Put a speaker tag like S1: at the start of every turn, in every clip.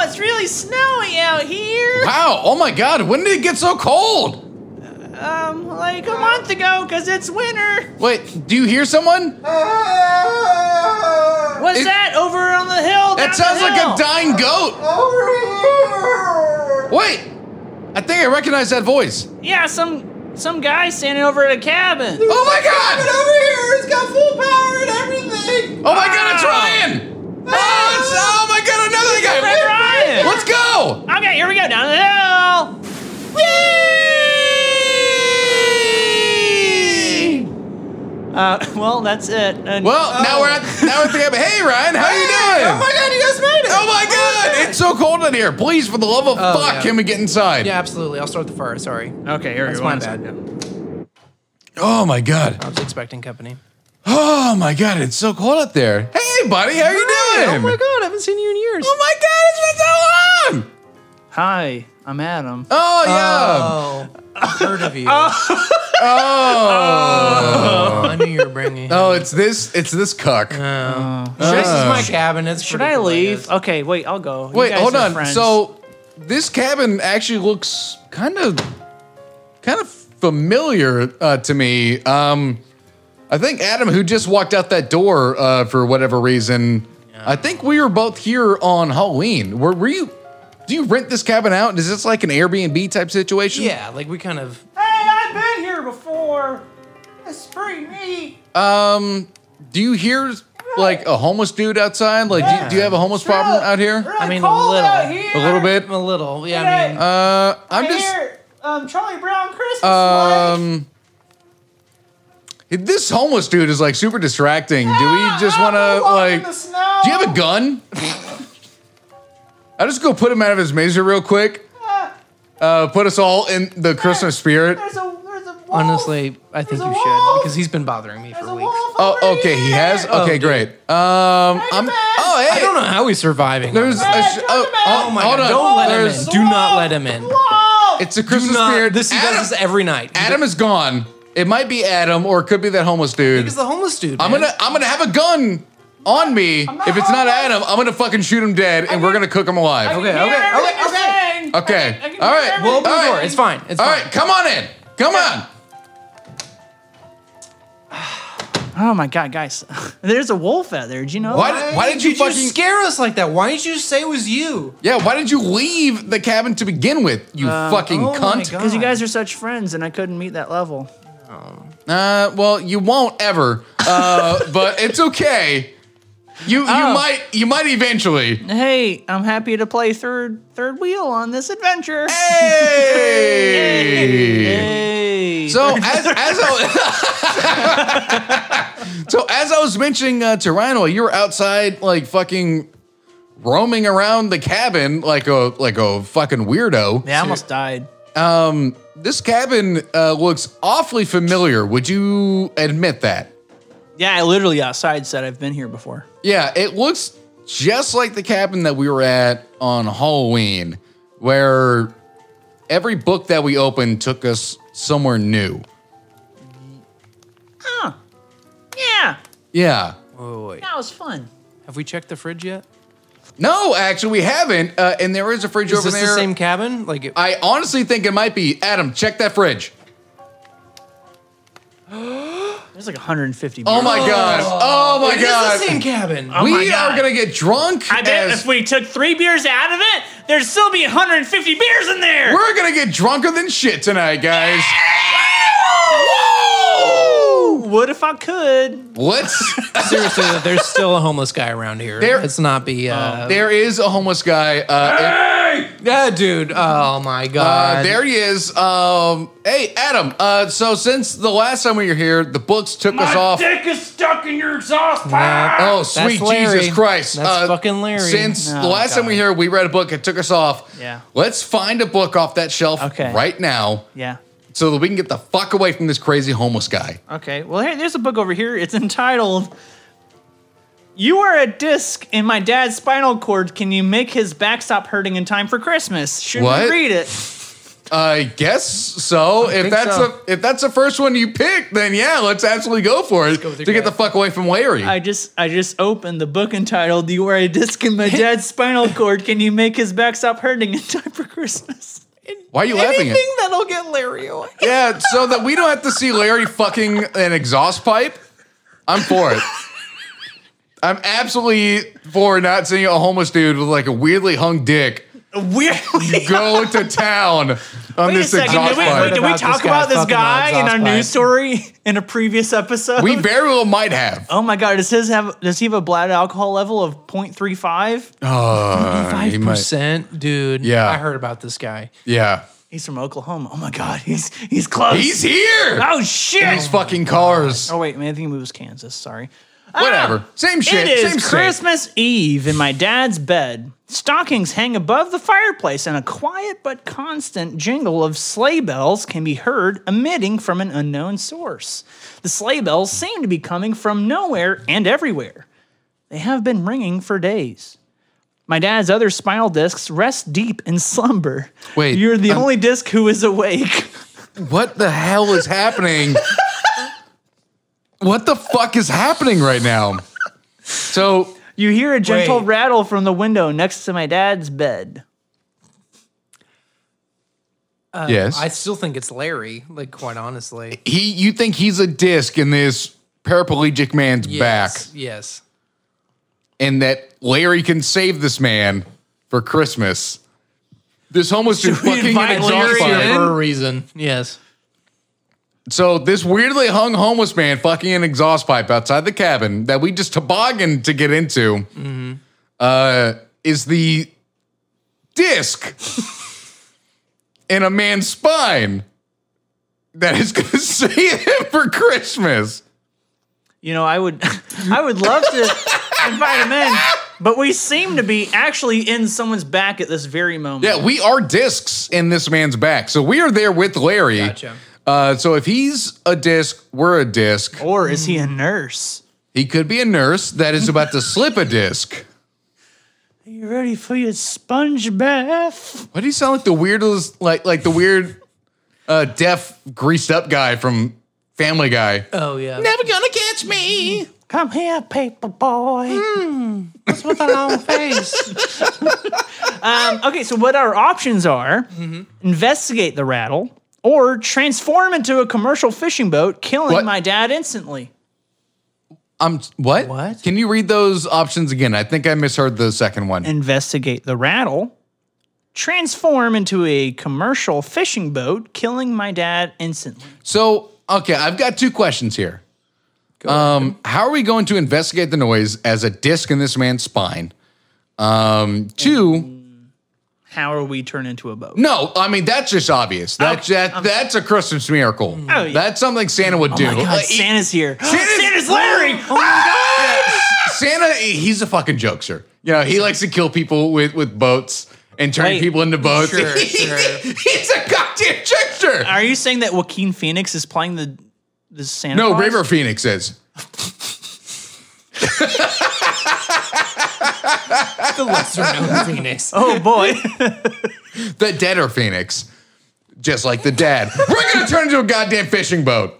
S1: it's really snowy out here.
S2: Wow, oh my god, when did it get so cold?
S1: Um, like a month ago, because it's winter.
S2: Wait, do you hear someone?
S3: Oh,
S1: What's
S2: It-
S1: that over on the hill? down
S2: That sounds
S1: the hill?
S2: like a dying goat.
S3: Over here!
S2: Wait, I think I recognize that voice.
S1: yeah, some some guy standing over at a cabin.
S2: Oh my
S3: But
S2: god!
S3: over here, it's got full power and everything! Ah!
S2: Oh my god, it's Ryan! Oh, it's, oh my god, another
S1: Friend
S2: guy!
S1: Ryan.
S2: Let's go!
S1: Okay, here we go down the hill. Uh, well, that's it. And- oh.
S2: Well, now we're at now we're thinking. Hey, Ryan, how you doing?
S3: Oh my god, you guys made it!
S2: Oh my god! It's so cold in here. Please, for the love of
S3: Oh,
S2: fuck,
S3: yeah.
S2: can we get inside?
S3: Yeah, absolutely. I'll start the fire. Sorry.
S1: okay, here
S3: That's
S1: we go.
S3: my
S1: One
S3: bad.
S1: second.
S2: Oh my god.
S3: I was expecting company.
S2: Oh my god, it's so cold up there. Hey, buddy, how you doing?
S3: Oh my god, I haven't seen you in years.
S2: Oh my god, it's been so long.
S1: Hi, I'm Adam.
S2: Oh yeah.
S3: Oh, I heard of you.
S2: Oh.
S3: I knew you were bringing.
S2: Oh, Uh. it's this. It's this
S3: Oh.
S2: cuck.
S3: this is my cabin. It's
S1: Should
S3: pretty
S1: I
S3: cool,
S1: leave? Oh.
S3: guess.
S1: okay, wait, I'll go. You
S2: Wait,
S1: guys
S2: hold
S1: are
S2: on.
S1: friends.
S2: So, this cabin actually looks kind of, kind of familiar uh, to me. Um, I think Adam, who just walked out that door uh, for whatever reason, I think we were both here on Halloween. Were, were you? Do you rent this cabin out? Is this like an Airbnb type situation?
S3: Yeah, like we kind of.
S1: Hey, I've been here before. It's pretty neat.
S2: Um, Do you hear like a homeless dude outside? Like, do, do you have a homeless problem out here?
S1: Really
S3: I mean, a
S1: cold
S3: little.
S1: out here.
S2: A little bit.
S3: A little. Yeah, I mean.
S2: Uh, I'm
S1: I
S2: just.
S1: hear, um, Charlie Brown Christmas lights.
S2: Um, this homeless dude is like super distracting. Do we just want to like? Do you have a gun? I just go put him out of his misery real quick. Uh, put us all in the Christmas spirit.
S1: There's a there's a wolf.
S3: Honestly, I think
S1: There's a
S3: you should
S1: wolf.
S3: because he's been bothering me
S1: there's
S3: for
S1: a
S3: weeks.
S1: wolf.
S2: Oh,
S1: over
S2: okay, he has.
S1: here.
S2: Okay,
S3: dude.
S2: great. Um, I'm. Oh, hey.
S3: I don't know how he's surviving.
S2: There's.
S3: honestly.
S2: A sh-
S1: Hey,
S2: oh,
S1: come back.
S2: oh,
S3: Oh my
S2: hold
S3: God,
S2: on.
S3: don't let him
S2: There's-
S3: in. Do not let him in.
S1: Wolf.
S2: It's a
S3: Do
S2: Christmas
S3: not-
S2: spirit.
S3: This he
S2: Adam,
S3: does this every night. He's
S2: Adam
S3: a-
S2: is gone. It might be Adam, or it could be that homeless dude.
S3: He's the homeless dude.
S2: I'm
S3: man.
S2: gonna I'm gonna have a gun on me.
S1: I'm not
S2: If it's not
S1: homeless.
S2: Adam, I'm gonna fucking shoot him dead, and we're
S1: mean-
S2: gonna cook him alive.
S1: I
S2: Okay.
S1: can
S3: okay,
S1: hear
S3: okay,
S1: everything
S3: okay,
S1: you're
S3: okay.
S1: saying. I
S2: Okay,
S1: can- I can
S2: all
S1: hear
S2: right,
S1: everything.
S3: We'll open
S2: All
S3: the
S2: right.
S3: door. It's fine. It's
S2: All
S3: fine.
S2: right, come on in. Come on.
S1: Oh my god, guys, there's a wolf out there. Do you know?
S2: Why
S1: that?
S2: did, why did you fucking
S3: scare us like that? Why did you say it was you?
S2: yeah? Why did you leave the cabin to begin with? You fucking
S3: oh my God.
S2: cunt.
S1: Because you guys are such friends, and I couldn't meet that level.
S2: Uh, well, you won't ever. Uh, but it's okay. You you
S3: Oh.
S2: might you might eventually.
S1: Hey, I'm happy to play third third wheel on this adventure.
S2: Hey.
S1: Hey.
S2: So as as I, so as I was mentioning uh, to Ryan, while you were outside, like fucking roaming around the cabin like a like a fucking weirdo.
S1: yeah, I almost died.
S2: Um, this cabin uh, looks awfully familiar. Would you admit that?
S1: Yeah, I literally outside said I've been here before.
S2: Yeah, it looks just like the cabin that we were at on Halloween, where every book that we opened took us somewhere new.
S1: Huh. Yeah,
S2: Yeah.
S1: that was fun.
S3: Have we checked the fridge yet?
S2: No, actually, we haven't. Uh, and there is a fridge
S3: Is
S2: over
S3: this
S2: there.
S3: the same cabin? Like, it,
S2: I honestly think it might be. Adam, check that fridge.
S1: There's like 150.
S2: Oh
S1: beers.
S2: my god. Oh my
S3: It is
S2: god.
S3: the same cabin.
S1: Oh my
S2: we
S1: God.
S2: are gonna get drunk.
S1: I bet
S2: as-
S1: if we took three beers out of it, there'd still be 150 beers in there.
S2: We're gonna get drunker than shit tonight, guys.
S1: What if I could?
S2: Let's.
S3: Seriously, though, there's still a homeless guy around here.
S2: There-
S3: Let's not be. Uh,
S2: there is a homeless guy. Uh,
S3: yeah, dude. Oh my
S2: uh,
S3: god.
S2: there he is. Um, hey, Adam. Uh, so since the last time we were here, the books took us off.
S1: dick is stuck in your exhaust
S3: pipe.
S2: Oh, sweet
S3: Larry.
S2: Jesus Christ. Uh,
S3: That's fucking Larry.
S2: Since
S1: Oh,
S2: the last time
S1: God.
S2: we were here, we read a book. It took us off.
S1: Yeah.
S2: Let's find a book off that shelf
S1: Okay.
S2: right now
S1: Yeah.
S2: so that we can get the fuck away from this crazy homeless guy.
S1: Okay. Well, hey, there's a book over here. It's entitled "You Are a Disc in My Dad's Spinal Cord." Can you make his back stop hurting in time for Christmas? Should
S2: What?
S1: we read it?
S2: I guess so. if
S3: think
S2: that's
S3: so.
S2: a if that's the first one you pick, then yeah, let's absolutely go for it
S3: go with
S2: to
S3: your
S2: get the
S3: gut.
S2: fuck away from Larry.
S1: I just I just opened the book entitled "You Are a Disc in My Dad's Spinal Cord." Can you make his back stop hurting in time for Christmas?
S2: Why are you laughing? At?
S3: Anything that'll get Larry away.
S2: Yeah, so that we don't have to see Larry fucking an exhaust pipe. I'm for it. I'm absolutely for not seeing a homeless dude with like a weirdly hung dick
S1: Weirdly,
S2: go to town on
S1: wait a
S2: this
S1: second.
S2: exhaust
S1: Did we, wait,
S2: pipe.
S1: did we
S3: About
S1: talk
S3: this guy's
S1: about this
S3: fucking
S1: guy in
S3: exhaust
S1: our news
S3: pipe.
S1: story in a previous episode?
S2: We very well might have.
S1: oh my god, does his have? Does he have a blood alcohol level of 0.35?
S2: Uh, he
S3: Five
S2: might-
S3: percent, dude.
S2: Yeah.
S3: I heard about this guy.
S2: yeah.
S1: He's from Oklahoma. Oh my god, he's he's close.
S2: He's here!
S1: oh shit.
S2: These fucking cars.
S1: Oh wait, man, I think it was Kansas. Sorry.
S2: Whatever. Same shit.
S1: It is
S2: same shit.
S1: Christmas Eve in my dad's bed. Stockings hang above the fireplace, and a quiet but constant jingle of sleigh bells can be heard emitting from an unknown source. The sleigh bells seem to be coming from nowhere and everywhere. They have been ringing for days. My dad's other spinal discs rest deep in slumber.
S2: Wait, um,
S1: you're the
S2: I'm-
S1: only disc who is awake.
S2: What the hell is happening? what the fuck is happening right now? So
S1: You hear a gentle
S3: Wait.
S1: rattle from the window next to my dad's bed.
S2: yes,
S3: I still think it's Larry. Like quite honestly.
S2: he. You think he's a disc in this paraplegic man's
S3: Yes,
S2: back,
S3: Yes.
S2: and that Larry can save this man for Christmas? This homeless dude
S1: we
S2: fucking
S1: invite
S2: an exhaust
S1: Larry
S2: pipe.
S1: in?
S3: For a reason. Yes.
S2: So this weirdly hung homeless man fucking an exhaust pipe outside the cabin that we just tobogganed to get into uh, is the disc in a man's spine that is going to save him for Christmas.
S1: You know, I would, I would love to invite him in, but we seem to be actually in someone's back at this very moment.
S2: Yeah, we are discs in this man's back, so we are there with Larry.
S3: Gotcha.
S2: Uh, so if he's a disc, we're a disc.
S1: Or is he a nurse?
S2: He could be a nurse that is about to slip a disc.
S1: Are you ready for your sponge bath?
S2: Why do you sound like the weirdest, like like the weird, uh, deaf, greased up guy from Family Guy?
S3: Oh yeah.
S2: Never gonna catch me.
S1: Come here, paper boy.
S3: What's with that long face?
S1: Um, okay, so what our options are:
S2: Mm-hmm.
S1: investigate the rattle, or transform into a commercial fishing boat, killing
S2: What?
S1: my dad instantly.
S2: Um, what?
S3: What?
S2: Can you read those options again? I think I misheard the second one.
S1: investigate the rattle, transform into a commercial fishing boat, killing my dad instantly.
S2: so, okay, I've got two questions here. Um, how are we going to investigate the noise as a disc in this man's spine? Um, two.
S1: How are we turned into a boat?
S2: No, I mean that's just obvious. That,
S1: Okay,
S2: that that's a Christmas miracle.
S1: Oh, yeah.
S2: That's something Santa would do.
S1: Oh my
S2: Uh,
S1: God,
S2: he-
S1: Santa's here.
S2: Santa's-
S1: Santa's, Oh. Larry.
S2: Santa, he's a fucking jokester. You know, he likes to kill people with, with boats and turn
S1: Wait.
S2: people into boats.
S3: Sure, sure.
S2: he's a goddamn jokester.
S1: Are you saying that Joaquin Phoenix is playing the the Santa?
S2: no,
S1: Claus?
S2: River Phoenix is.
S3: the lesser known Phoenix.
S1: Oh boy.
S2: The deader Phoenix. Just like the dad. We're going to turn into a goddamn fishing boat.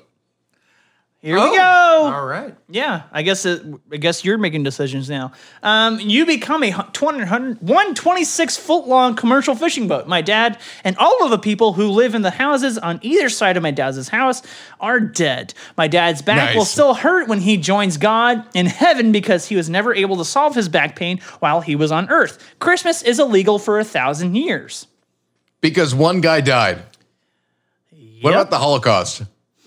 S1: here we go.
S3: Oh. All right.
S1: Yeah, I guess it, I guess you're making decisions now. Um, you become a 126 foot long commercial fishing boat. My dad and all of the people who live in the houses on either side of my dad's house are dead. My dad's back will
S2: Nice.
S1: still hurt when he joins God in heaven because he was never able to solve his back pain while he was on earth. Christmas is illegal for a thousand years.
S2: Because one guy died. What
S1: Yep.
S2: about the Holocaust?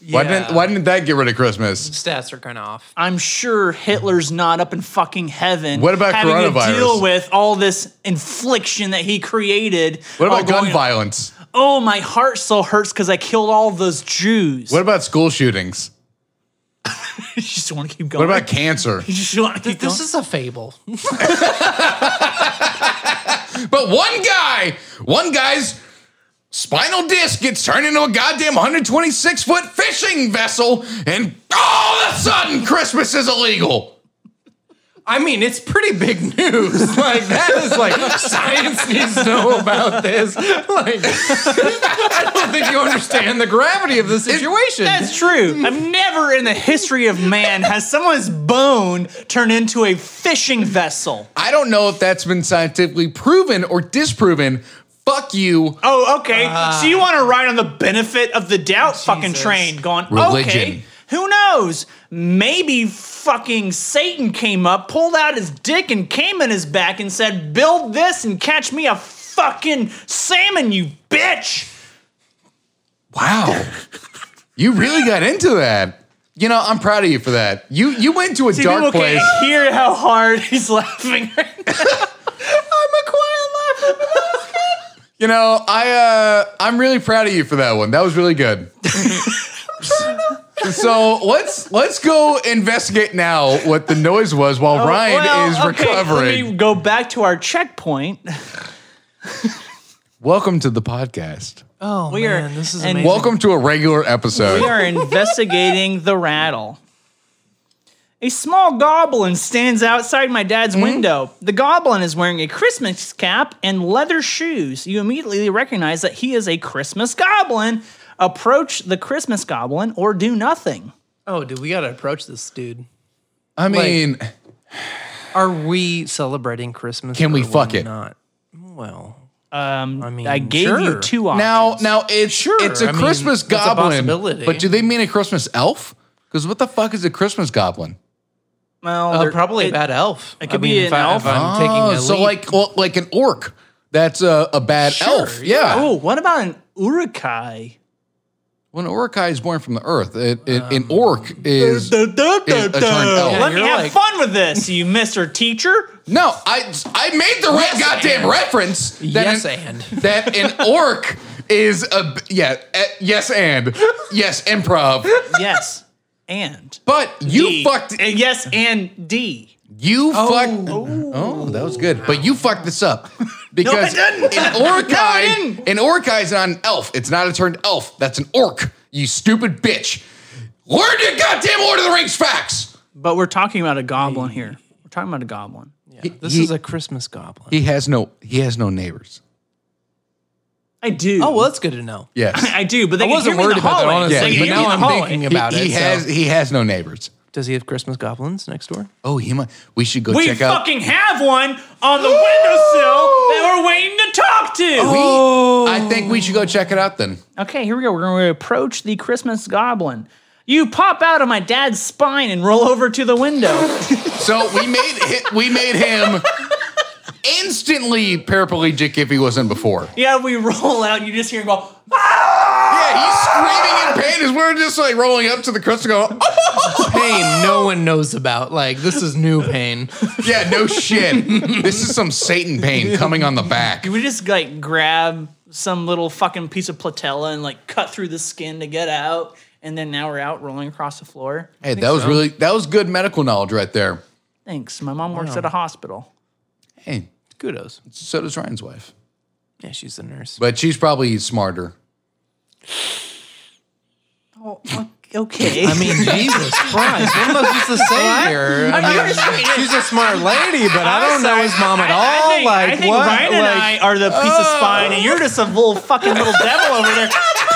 S2: Why,
S3: Yeah.
S2: didn't, why didn't that get rid of Christmas?
S3: Stats are kind of off.
S1: I'm sure Hitler's not up in fucking heaven.
S2: What about
S1: having
S2: coronavirus?
S1: To deal with all this infliction that he created.
S3: Oh,
S2: What about
S1: all
S2: gun
S1: going-
S2: violence?
S1: Oh, my heart still hurts because I killed all those Jews.
S2: What about school shootings?
S1: you just want to keep
S2: What
S1: going.
S2: about cancer?
S1: you just want to keep
S3: This
S1: going.
S3: is a fable.
S2: But one guy, one guy's spinal disc gets turned into a goddamn 126 foot fishing vessel, and all of a sudden Christmas is illegal.
S3: I mean, it's pretty big news. Like that is like science needs to know about this. Like
S2: I don't think you understand the gravity of the situation.
S1: That's true. I've never in the history of man has someone's bone turned into a fishing vessel.
S2: I don't know if that's been scientifically proven or disproven. Fuck you.
S1: Oh, okay.
S2: Uh-huh.
S1: so you want to ride on the benefit of the doubt fucking
S3: Jesus.
S1: train going, okay,
S2: Religion.
S1: who knows? Maybe fucking Satan came up, pulled out his dick and came in his back and said, build this and catch me a fucking salmon, you bitch.
S2: Wow. you really got into that. You know, I'm proud of you for that. You you went to a
S1: See,
S2: dark
S1: people
S2: place.
S1: can't hear how hard he's laughing right now. I'm a quiet laugher.
S2: You know, I uh I'm really proud of you for that one. That was really good. so let's let's go investigate now what the noise was while
S3: Oh,
S2: Ryan
S1: Well,
S2: is
S1: okay,
S2: recovering.
S1: Let me go back to our checkpoint.
S2: Welcome to the podcast.
S3: oh
S1: We are-
S3: man, this is
S1: and-
S3: amazing.
S2: Welcome to a regular episode.
S1: We are investigating the rattle. A small goblin stands outside my dad's
S3: Hmm?
S1: window. The goblin is wearing a Christmas cap and leather shoes. You immediately recognize that he is a Christmas goblin. Approach the Christmas goblin or do nothing.
S3: oh, dude, we gotta approach this dude.
S2: I mean,
S3: Are we celebrating Christmas?
S2: Can we
S3: or are
S2: fuck it?
S3: Not. Well,
S1: Um, I,
S3: mean,
S1: gave you
S3: Mm, sure.
S1: two options.
S2: now now it's it's a
S3: I mean,
S2: Christmas
S3: that's a
S2: goblin.
S3: possibility.
S2: but do they mean a Christmas elf? Because what the fuck is a Christmas goblin?
S1: well,
S3: uh,
S1: they're-
S3: probably
S1: it-
S3: a bad elf. It
S1: could be an
S3: if I,
S1: elf.
S3: If I'm
S2: Oh,
S3: taking a
S2: so
S3: leap.
S2: like well, like an orc. That's a, a bad
S3: Sure,
S2: elf.
S3: yeah.
S2: yeah.
S1: Oh, what about an urukai?
S2: Well, an Urukai is born from the earth. It, it, an orc is a turned elf.
S1: Let me
S3: you're
S1: have
S3: like-
S1: fun with this, you Mr. Teacher.
S2: no. I I made the right goddamn reference. That
S3: yes
S2: an,
S3: and
S2: that an orc is a yeah eh, yes and yes improv.
S1: yes, and
S2: But you
S1: D.
S2: fucked
S1: Uh, Yes, and D.
S2: you fucked. Oh, that was good. But you fucked this up because
S1: didn't.
S2: an
S1: I
S2: Urukai an Urukai is not an elf. It's not a turned elf. That's an orc. You stupid bitch. Learn your goddamn Lord of the Rings facts.
S1: But we're talking about a goblin here. We're talking about a goblin.
S3: this
S2: He-
S3: is a Christmas goblin.
S2: He has no he has no neighbors.
S1: I do.
S3: oh well, that's good to know.
S2: Yes.
S1: I do. But they
S3: I
S1: can
S3: wasn't
S1: hear me in
S3: worried
S1: the
S3: about that
S1: hallway.
S3: honestly,
S1: They can
S2: but
S1: hear
S2: now
S1: me in the
S3: I'm
S1: hallway.
S3: thinking about
S2: he,
S3: it.
S2: He
S3: so-
S2: has he has no neighbors.
S3: Does he have Christmas goblins next door?
S2: Oh, he might. We should go
S1: We
S2: check out.
S1: fucking have one on the windowsill that we're waiting to talk to.
S2: We- I think we should go check it out then.
S1: Okay, here we go. We're going to approach the Christmas goblin. You pop out of my dad's spine and roll over to the window.
S2: So we made hi- we made him instantly paraplegic if he wasn't before.
S1: yeah, we roll out. You just hear him go. "Ah!"
S2: Yeah, he's screaming in pain as we're just like rolling up to the crust and going, oh,
S3: pain no one knows about. Like this is new pain.
S2: yeah, no shit. This is some Satan pain coming on the back.
S1: We just like grab some little fucking piece of platella and like cut through the skin to get out, and then now we're out rolling across the floor.
S2: Hey, that was really that was good medical knowledge right there.
S1: Thanks. My mom works at a hospital.
S2: Hey,
S3: Kudos.
S2: so does Ryan's wife,
S3: Yeah, she's a nurse.
S2: but she's probably smarter.
S1: Okay.
S3: I mean, Jesus Christ, what am I supposed to say here? I mean, she's a smart lady, but I don't know his mom at all.
S1: I think,
S3: like
S1: I think
S3: what?
S1: Ryan and I
S3: like,
S1: are the piece of spine, and you're just a little fucking little devil over there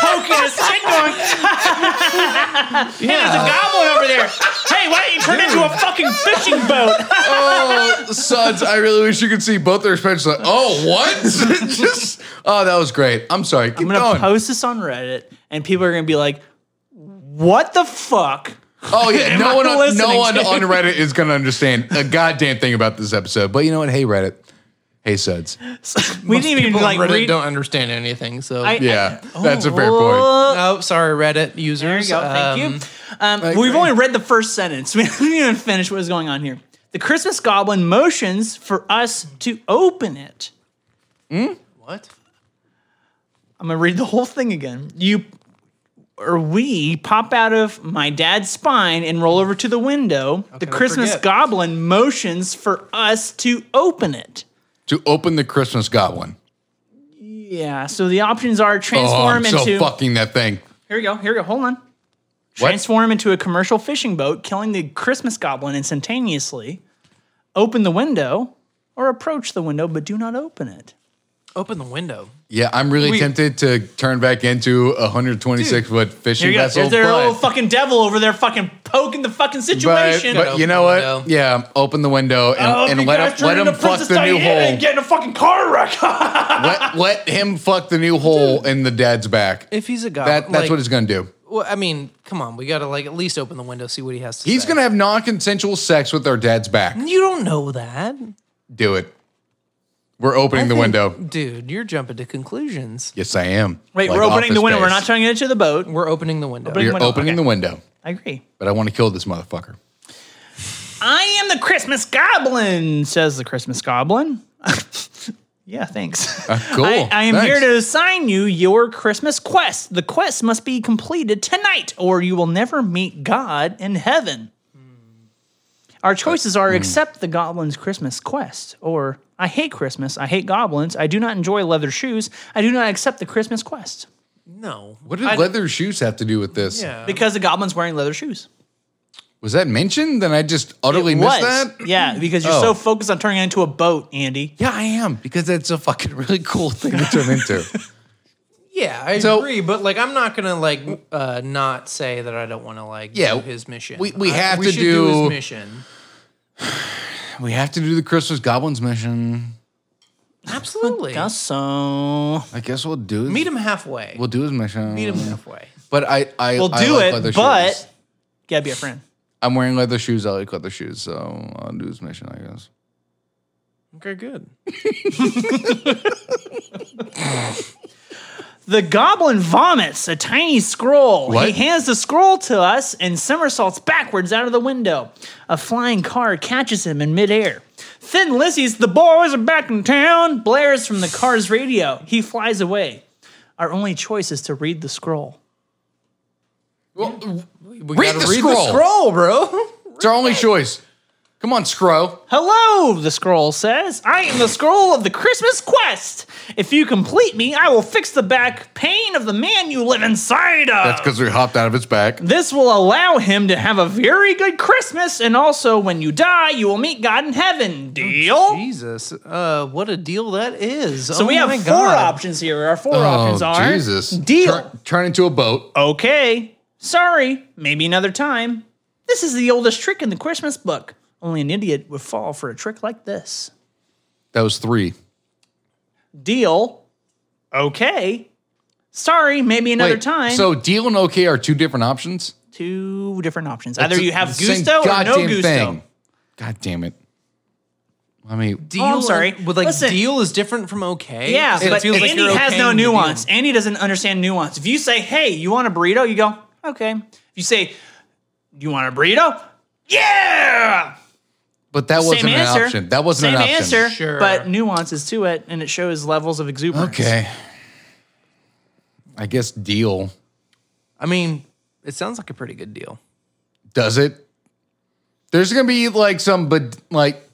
S1: poking his head going, hey, there's a goblin over there. Hey, why don't you turn into a fucking fishing boat?
S2: Oh, suds, I really wish you could see both their expressions. Like, oh, what? Just, oh, that was great. I'm sorry. Keep
S1: I'm gonna
S2: going.
S1: post this on Reddit, and people are gonna be like, "What the fuck?"
S2: oh, yeah.
S1: I
S2: No one, on,
S1: listening
S2: no one
S1: to
S2: on Reddit is going to understand a goddamn thing about this episode. But you know what? Hey, Reddit. Hey, suds.
S1: We didn't even
S3: people
S1: like
S3: on Reddit
S1: read.
S3: don't understand anything. So,
S1: I-
S2: Yeah, that's a fair point.
S1: Oh,
S3: oh, sorry, Reddit
S1: there
S3: users.
S1: you go. Thank
S3: um,
S1: you. Um, we've only read the first sentence. We haven't even finished what is going on here. The Christmas goblin motions for us to open it.
S3: What?
S1: I'm gonna read the whole thing again. You or we pop out of my dad's spine and roll over to the window. the
S3: I
S1: Christmas
S3: forget?
S1: goblin motions for us to open it.
S2: To open the Christmas goblin.
S1: Yeah, so the options are
S2: Oh,
S1: transform
S2: I'm so
S1: into
S2: fucking that thing.
S1: Here we go. Here we go. Hold on.
S2: What?
S1: Transform into a commercial fishing boat, killing the Christmas goblin instantaneously. Open the window or approach the window, but do not open it.
S4: Open the window.
S2: Yeah, I'm really
S4: We-
S2: tempted to turn back into a 126 foot fishing
S1: There you go.
S2: vessel.
S1: There's their
S2: but-
S1: old fucking devil over there fucking poking the fucking
S2: but,
S1: situation.
S2: but you
S4: Open
S2: know
S4: the
S2: what?
S4: window.
S2: Yeah, open the window and,
S1: Oh,
S2: and
S1: you
S2: let
S1: guys
S2: him
S1: turned
S2: let him
S1: into
S2: fuck
S1: Princess
S2: the new
S1: Diana and
S2: hole.
S1: Get in a fucking car wreck.
S2: let, let him fuck the new hole in the dad's back.
S4: If he's a
S1: uh,
S4: god,
S2: that, that's
S4: like-
S2: what it's gonna do.
S4: Well, I mean, come on, we gotta like at least open the window, see what he has to
S2: He's
S4: say.
S2: gonna have non-consensual sex with our dad's back.
S4: You don't know that,
S2: Do it. We're opening
S4: I
S2: the
S4: think-
S2: window.
S4: dude. You're jumping to conclusions.
S2: Yes, I am.
S1: Wait,
S2: Like
S1: we're opening the
S2: Office
S1: window. We're
S2: Space.
S1: not turning it into the boat.
S4: We're opening the window.
S1: Opening-
S2: You're
S1: Window,
S2: opening
S1: okay.
S2: the window,
S1: I agree.
S2: but I want to kill this motherfucker.
S1: I am the Christmas goblin, says the Christmas goblin. yeah, thanks.
S2: Cool.
S1: I, I am here
S2: Thanks.
S1: to assign you your Christmas quest. The quest must be completed tonight, or you will never meet God in heaven. Our choices
S2: Hmm.
S1: are accept the goblin's Christmas quest, or I hate Christmas, I hate goblins, I do not enjoy leather shoes, I do not accept the Christmas quest.
S4: no.
S2: What did
S4: I-
S2: leather shoes have to do with this?
S4: Yeah.
S1: Because the goblin's wearing leather shoes.
S2: Was that mentioned? Then I just utterly
S1: It
S2: missed
S1: was.
S2: that.
S1: Yeah, because you're
S2: Oh.
S1: so focused on turning it into a boat, Andy.
S2: Yeah, I am because that's a fucking really cool thing to turn into.
S4: Yeah, I
S2: So-
S4: agree, but like, I'm not gonna like uh, not say that I don't want to like
S2: Yeah,
S4: do his mission.
S2: we- we
S4: I-
S2: have
S4: we
S2: to
S4: should
S2: do-
S4: his mission.
S2: we have to do the Christmas Goblins mission.
S4: Absolutely,
S1: So
S2: I guess we'll do. His,
S4: meet him halfway.
S2: We'll do his mission.
S4: meet him halfway.
S2: But I, I
S1: We'll
S2: I
S1: do
S2: like leather
S1: it, but
S2: shoes.
S1: gotta be a friend.
S2: I'm wearing leather shoes. I like leather shoes, so I'll do his mission. I guess.
S4: Okay, good.
S1: The goblin vomits a tiny scroll.
S2: What?
S1: He hands the scroll to us and somersaults backwards out of the window. A flying car catches him in midair. Thin Lizzy's The Boys Are Back in Town blares from the car's radio. He flies away. Our only choice is to read the scroll.
S2: We read, the,
S4: Read
S2: scroll.
S4: the scroll, bro.
S2: It's our only choice. Come on, Scro.
S1: Hello, the scroll says. I am the scroll of the Christmas quest. If you complete me, I will fix the back pain of the man you live inside of.
S2: That's because we hopped out of its back.
S1: This will allow him to have a very good Christmas, and also when you die, you will meet God in heaven. Deal?
S2: Oh,
S4: Jesus, uh, what a deal that is. Oh
S1: so we have four options here. Our four options are
S2: Oh, Jesus!
S1: deal.
S2: Turn, turn into a boat.
S1: Okay. Sorry. Maybe another time. This is the oldest trick in the Christmas book. Only an idiot would fall for a trick like this.
S2: That was three.
S1: Deal. Okay. Sorry. Maybe another
S2: Wait,
S1: time.
S2: So deal and okay are two different options.
S1: two different options. Either
S2: It's
S1: you have
S2: the same
S1: gusto or no
S2: goddamn
S1: gusto.
S2: God damn it. I mean,
S4: Deal
S1: Oh, I'm sorry.
S4: is- With like
S1: Listen.
S4: deal is different from okay.
S1: Yeah,
S4: so it
S1: but
S4: feels like
S1: Andy
S4: you're
S1: has
S4: okaying
S1: no
S4: the deal.
S1: nuance. Andy doesn't understand nuance. If you say, "Hey, you want a burrito?" You go, "Okay." If you say, "You want a burrito?" Yeah,
S2: but that wasn't
S1: same answer.
S2: an option. That wasn't
S1: same
S2: an option.
S1: answer,
S4: Sure.
S1: but nuances to it, and it shows levels of exuberance.
S2: Okay. I guess deal.
S4: I mean, it sounds like a pretty good deal.
S2: Does it? There's gonna be like some but like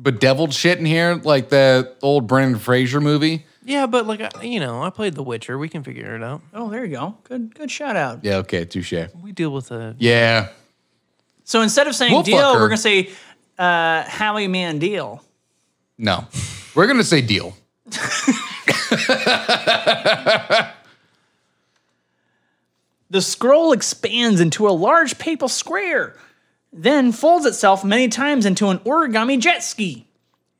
S2: bedeviled shit in here, like the old Brendan Fraser movie.
S4: Yeah, but like I- you know, I played The Witcher. We can figure it out.
S1: Oh, there you go. Good, good shout out.
S2: Yeah, okay, touche.
S4: We deal with a
S2: Yeah.
S1: So instead of saying
S2: We'll
S1: deal,
S2: fuck her.
S1: we're gonna say uh, Howie Man deal.
S2: No. We're gonna say deal.
S1: The scroll expands into a large papal square, then folds itself many times into an origami jet ski.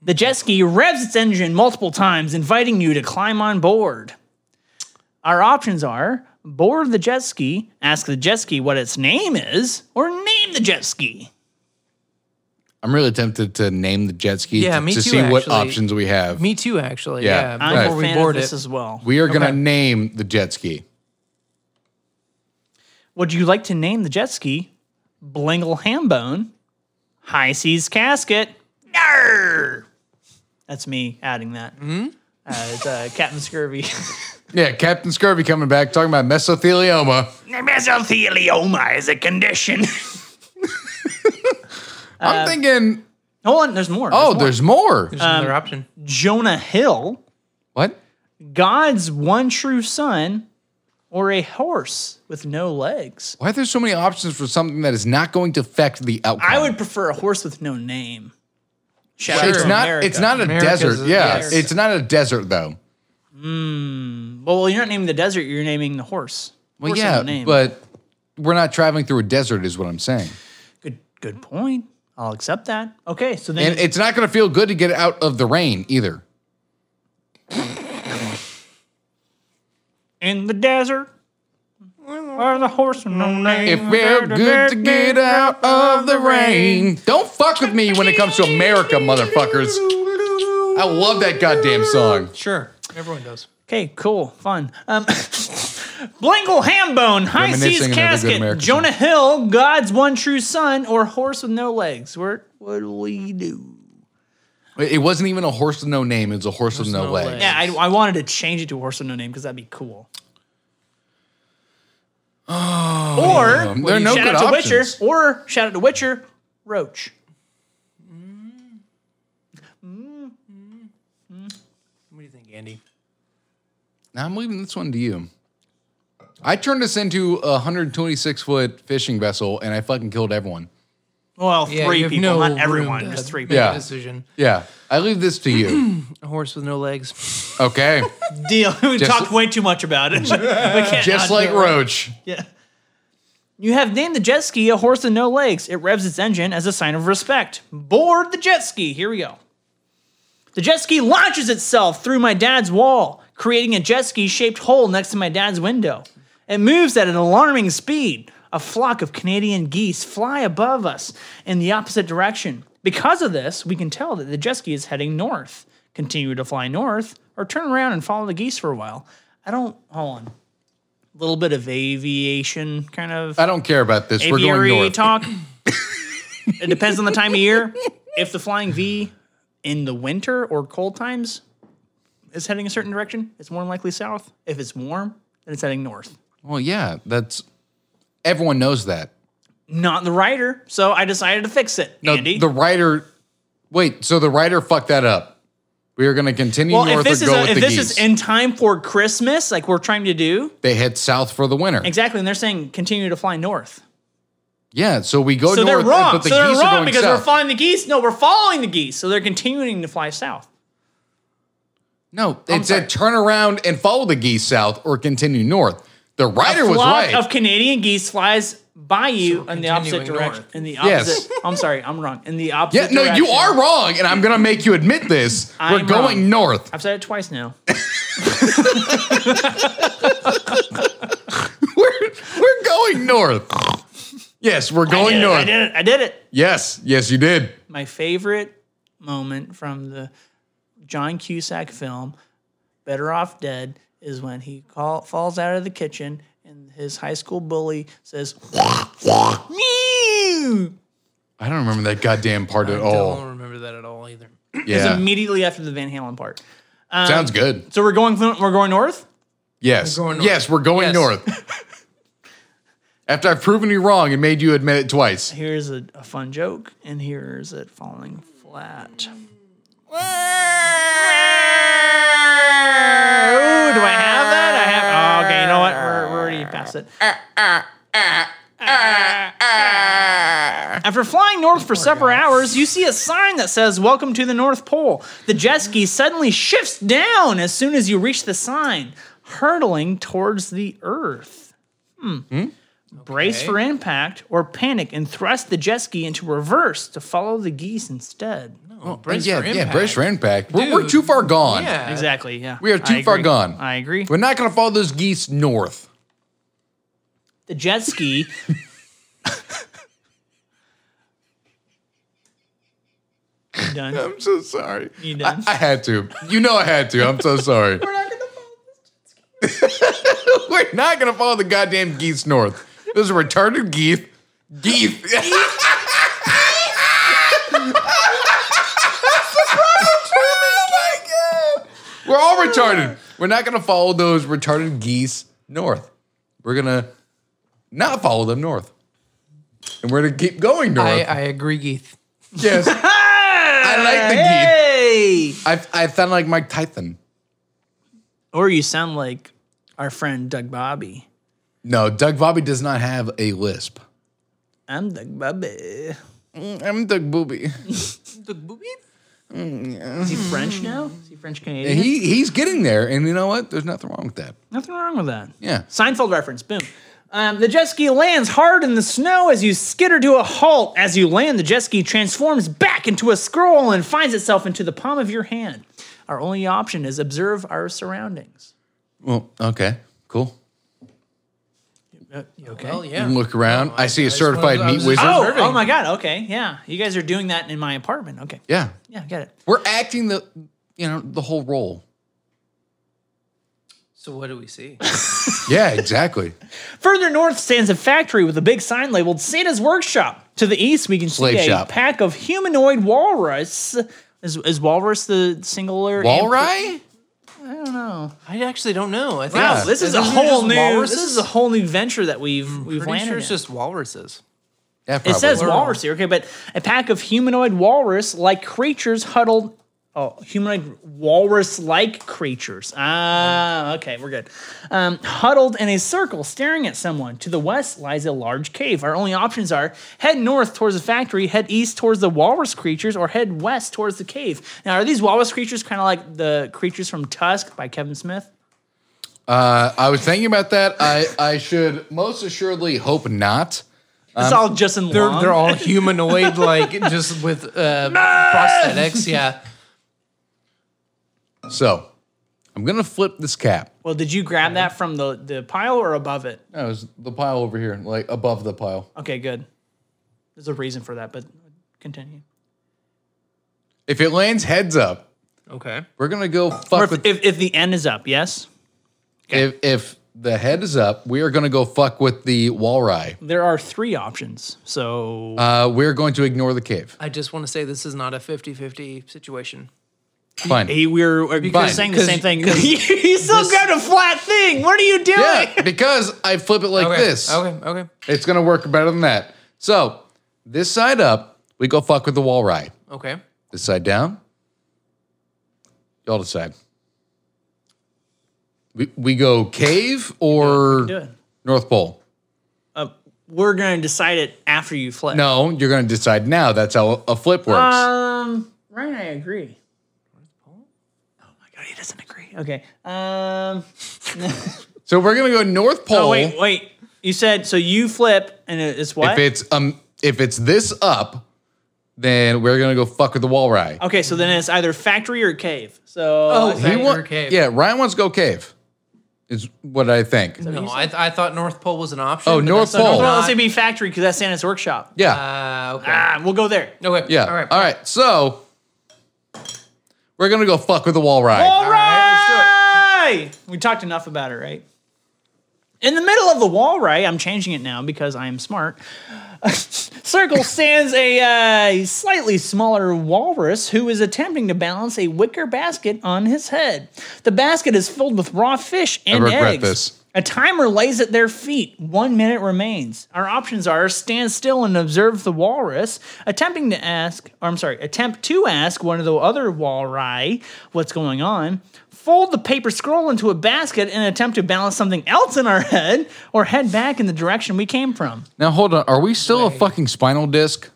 S1: The jet ski revs its engine multiple times, inviting you to climb on board. Our options are board the jet ski, ask the jet ski what its name is, or name the jet ski.
S2: I'm really tempted to name the jet ski
S4: Yeah,
S2: to,
S4: me
S2: to
S4: too,
S2: see what
S4: actually.
S2: options we have.
S4: Me too, actually.
S2: Yeah,
S4: Yeah,
S2: I'm
S1: I'm
S2: Right.
S1: a
S4: before we
S1: fan
S4: board
S1: of
S4: it.
S1: this as well.
S2: we are gonna
S4: Okay.
S2: name the jet ski.
S1: Would you like to name the jet ski Blingle Hambone, High Seas Casket? Yarr! That's me adding that. Mm-hmm. Uh, it's uh, Captain Scurvy.
S2: Yeah, Captain Scurvy coming back talking about mesothelioma.
S1: Mesothelioma is a condition.
S2: I'm thinking,
S1: Hold on, there's more.
S2: oh, there's more.
S4: Uh, There's another
S1: um,
S4: option.
S1: Jonah Hill,
S2: what?
S1: God's one true son, or a horse with no legs.
S2: Why are there so many options for something that is not going to affect the outcome?
S1: I would prefer a horse with no name. Shout out
S2: It's
S1: to
S2: not.
S1: America.
S2: It's not a
S4: America's-
S2: desert. yeah,
S4: yes.
S2: it's not a desert though.
S1: Well, you're not naming the desert. You're naming the horse.
S2: Well,
S1: Horse
S2: yeah,
S1: has a name.
S2: but we're not traveling through a desert, is what I'm saying.
S1: good. Good point. I'll accept that. Okay, so then
S2: And it's not going to feel good to get out of the rain either.
S1: in the desert. Where the horse no name.
S2: It felt good to get out of the rain. Don't fuck with me when it comes to America, motherfuckers. I love that goddamn song.
S4: Sure, everyone does.
S1: Okay, cool, fun. Um, Blingle Hambone, High
S2: Reminiscing
S1: Seas
S2: another good
S1: Casket,
S2: American
S1: Jonah Hill, God's One True Son, or Horse with No Legs. Where what do we do?
S2: It it wasn't even a horse with no name. It was a horse with no,
S4: no
S2: leg.
S4: leg.
S1: Yeah, I, I wanted to change it to Horse with No Name because that'd be cool. or
S2: Oh, There are no
S1: shout
S2: good
S1: out to
S2: options.
S1: Witcher, or shout out to Witcher, Roach.
S4: What do you think, Andy?
S2: Now I'm leaving this one to you. I turned this into a 126 foot fishing vessel, and I fucking killed everyone.
S1: Well,
S4: Yeah,
S1: three
S4: you have
S1: people,
S4: no
S1: not
S4: room
S1: everyone,
S4: to
S1: just three people.
S4: make a
S2: Yeah.
S4: Decision.
S2: Yeah, I leave this to you.
S4: A horse with no legs.
S2: Okay,
S1: Deal. We
S2: Just-
S1: talked way too much about it. We can't not
S2: just
S1: do
S2: like
S1: it right.
S2: Roach.
S1: Yeah. You have named the jet ski a horse with no legs. It revs its engine as a sign of respect. Board the jet ski. Here we go. The jet ski launches itself through my dad's wall, creating a jet ski shaped hole next to my dad's window. It moves at an alarming speed. A flock of Canadian geese fly above us in the opposite direction. Because of this, we can tell that the jet ski is heading north. Continue to fly north, or turn around and follow the geese for a while. I don't. Hold on. little bit of aviation kind of
S2: I don't care about this. We're going
S1: aviary
S2: north.
S1: talk. it depends on the time of year. If the flying V in the winter or cold times is heading a certain direction, it's more than likely south. If it's warm, then it's heading north.
S2: Well, yeah, that's everyone knows that.
S1: Not the writer, so I decided to fix it,
S2: No,
S1: Andy.
S2: the writer. Wait, so the writer fucked that up. We are going to continue
S1: well, if
S2: north
S1: this
S2: or
S1: is
S2: go
S1: a,
S2: with
S1: if
S2: the
S1: this
S2: geese.
S1: is in time for Christmas, like we're trying to do
S2: they head south for the winter.
S1: exactly, and they're saying continue to fly north.
S2: Yeah, so we go
S1: So
S2: north,
S1: they're wrong.
S2: but the
S1: So they're
S2: geese are
S1: wrong
S2: going
S1: because
S2: south.
S1: we're flying the geese. No, we're following the geese, so they're continuing to fly south.
S2: no, it
S1: sorry.
S2: said turn around and follow the geese south or continue north. The writer was
S1: flock
S2: right.
S1: of Canadian geese flies by you
S4: we're
S1: in the opposite
S4: continuing
S1: direction.
S4: north.
S1: In the
S2: Yes.
S1: opposite. I'm sorry, I'm wrong. In the
S2: yeah,
S1: opposite.
S2: no, you
S1: direction.
S2: are wrong, and I'm going to make you admit this. we're
S1: I'm
S2: going
S1: wrong.
S2: north.
S1: I've said it twice now.
S2: We're, we're going north. Yes, we're going
S1: I did it, I
S2: north.
S1: did it. I did it.
S2: Yes, yes, you did.
S1: My favorite moment from the John Cusack film, Better Off Dead, is when he call, falls out of the kitchen and his high school bully says, Mew!
S2: I don't remember that goddamn part
S1: Oh.
S2: at all.
S4: Don't remember that at all either.
S2: Yeah,
S1: immediately after the Van Halen part.
S2: sounds good.
S1: So we're going we're going north?
S2: Yes.
S4: We're going north.
S2: Yes, we're going
S4: Yes.
S2: north. After I've proven you wrong and made you admit it twice.
S1: here's a, a fun joke, and here's it falling flat. Oh, do I have that? I have. Oh, okay, you know what? We're, we're already past it. After flying north for several hours, you see a sign that says, Welcome to the North Pole. The jet ski suddenly shifts down as soon as you reach the sign, hurtling towards the earth. Hmm. Brace for impact or panic and thrust the jet ski into reverse to follow the geese instead.
S4: Brace
S2: yeah,
S4: for
S2: yeah,
S4: impact.
S2: British Rand Pack. We're, we're
S4: Dude.
S2: too far gone.
S4: Yeah,
S1: Exactly, yeah.
S2: We are too
S1: I
S2: far
S1: agree.
S2: gone.
S1: I agree.
S2: We're not going to follow those geese north.
S1: the jet ski. You done.
S2: I'm so sorry.
S1: You
S2: I,
S1: done.
S2: I had to. You know I had to. I'm so sorry. we're not going to follow We're not going to follow the goddamn geese north. Those are retarded geese. Geese. oh We're all retarded. We're not going to follow those retarded geese north. We're going to not follow them north. And we're going to keep going north.
S4: I, I agree, Geith.
S2: yes. I like the geese.
S1: Hey!
S2: I I sound like Mike Tyson.
S1: Or you sound like our friend Doug Bobby.
S2: No, Doug Bobby does not have a lisp.
S1: I'm Doug Bobby.
S2: I'm Doug Booby.
S4: The booby.
S1: Is he French now? Is he French Canadian?
S2: And he he's getting there, and you know what? There's nothing wrong with that.
S1: Nothing wrong with that.
S2: Yeah.
S1: Seinfeld reference. Boom. Um, the jet ski lands hard in the snow as you skitter to a halt. As you land, the jet ski transforms back into a scroll and finds itself into the palm of your hand. Our only option is observe our surroundings.
S2: Well, okay, cool.
S1: You okay?
S4: Well, yeah.
S2: Look around. Oh, I see a
S4: wanted-
S2: certified
S4: I was
S2: meat
S4: just-
S2: wizard.
S1: Oh,
S4: Observing.
S1: oh my God. Okay. Yeah. You guys are doing that in my apartment. Okay.
S2: Yeah,
S1: Yeah, I get it.
S2: we're acting the you know the whole role.
S4: So what do we see?
S2: Yeah, exactly.
S1: Further north stands a factory with a big sign labeled Santa's Workshop. To the east, we can
S2: Slave
S1: see
S2: shop.
S1: a pack of humanoid walrus. Is, is walrus the singular?
S2: Walry?
S4: I actually don't know. I think
S1: Wow,
S2: Yeah.
S1: Oh, this is a
S4: Isn't it
S1: whole
S4: just
S1: new.
S4: walruses?
S1: This is a whole new venture that we've we've
S4: Pretty
S1: landed.
S4: sure it's
S1: in.
S4: just walruses.
S2: Yeah,
S1: it
S2: probably.
S1: says walrus here, okay, but a pack of humanoid walrus-like creatures huddled. Oh, humanoid walrus-like creatures. Ah, okay, we're good. Um, huddled in a circle, staring at someone. To the west lies a large cave. Our only options are head north towards the factory, head east towards the walrus creatures, or head west towards the cave. Now, are these walrus creatures kind of like the creatures from Tusk by Kevin Smith?
S2: Uh, I was thinking about that. I I should most assuredly hope not.
S1: It's all just in
S4: Um, They're,
S1: long.
S4: they're all humanoid, like just with uh, prosthetics. Yeah.
S2: So I'm gonna flip this cap.
S1: Well, did you grab that from the, the pile or above it?
S2: No, it was the pile over here, like above the pile.
S1: Okay, good. There's a reason for that, but continue.
S2: If it lands heads up,
S4: Okay.
S2: we're gonna go
S1: Or
S2: fuck
S1: if,
S2: with.
S1: if, if the end is up, yes?
S2: If, if the head is up, we are gonna go fuck with the walry.
S1: There are three options. So,
S2: Uh, we're going to ignore the cave.
S4: I just want to say this is not a 50 50 situation.
S2: Fine.
S1: hey, we're, we're
S2: Fine.
S1: saying the same thing. you still
S4: this-
S1: grabbed a flat thing. What are you doing?
S2: Yeah, because I flip it like
S4: Okay.
S2: this.
S4: Okay. Okay.
S2: It's gonna work better than that. So this side up, we go fuck with the walry.
S4: Okay.
S2: This side down, y'all decide. We we go cave or
S1: Do it.
S2: North Pole.
S1: We're going to decide it after you flip.
S2: No, you're gonna decide now. That's how a flip works.
S1: Um, Ryan, I agree. Oh my God, he doesn't agree. Okay. Um,
S2: so we're gonna go North Pole.
S1: oh, wait, wait. You said, so you flip and it- it's what?
S2: If it's um, if it's this up, then we're gonna go fuck with the walry.
S1: Okay, so then it's either factory or cave. So oh,
S4: He
S2: You want- Yeah, Ryan wants to go cave. Is what I think.
S4: No, I, th- I thought North Pole was an option.
S2: Oh,
S4: but
S2: North
S4: that's not-
S2: Pole.
S1: well, let's
S4: not-
S1: say be factory because that's Santa's workshop.
S2: Yeah,
S4: Uh, okay.
S1: Ah, we'll go there.
S4: okay.
S2: yeah.
S4: All right.
S2: All right. So we're gonna go fuck with the walry.
S1: All
S4: right,
S1: right, we talked enough about it, right? In the middle of the wall, right? I'm changing it now because I am smart. Circle stands a uh, slightly smaller walrus who is attempting to balance a wicker basket on his head. The basket is filled with raw fish and
S2: regret
S1: eggs.
S2: this.
S1: A timer lays at their feet. One minute remains. Our options are stand still and observe the walrus, attempting to ask, or I'm sorry, attempt to ask one of the other walri what's going on, fold the paper scroll into a basket and attempt to balance something else in our head, or head back in the direction we came from.
S2: Now hold on. Are we still a fucking spinal disc?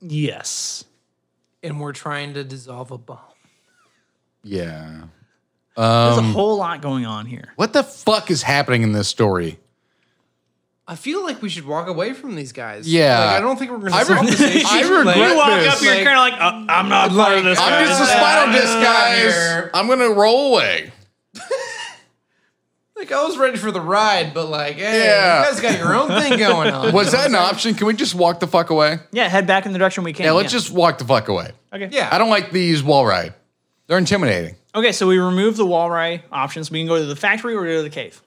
S1: Yes.
S4: And we're trying to dissolve a bomb.
S2: Yeah.
S1: There's a whole lot going on here.
S2: What the fuck is happening in this story?
S4: I feel like we should walk away from these guys.
S2: Yeah.
S4: Like, I don't think we're going to
S2: I
S4: solve
S2: re-
S4: this issue.
S2: I regret You walk
S4: this.
S2: up here
S1: like,
S4: Like,
S1: "Uh, I'm not part of this.
S2: I'm just a spinal disc, guys.
S4: here.
S2: I'm gonna roll away.
S4: like, I was ready for the ride, but like, hey,
S2: Yeah.
S4: you guys got your own thing going on.
S2: Was that an option? Can we just walk the fuck away?
S1: yeah, head back in the direction we came.
S2: Yeah, let's just walk the fuck away.
S1: Okay.
S4: Yeah.
S2: I don't like these walry. They're intimidating.
S1: Okay, so we remove the wall right options. We can go to the factory or go to the cave.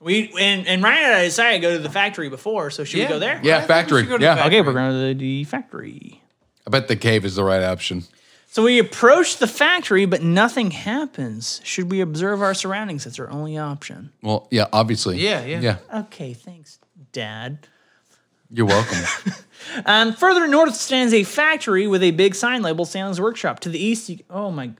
S1: We and, and Ryan and I decided to go to the factory before, so should
S4: Yeah.
S1: we go there?
S2: Yeah,
S4: think we
S2: factory.
S4: should go to
S2: yeah.
S4: the fac-
S1: Okay, we're going to the factory.
S2: I bet the cave is the right option.
S1: So we approach the factory, but nothing happens. Should we observe our surroundings? That's our only option.
S2: Well, yeah, obviously.
S4: Yeah, yeah.
S2: Yeah.
S1: Okay, thanks, Dad.
S2: You're welcome.
S1: Um, further north stands a factory with a big sign labeled Santa's Workshop. To the east, you, oh my,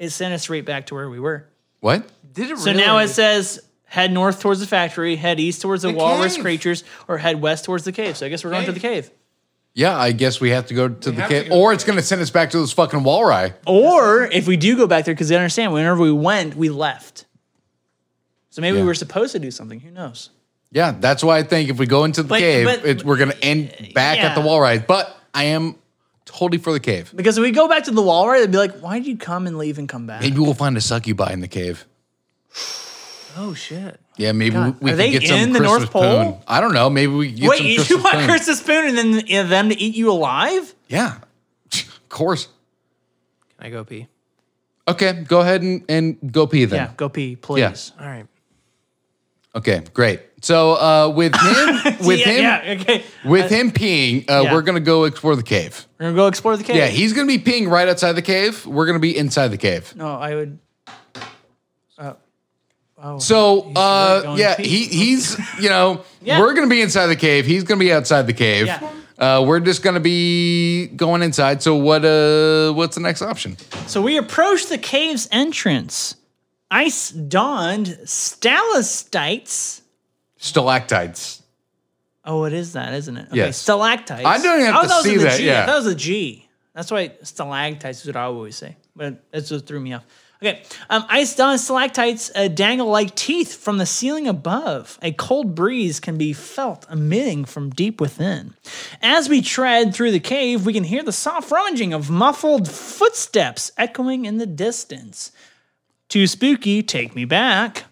S1: it sent us right back to where we were.
S2: what?
S4: Did it
S1: So now it says head north towards the factory, head east towards the, walrus
S4: cave.
S1: creatures, or head west towards the cave. So I guess we're going to the
S4: Cave.
S1: cave.
S2: Yeah, I guess we have to go to the
S4: have to
S2: cave,
S4: go
S2: or it's going to send us back to those fucking walrye.
S1: Or if we do go back there, because they understand, whenever we went, we left. So maybe
S2: Yeah.
S1: we were supposed to do something. Who knows?
S2: Yeah, that's why I think if we go into the
S1: But-
S2: cave,
S1: but-
S2: it, we're going to end back at the
S1: yeah.
S2: walrye. But I am totally for the cave.
S1: Because if we go back to the wall, right, they'd be like, why did you come and leave and come back?
S2: Maybe we'll find a succubi in the cave.
S4: Oh shit.
S2: Yeah, maybe we
S1: are
S2: can
S1: they
S2: get some
S1: in the
S2: Christmas
S1: North Pole?
S2: spoon. I don't know. Maybe we can get some
S1: Wait, you
S2: Christmas
S1: want
S2: spoon.
S1: Chris the Spoon and then you know, them to eat you alive?
S2: Yeah, of course.
S4: Can I go pee?
S2: Okay, go ahead and, and go pee then.
S1: Yeah, go pee, please.
S4: All right.
S2: Okay, great. So uh, with him, with
S1: yeah,
S2: him,
S1: yeah, okay.
S2: with him peeing, uh,
S1: yeah.
S2: we're gonna go explore the cave.
S1: We're gonna go explore the cave.
S2: Yeah, he's gonna be peeing right outside the cave. We're gonna be inside the cave.
S1: no, I would. Oh,
S2: So
S1: really
S2: uh,
S1: going
S2: yeah,
S1: pee.
S2: he he's you know
S1: Yeah.
S2: we're gonna be inside the cave. He's gonna be outside the cave.
S1: Yeah.
S2: Uh, we're just gonna be going inside. So what? Uh, what's the next option?
S1: So we approach the cave's entrance. Ice dawned stalactites.
S2: Stalactites.
S1: Oh, it is that, isn't it? Okay,
S2: Yes.
S1: stalactites.
S2: I don't even have
S1: oh,
S2: to
S1: that was
S2: see
S1: in the
S2: that,
S1: G.
S2: yeah.
S1: That was a G. That's why stalactites is what I always say, but that's what threw me off. Okay, um, ice dawn stalactites uh, dangle like teeth from the ceiling above. A cold breeze can be felt emitting from deep within. As we tread through the cave, we can hear the soft rummaging of muffled footsteps echoing in the distance. Too spooky, take me back,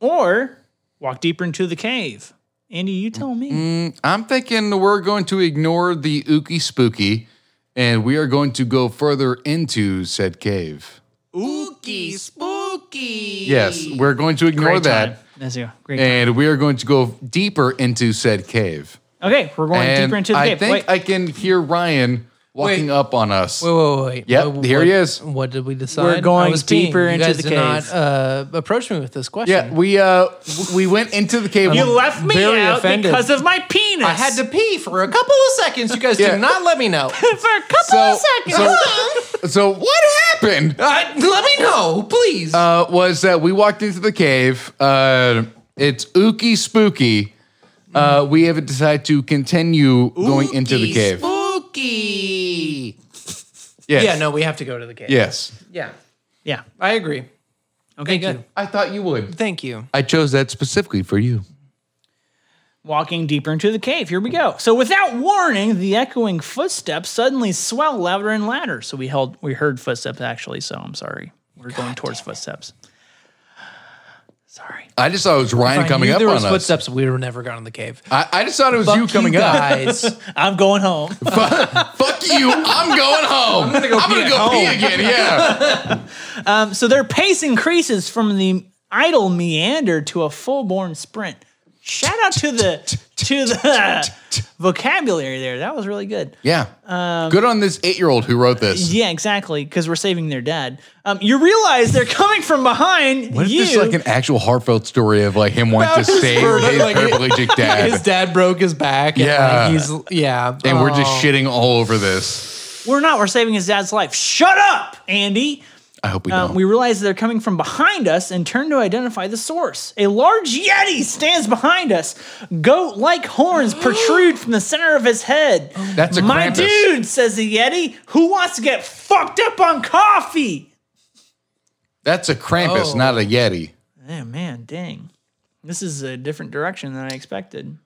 S1: or walk deeper into the cave. Andy, you tell me.
S2: I'm thinking we're going to ignore the ooky spooky, and we are going to go further into said cave.
S4: Spooky, spooky.
S2: Yes, we're going to ignore that.
S1: That's you. Great. time.
S2: and we are going to go deeper into said cave.
S1: Okay, we're going
S2: and
S1: deeper into the
S2: I
S1: cave.
S2: think
S1: Wait,
S2: I can hear Ryan walking
S4: Wait.
S2: up on us.
S4: Wait, wait, wait, wait.
S2: Yep,
S4: What-
S2: here he is.
S4: What did we decide?
S1: We're going
S4: I was peeing.
S1: deeper
S4: you
S1: into
S4: guys
S1: the
S4: did
S1: cave.
S4: Not, uh, approach me with this question.
S2: yeah, we uh w- we went into the cave.
S1: you
S2: one-
S1: left me
S4: very
S1: out
S4: offended.
S1: because of my penis.
S4: I had to pee for a couple of seconds. You guys
S2: Yeah.
S4: did not let me know.
S1: for a couple of seconds.
S2: So, so what happened
S4: Uh, let me know, please.
S2: uh, was that we walked into the cave. Uh, it's ooky spooky. Uh, we have decided to continue going into the
S4: Spooky,
S2: cave.
S4: Spooky.
S2: Yes.
S4: Yeah, no, we have to go to the cave.
S2: Yes.
S4: Yeah.
S1: yeah.
S4: I agree.
S1: Okay, good.
S4: you.
S2: I thought you would.
S4: Thank you.
S2: I chose that specifically for you.
S1: Walking deeper into the cave. Here we go. So without warning, the echoing footsteps suddenly swell louder and louder. So we held we heard footsteps actually, so I'm sorry. We're going towards footsteps. Sorry.
S2: I just thought it was
S4: If
S2: Ryan
S4: I
S2: coming
S4: knew
S2: up
S4: there
S2: on
S4: was
S2: us.
S4: footsteps. We were never gone in the cave.
S2: I, I just thought it was you
S4: Fuck
S2: coming up.
S4: guys.
S1: I'm going home.
S2: Fuck you. I'm going home. I'm going to go,
S4: pee at home.
S2: again. Yeah.
S1: So their pace increases from the idle meander to a full-born sprint. Shout out to the to the vocabulary there. That was really good.
S2: Yeah. Good on this eight year old who wrote this.
S1: Yeah, exactly. Because we're saving their dad. Um, you realize they're coming from behind
S2: What if
S1: you.
S2: this is like an actual heartfelt story of like him wanting to
S4: About his
S2: save
S4: birth,
S2: his
S4: like-
S2: paraplegic dad?
S4: His dad broke his back. And
S2: Yeah.
S4: like, he's yeah.
S2: and we're just
S4: Oh.
S2: shitting all over this.
S1: we're not. We're saving his dad's life. Shut up, Andy.
S2: I hope we
S1: Um,
S2: don't.
S1: we realize they're coming from behind us and turn to identify the source. A large yeti stands behind us. Goat like horns protrude from the center of his head.
S2: That's a
S1: My
S2: Krampus.
S1: dude, says the yeti, who wants to get fucked up on coffee?
S2: That's a Krampus,
S4: Oh.
S2: not a Yeti.
S1: Oh, man, dang. This is a different direction than I expected.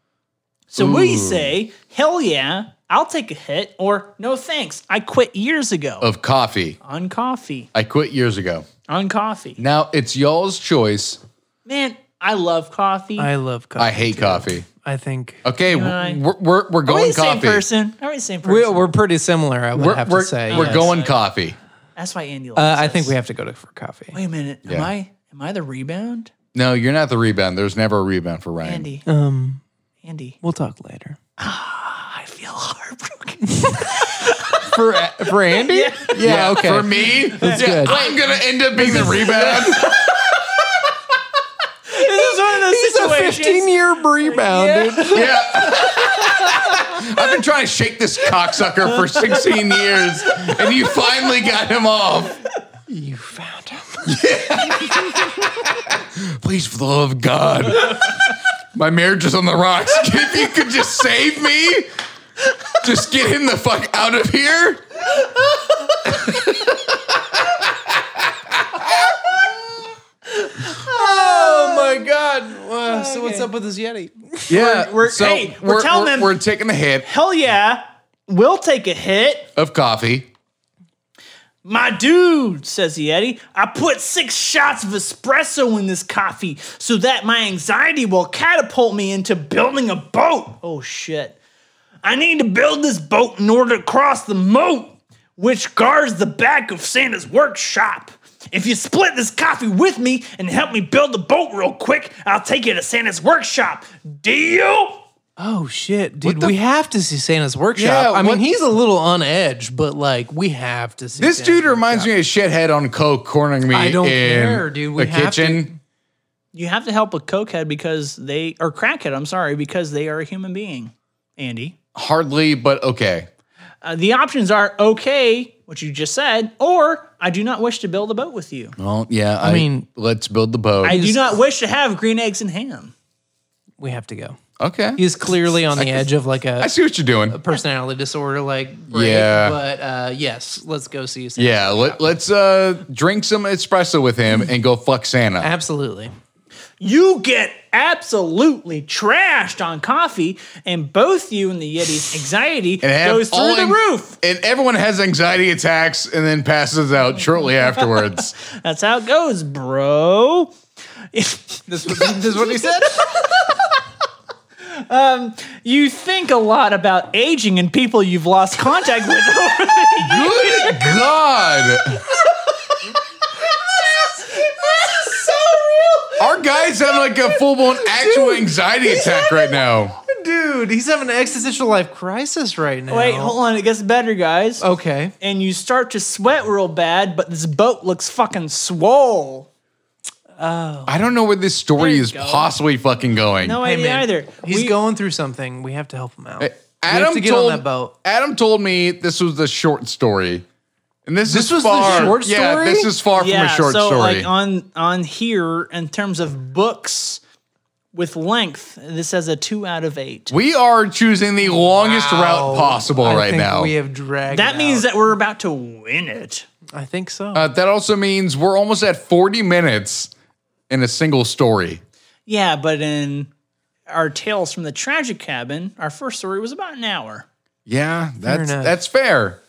S1: So we say, hell yeah, I'll take a hit, or no thanks, I quit years ago.
S4: Oh.
S2: Of coffee.
S1: On coffee.
S2: I quit years ago.
S1: On coffee.
S2: Now it's y'all's choice.
S1: Man, I love coffee.
S4: I love coffee.
S2: I hate
S4: too.
S2: coffee.
S4: I think
S2: Okay,
S1: I-
S2: we're, we're,
S1: Are
S2: we're
S1: we
S2: going
S1: the same
S2: coffee.
S1: person? Are we the same person?
S4: we're, we're pretty similar. I would
S2: We're,
S4: have
S2: we're,
S4: to say.
S2: we're
S4: yes.
S2: going coffee.
S1: That's why Andy.
S4: Uh,
S1: Likes
S4: I think
S1: us.
S4: we have to go to for coffee.
S1: Wait a minute.
S2: Yeah.
S1: Am I? Am I the rebound?
S2: No, you're not the rebound. There's never a rebound for Ryan.
S1: Andy.
S4: Um,
S1: Andy.
S4: we'll talk later.
S1: I feel heartbroken.
S4: For uh, for Andy? Yeah. okay.
S2: For me, yeah,
S4: good.
S2: I'm gonna end up being the rebound.
S1: this is one of those
S4: It's a
S1: situations.
S4: 15 year rebound, dude.
S2: yeah. I've been trying to shake this cocksucker for 16 years, and you finally got him off.
S4: You found him.
S2: Please, for the love of God, my marriage is on the rocks. If you could just save me. Just get him the fuck out of here.
S3: Oh my god! Wow, So what's up with this Yeti?
S2: Yeah,
S1: We're- we're- hey, we're telling them-
S2: we're taking a hit
S1: Hell yeah, we'll take a hit.
S2: of coffee.
S1: My dude, says the Yeti, I put six shots of espresso in this coffee so that my anxiety will catapult me into building a boat. Oh shit. I need to build this boat in order to cross the moat, which guards the back of Santa's workshop. If you split this coffee with me and help me build the boat real quick, I'll take you to Santa's workshop. Deal?
S4: Oh shit, dude! We have to see Santa's workshop.
S2: Yeah,
S4: I
S2: what-
S4: mean, he's a little on edge, but like we have to see.
S2: This
S4: Santa's
S2: dude reminds me of shithead on coke cornering me
S4: I don't
S2: in
S4: care, dude. We
S2: the
S4: have to-
S2: kitchen.
S1: You have to help a cokehead because they, or crackhead, I'm sorry, because they are a human being, Andy.
S2: Hardly, but okay.
S1: Uh, the options are okay, what you just said, or I do not wish to build a boat with you.
S2: Well, yeah. I,
S4: mean-
S2: let's build the boat.
S1: I do not wish to have green eggs and ham.
S4: We have to go.
S2: okay.
S4: He's clearly on the edge of like
S2: I
S4: a
S2: see what you're doing.
S4: personality disorder, like break,
S2: Yeah.
S4: But uh, yes, let's go see Santa.
S2: Yeah, let, let's uh, drink some espresso with him and go fuck Santa.
S4: absolutely.
S1: You get absolutely trashed on coffee, and both you and the Yeti's anxiety
S2: And have
S1: goes through
S2: all
S1: the
S2: ang-
S1: roof.
S2: And everyone has anxiety attacks and then passes out shortly afterwards.
S1: That's how it goes, bro.
S3: This, this is what he said.
S1: You think a lot about aging and people you've lost contact with over the
S2: Good God.
S1: so real.
S2: Our guy's having like a full blown actual anxiety attack right now.
S4: Dude, he's having an existential life crisis right now.
S1: Wait, hold on. It gets better, guys.
S4: Okay.
S1: and you start to sweat real bad, but this boat looks fucking swole.
S2: I don't know where this story
S1: you
S2: is
S1: go.
S2: possibly fucking going.
S1: No
S4: Hey,
S1: idea
S4: man,
S1: either.
S4: He's
S1: We-
S4: going through something. We have to help him out. we
S2: Adam
S4: have to get
S2: told
S4: on that boat.
S2: Adam told me this was the short story, and this, is
S4: was the
S2: far,
S4: short
S2: Yeah,
S4: story?
S2: this is far
S1: Yeah,
S2: from a short
S1: so
S2: story.
S1: like on on here in terms of books with length, this has a two out of eight.
S2: we are choosing the longest route possible
S4: I
S2: right
S4: think
S2: now.
S4: We have dragged.
S1: That
S4: it
S1: means
S4: out.
S1: that we're about to win it.
S4: I think so.
S2: Uh, that also means we're almost at 40 minutes in a single story.
S1: Yeah, but in our tales from the tragic cabin, our first story was about an hour.
S2: Yeah, that's
S4: enough.
S2: that's fair.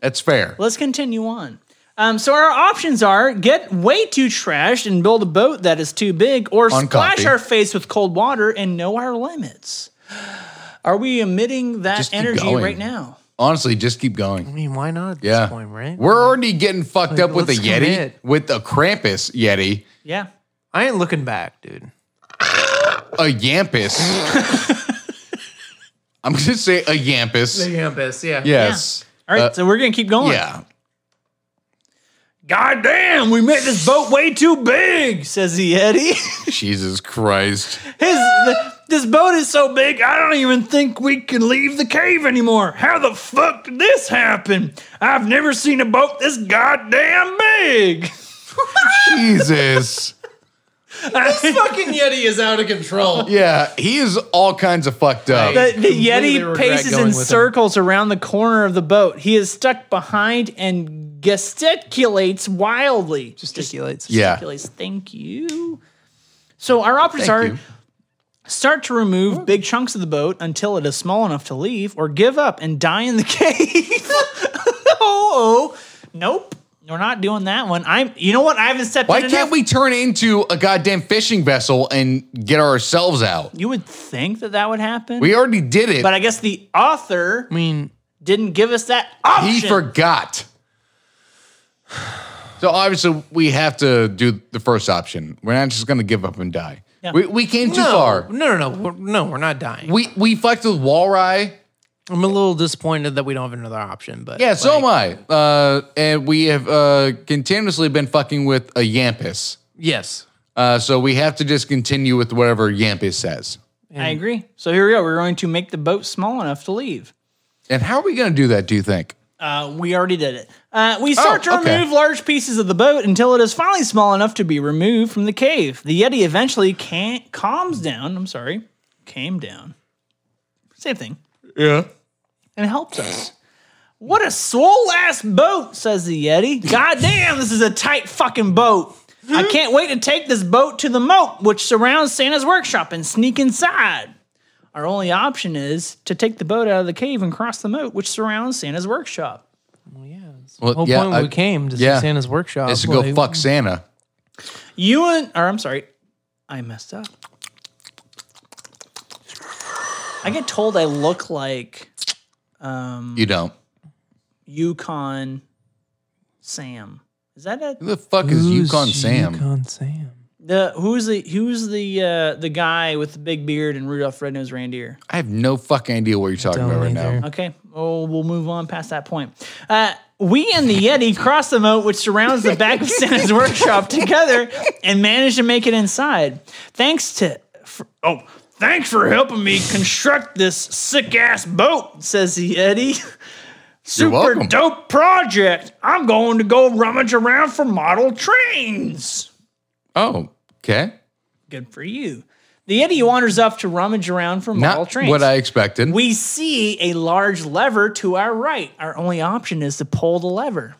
S2: That's fair.
S1: Let's continue on. Um, so our options are get way too trashed and build a boat that is too big, or
S2: On
S1: splash
S2: copy.
S1: our face with cold water and know our limits. Are we emitting that
S2: Just keep
S1: energy
S2: going.
S1: right now?
S2: Honestly, just keep going.
S4: I mean, why not at
S2: Yeah.
S4: this point, right?
S2: We're already getting fucked
S4: Mm-hmm. Like,
S2: up with a
S4: let's
S2: Yeti,
S4: commit.
S2: with a Krampus Yeti,
S1: Yeah.
S4: I ain't looking back, dude.
S2: a Yampus. I'm going to say a Yampus.
S4: Campus, yeah.
S2: Yes.
S1: All right,
S2: Uh,
S1: so we're gonna keep going.
S2: yeah.
S1: God damn, we made this boat way too big, says the Yeti.
S2: Jesus Christ.
S1: His the, this boat is so big, I don't even think we can leave the cave anymore. How the fuck did this happen? I've never seen a boat this goddamn big.
S2: Jesus.
S4: Fucking Yeti is out of control.
S2: Yeah, he is all kinds of fucked up.
S1: The, the
S4: completely
S1: Yeti
S4: regret
S1: paces
S4: going
S1: in
S4: with him.
S1: circles around the corner of the boat. He is stuck behind and gesticulates wildly.
S4: Gesticulates.
S2: Yeah.
S1: Gesticulates. Thank you. So our options
S2: Thank
S1: are
S2: you.
S1: start to remove big chunks of the boat until it is small enough to leave, or give up and die in the cave. oh, oh. nope. We're not doing that one. I'm. You know what? I haven't stepped.
S2: Why
S1: in enough.
S2: can't we turn into a goddamn fishing vessel and get ourselves out?
S1: You would think that that would happen.
S2: We already did it.
S1: but I guess the author
S4: I mean,
S1: didn't give us that option.
S2: he forgot. So obviously we have to do the first option. We're not just gonna give up and die.
S1: Yeah.
S2: We, we came too
S4: no,
S2: far.
S4: No, no, no, we're, no. We're not dying.
S2: We we fucked with Walry.
S4: I'm a little disappointed that we don't have another option, but
S2: Yeah, so am I. Uh, and we have uh, continuously been fucking with a Yampus.
S4: yes,
S2: Uh, so we have to just continue with whatever Yampus says.
S1: I agree. So here we go. We're going to make the boat small enough to leave.
S2: And how are we gonna do that? Do you think?
S1: Uh, we already did it. Uh, we start
S2: Oh,
S1: to
S2: okay.
S1: remove large pieces of the boat until it is finally small enough to be removed from the cave. The Yeti eventually can't, calms down. I'm sorry, came down. Same thing.
S2: Yeah.
S1: and helps us. What a swole ass boat, says the Yeti. Goddamn, this is a tight fucking boat. I
S2: Hmm?
S1: can't wait to take this boat to the moat which surrounds Santa's workshop and sneak inside. Our only option is to take the boat out of the cave and cross the moat which surrounds Santa's workshop.
S4: Yeah. that's
S2: Well,
S4: the whole
S2: yeah,
S4: point
S2: I-
S4: we came to
S2: yeah.
S4: see Santa's workshop.
S2: It's to go
S4: like,
S2: fuck Santa.
S1: You and, or I'm sorry, I messed up. I get told I look like
S2: You don't.
S1: Yukon Sam. Is that a
S2: Who the fuck is
S4: who's
S2: Yukon Sam?
S4: Yukon Sam.
S1: The who's the who's the uh, the guy with the big beard and Rudolph Red Nosed Reindeer?
S2: I have no fucking idea what you're talking
S4: Don't
S2: about right
S4: either.
S2: now.
S1: Okay, oh, we'll move on past that point. Uh, we and the Yeti cross the moat which surrounds the back of Santa's workshop together and manage to make it inside. Thanks to for, oh, thanks for helping me construct this sick ass boat, says the Yeti.
S2: You're
S1: Super
S2: welcome.
S1: dope project. I'm going to go rummage around for model trains.
S2: Oh, okay.
S1: Good for you. The Yeti wanders off to rummage around for model
S2: Not
S1: trains.
S2: what I expected.
S1: we see a large lever to our right. Our only option is to pull the lever.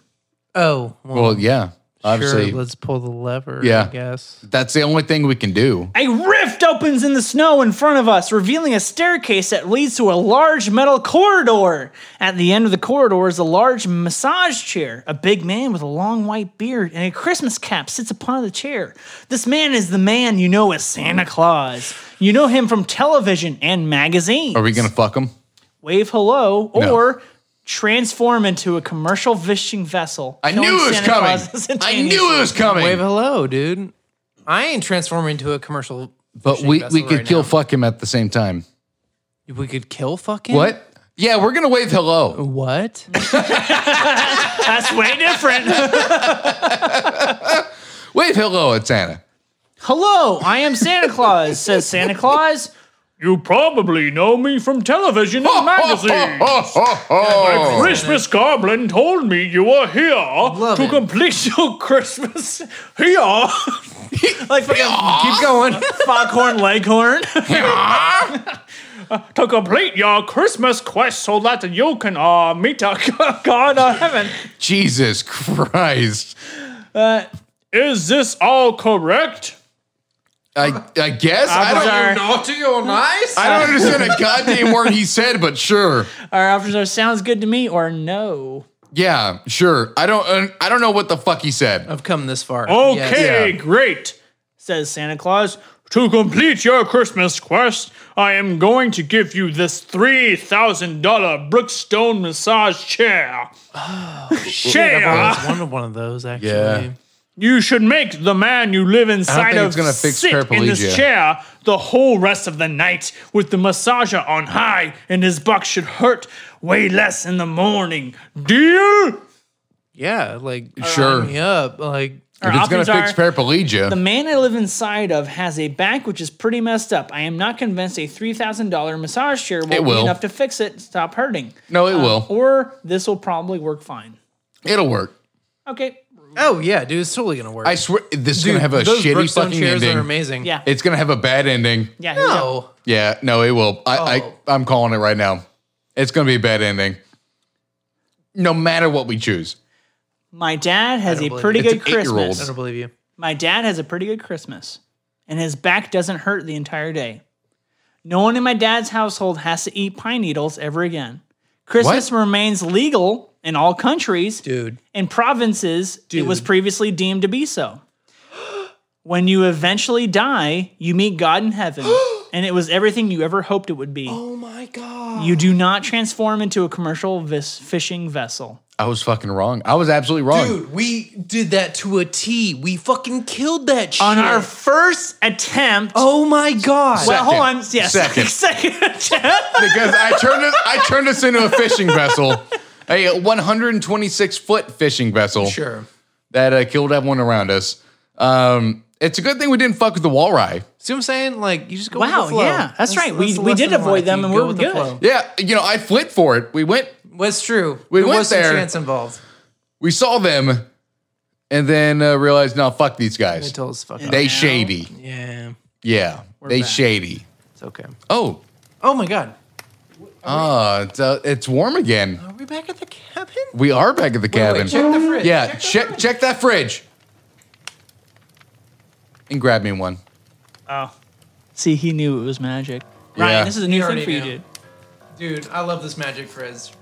S4: Oh, well,
S2: well, yeah. Obviously,
S4: sure. Let's pull the lever.
S2: Yeah.
S4: I guess.
S2: that's the only thing we can do.
S1: A rift opens in the snow in front of us, revealing a staircase that leads to a large metal corridor. At the end of the corridor is a large massage chair. A big man with a long white beard and a Christmas cap sits upon the chair. This man is the man you know as Santa Claus. You know him from television and magazines.
S2: Are we going to fuck him?
S1: wave hello,
S2: No.
S1: or transform into a commercial fishing vessel.
S2: I
S1: killing
S2: knew it was
S1: Santa Claus
S2: coming. I
S1: instantaneously.
S2: knew it was
S4: Wave
S2: coming.
S4: hello, dude. I ain't transforming into a commercial.
S2: But
S4: fishing
S2: we,
S4: vessel
S2: we could
S4: right
S2: kill
S4: now.
S2: fuck him at the same time.
S4: We could kill fucking.
S2: What? Yeah, we're going to wave
S4: Oh.
S2: hello.
S4: What?
S1: That's way different.
S2: Wave hello at Santa.
S1: hello, I am Santa Claus, says Santa Claus. You probably know me from television and
S2: Oh,
S1: magazines. Christmas Goblin told me you were here to
S4: him.
S1: complete your Christmas here. like fucking
S4: Keep going.
S1: Foghorn Leghorn. to complete your Christmas quest so that you can uh, meet a God of heaven.
S2: Jesus Christ.
S1: Uh, Is this all correct?
S2: I, I guess. I don't,
S1: sorry.
S3: naughty or nice?
S2: I don't understand a goddamn word he said, but sure.
S1: Our options are sounds good to me or no.
S2: Yeah, sure. I don't. Uh, I don't know what the fuck he said.
S4: I've come this far. Yes.
S1: Okay,
S2: Yeah.
S1: great, says Santa Claus. To complete your Christmas quest, I am going to give you this $3,000 Brookstone massage chair. chair!
S4: I've always wanted one of those actually.
S2: Yeah.
S1: You should make the man you live inside
S2: think
S1: of
S2: it's gonna fix
S1: sick in this
S2: paraplegia.
S1: chair the whole rest of the night with the massager on high, and his buck should hurt way less in the morning. Deal?
S4: Yeah, like
S2: Sure.
S4: sign me up. Like
S2: If it's gonna
S1: options are-
S2: fix paraplegia,
S1: The man I live inside of has a back which is pretty messed up. I am not convinced a $3,000 massage chair will,
S2: It
S1: be
S2: will.
S1: enough to fix it, stop hurting.
S2: no,
S4: uh,
S2: it will.
S1: Or this will probably work fine.
S2: It'll work.
S1: Okay,
S4: oh yeah, dude, it's totally gonna work.
S2: I swear, this is
S4: dude,
S2: gonna have a
S4: those
S2: shitty
S4: Brookstone
S2: fucking
S4: chairs are
S2: ending.
S4: amazing.
S1: yeah.
S2: It's gonna have a bad ending.
S1: yeah, here we go.
S4: No.
S2: Yeah, no, it will. I,
S4: Oh.
S2: I I'm calling it right now. It's gonna be a bad ending. No matter what we choose,
S1: My dad has a
S4: believe
S1: pretty
S2: it. It's
S1: good
S2: an eight-year-old.
S1: Christmas.
S4: I don't believe you.
S1: My dad has a pretty good Christmas, and his back doesn't hurt the entire day. No one in my dad's household has to eat pine needles ever again. Christmas remains legal in all countries
S4: Dude.
S1: and provinces it was previously deemed to be so. When you eventually die, you meet God in heaven, and it was everything you ever hoped it would be.
S4: Oh my god.
S1: You do not transform into a commercial vis- fishing vessel.
S2: I was fucking wrong. I was absolutely wrong.
S4: Dude, we did that to a T. We fucking killed that shit.
S1: On our first attempt,
S4: Oh my god.
S1: well, hold on,
S2: second.
S1: yes,
S2: Second.
S1: second attempt.
S2: because I turned us, I turned us into a fishing vessel, a 126 foot fishing vessel.
S4: sure.
S2: that uh, killed everyone around us. Um, it's a good thing we didn't fuck with the walleye.
S4: See what I'm saying? Like you just go.
S1: Wow,
S4: with the flow.
S1: yeah, that's right. We-
S4: the
S1: we did
S4: lesson in
S1: avoid
S4: life.
S1: them
S4: You
S1: and
S4: go
S1: we're
S4: with the
S1: good.
S4: flow.
S2: Yeah, you know, I flipped for it. We went,
S4: That's true.
S2: We
S4: there
S2: went
S4: was some
S2: there.
S4: chance involved.
S2: we saw them, and then uh, realized, no, fuck these
S4: They
S2: guys.
S4: told us fuck.
S2: They shady.
S4: Yeah.
S2: Yeah, they
S1: back.
S2: shady.
S4: It's okay.
S2: Oh,
S4: Oh my god.
S2: Ah, it's, uh, it's warm again.
S3: Are we back at the cabin?
S2: We are back at the cabin.
S3: check the fridge.
S2: Yeah, check check, that fridge. And grab me one.
S1: Oh. See, he knew it was magic. Ryan,
S2: Yeah.
S1: this is a new
S4: He
S1: thing
S4: already
S1: for you,
S4: knew.
S1: dude.
S4: Dude, I love this magic frizz.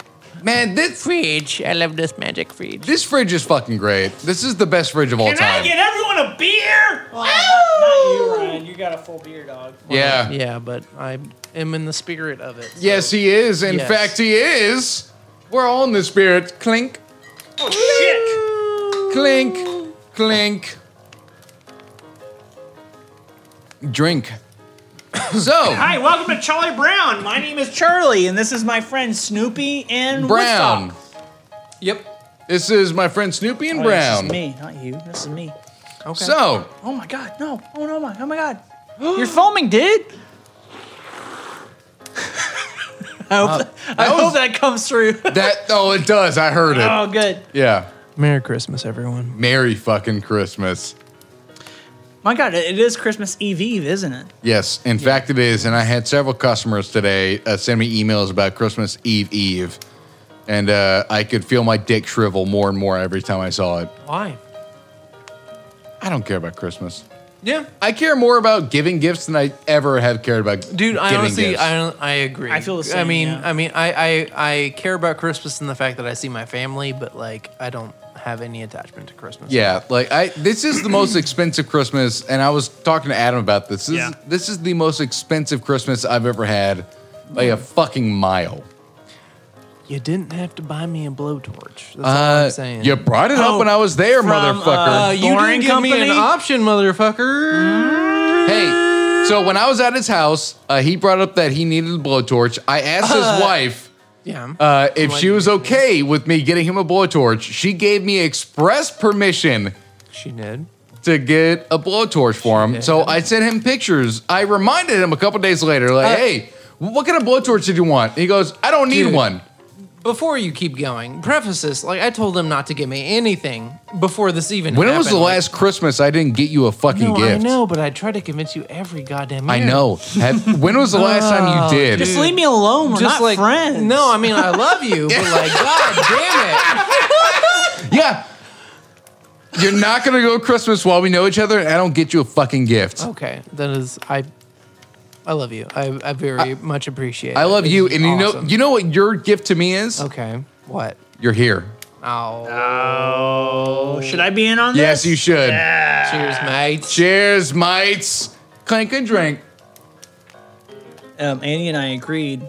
S2: Man, this
S5: fridge. I love this magic fridge.
S2: this fridge is fucking great. This is the best fridge of all time.
S1: everyone a beer? Well, not, not you, Ryan. You got a full beer, dog.
S2: yeah.
S4: Yeah, but I am in the spirit of it.
S2: Yes, he is. In
S4: Yes.
S2: fact, he is. We're all in the spirit. Clink,
S1: Oh,
S2: clink, clink. Drink. So,
S1: Hi, welcome to Charlie Brown. My name is Charlie, and this is my friend Snoopy and
S2: Brown.
S1: Woodstock.
S4: Yep.
S2: This is my friend Snoopy and
S1: Oh,
S2: Brown.
S1: This is me, not you. This is me.
S4: Okay.
S2: So,
S1: Oh my god, no. Oh no my oh my god. You're foaming, dude. I hope, I hope
S2: was-
S1: that comes through.
S2: that, oh, it does. I heard it.
S1: oh good.
S2: Yeah.
S4: Merry Christmas, everyone.
S2: Merry fucking Christmas.
S1: My god, it it is Christmas Eve Eve, isn't it?
S2: Yes, in fact, it is. And I had several customers today uh, send me emails about Christmas Eve Eve. And uh, I could feel my dick shrivel more and more every time I saw it.
S4: Why?
S2: I don't care about Christmas.
S4: Yeah.
S2: I care more about giving gifts than I ever have cared about
S4: Dude, I
S2: giving
S4: honestly,
S2: gifts.
S4: I don't, I agree.
S1: I feel the
S4: I
S1: same,
S4: mean,
S1: yeah.
S4: I mean, I, I, I care about Christmas and the fact that I see my family, but like, I don't have any attachment to Christmas.
S2: yeah, like I this is the most expensive Christmas and I was talking to Adam about this. This,
S1: Yeah.
S2: is, this is the most expensive Christmas I've ever had by a fucking mile.
S4: You didn't have to buy me a blowtorch. That's all
S2: Uh,
S4: I'm saying.
S2: you brought it up
S1: Oh,
S2: when I was there,
S1: from,
S2: motherfucker.
S4: Uh, you
S1: Boring
S4: didn't give me Mm-hmm.
S1: company?
S4: an option, motherfucker.
S2: Hey, so when I was at his house, uh, he brought up that he needed a blowtorch. I asked
S4: Uh.
S2: his wife
S4: Yeah.
S2: uh, if
S4: Why
S2: she
S4: do
S2: was
S4: you
S2: okay with me getting him a blowtorch. She gave me express permission
S4: she did.
S2: to get a blowtorch for him. So I sent him pictures. I reminded him a couple days later, like,
S4: Uh,
S2: hey, what kind of blowtorch did you want? And he goes, I don't need
S4: Dude.
S2: one.
S4: Before you keep going, preface this. Like I told them not to give me anything before this even.
S2: When
S4: happened.
S2: was the
S4: Like,
S2: last Christmas I didn't get you a fucking
S4: No, I
S2: gift?
S4: know, but I try to convince you every goddamn. Year.
S2: I know. Have- when was the last
S4: Oh.
S2: time you did?
S1: Just leave me alone. We're
S4: Just
S1: not
S4: like
S1: friends.
S4: No, I mean I love you, but like, god damn it.
S2: Yeah. You're not gonna go Christmas while we know each other, and I don't get you a fucking gift.
S4: Okay, that is I. I love you. I, I very much appreciate.
S2: I
S4: it.
S2: love
S4: This
S2: you,
S4: is
S2: and you know
S4: awesome.
S2: you know what your gift to me is.
S4: Okay. What?
S2: You're here.
S4: Oh,
S1: Oh, should I be in on
S2: Yes,
S1: this?
S2: you should.
S4: cheers, mate.
S2: Cheers, mites. Clink and drink.
S1: Um, Andy and I agreed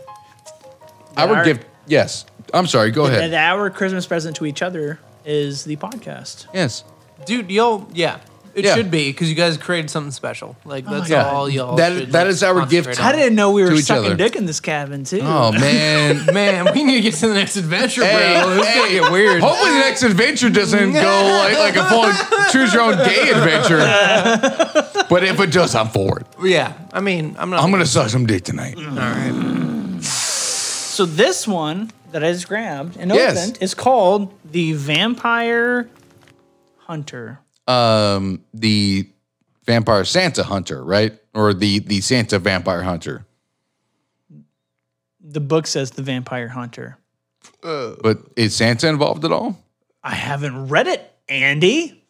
S2: I would
S1: our-
S2: give. Yes. I'm sorry. Go
S1: that
S2: ahead.
S1: our Christmas present to each other is the podcast.
S2: Yes.
S4: Dude, y'all. Yeah, it
S2: Yeah.
S4: should be because you guys created something special. Like
S1: Oh
S4: that's
S2: God.
S4: all y'all.
S2: That-
S4: should
S2: that is our gift.
S4: concentrate
S1: I
S4: on.
S1: didn't know we
S2: To
S1: were
S2: each
S1: sucking
S2: other.
S1: dick in this cabin too.
S2: Oh man.
S4: Man, we need to get to the next adventure, bro.
S2: Hey,
S4: This is gonna
S2: hey.
S4: get weird.
S2: Hopefully, the next adventure doesn't go like, like a full choose your own gay adventure. but if it does, I'm for it.
S4: Yeah, I mean, I'm not.
S2: I'm gonna suck some dick tonight.
S1: So this one that I just grabbed and
S2: Yes.
S1: opened is called the Vampire Hunter.
S2: um the vampire Santa hunter, right? Or the the Santa vampire hunter.
S1: The book says the Vampire Hunter.
S2: But is Santa involved at all?
S1: I haven't read it, Andy.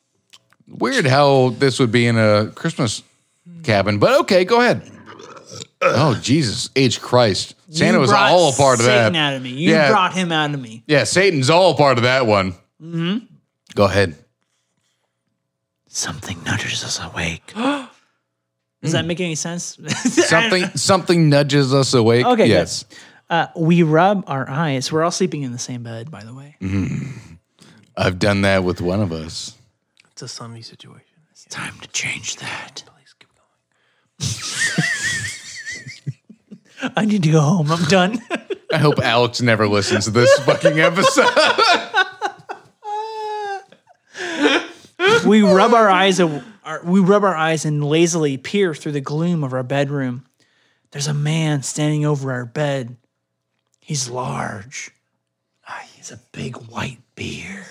S2: Weird how this would be in a Christmas cabin, but okay, go ahead. Oh Jesus, H Christ. Santa
S1: You
S2: was
S1: brought
S2: all a part of
S1: Satan
S2: that.
S1: out of me. You
S2: Yeah.
S1: brought him out of me.
S2: Yeah, Satan's all a part of that one. Mm-hmm. Go ahead.
S1: Something nudges us awake. Does that make any sense?
S2: Mm. Something something nudges us awake.
S1: Okay, good.
S2: yes.
S1: Uh, we rub our eyes. We're all sleeping in the same bed, by the way.
S2: I've done that with one of us.
S4: It's a sunny situation. Oh
S1: It's time to change that.
S4: Please keep going.
S1: I need to go home. I'm done.
S2: I hope Alex never listens to this fucking episode.
S1: we rub our eyes a- our, we rub our eyes and lazily peer through the gloom of our bedroom. There's a man standing over our bed. He's large. Ah, He has a big white beard.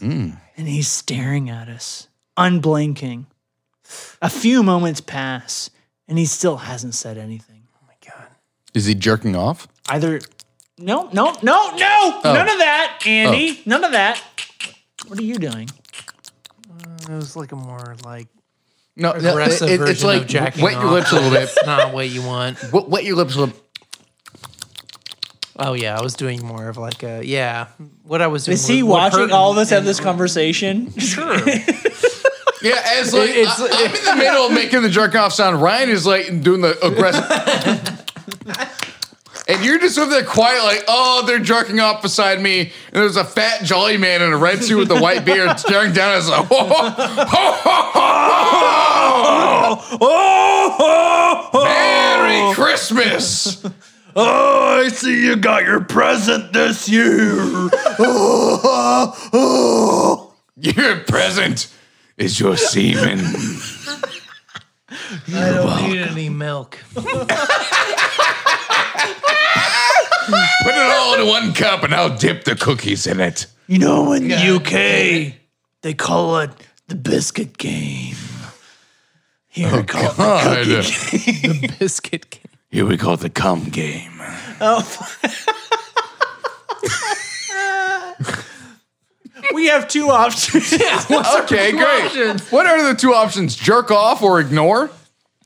S1: And he's staring at us, unblinking. A few moments pass, and he still hasn't said anything.
S4: Oh my god.
S2: Is he jerking off?
S1: Either no, no, no, no, none of that, Andy. None of that. What are you doing?
S4: It was like a more like
S2: No, no,
S4: aggressive
S2: it- it-
S4: version
S2: it's like
S4: of jacking
S2: wet your
S4: off.
S2: lips a little bit.
S4: It's not what you want.
S2: Wet, wet your lips a little.
S4: Oh yeah, I was doing more of like a yeah. What I was doing.
S1: Is he
S4: would- would hurt
S1: watching all of
S4: and-
S1: us have
S4: and-
S1: this conversation?
S4: Sure.
S2: Yeah, as like
S4: it's-
S2: I, am in the middle of making the jerk off sound. Ryan is like doing the aggressive. And you're just over there quiet, like, oh, they're jerking off beside me. And there's a fat jolly man in a red suit with a white beard staring down at us like, ho, ho, ho, ho, ho,
S1: Oh,
S2: Merry Christmas.
S1: oh, I see you got your present this year.
S2: Your present is your semen.
S4: I don't need any milk.
S2: Put it all in one cup and I'll dip the cookies in it.
S1: You know, in the UK, they call it the biscuit game. Here it comes.
S2: God.
S4: Biscuit. Can-
S2: Here we call it the cum game.
S1: Oh. We have two options.
S2: Okay, great.
S4: options?
S2: What are the two options? Jerk off or ignore?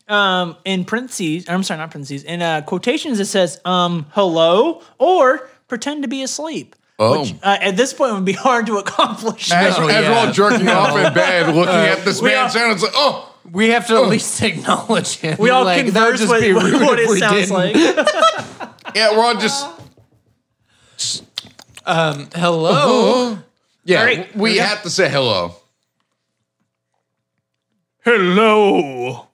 S1: Um, in parentheses, I'm sorry, not parentheses. In uh, quotations, it says um, "hello" or "pretend to be asleep."
S2: Oh.
S1: Which, uh, at this point, would be hard to accomplish.
S2: As,
S4: Oh,
S2: as
S4: yeah.
S2: we're all jerking off in bed, looking at this
S1: all-
S2: man, sound, it's like, oh,
S4: we have to at least acknowledge it.
S1: we all
S4: Like, that would
S1: converse
S4: just
S1: with
S4: be rude
S1: what
S4: if
S1: it
S4: we
S1: sounds
S4: didn't.
S1: like.
S2: yeah, we're all just.
S4: Hello.
S2: Yeah,
S1: right,
S2: w- we have to say hello.
S1: Hello.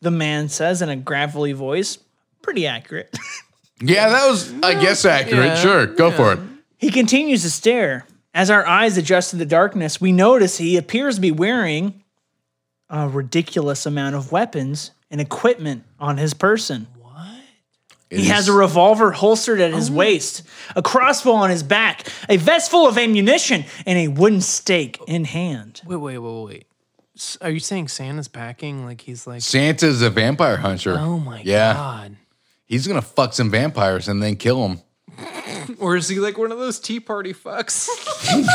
S1: The man says in a gravelly voice, pretty accurate.
S2: Yeah, that was, I guess, accurate.
S4: Yeah.
S2: Sure, go for it.
S1: he continues to stare. As our eyes adjust to the darkness, we notice he appears to be wearing a ridiculous amount of weapons and equipment on his person. He has a revolver holstered at
S4: Oh.
S1: his waist, a crossbow on his back, a vest full of ammunition, and a wooden stake in hand.
S4: Wait, wait, wait, wait. S- Are you saying Santa's packing? Like he's like,
S2: Santa's a vampire hunter.
S4: oh my
S2: Yeah.
S4: god.
S2: He's going to fuck some vampires and then kill them.
S4: Or is he like one of those tea party fucks?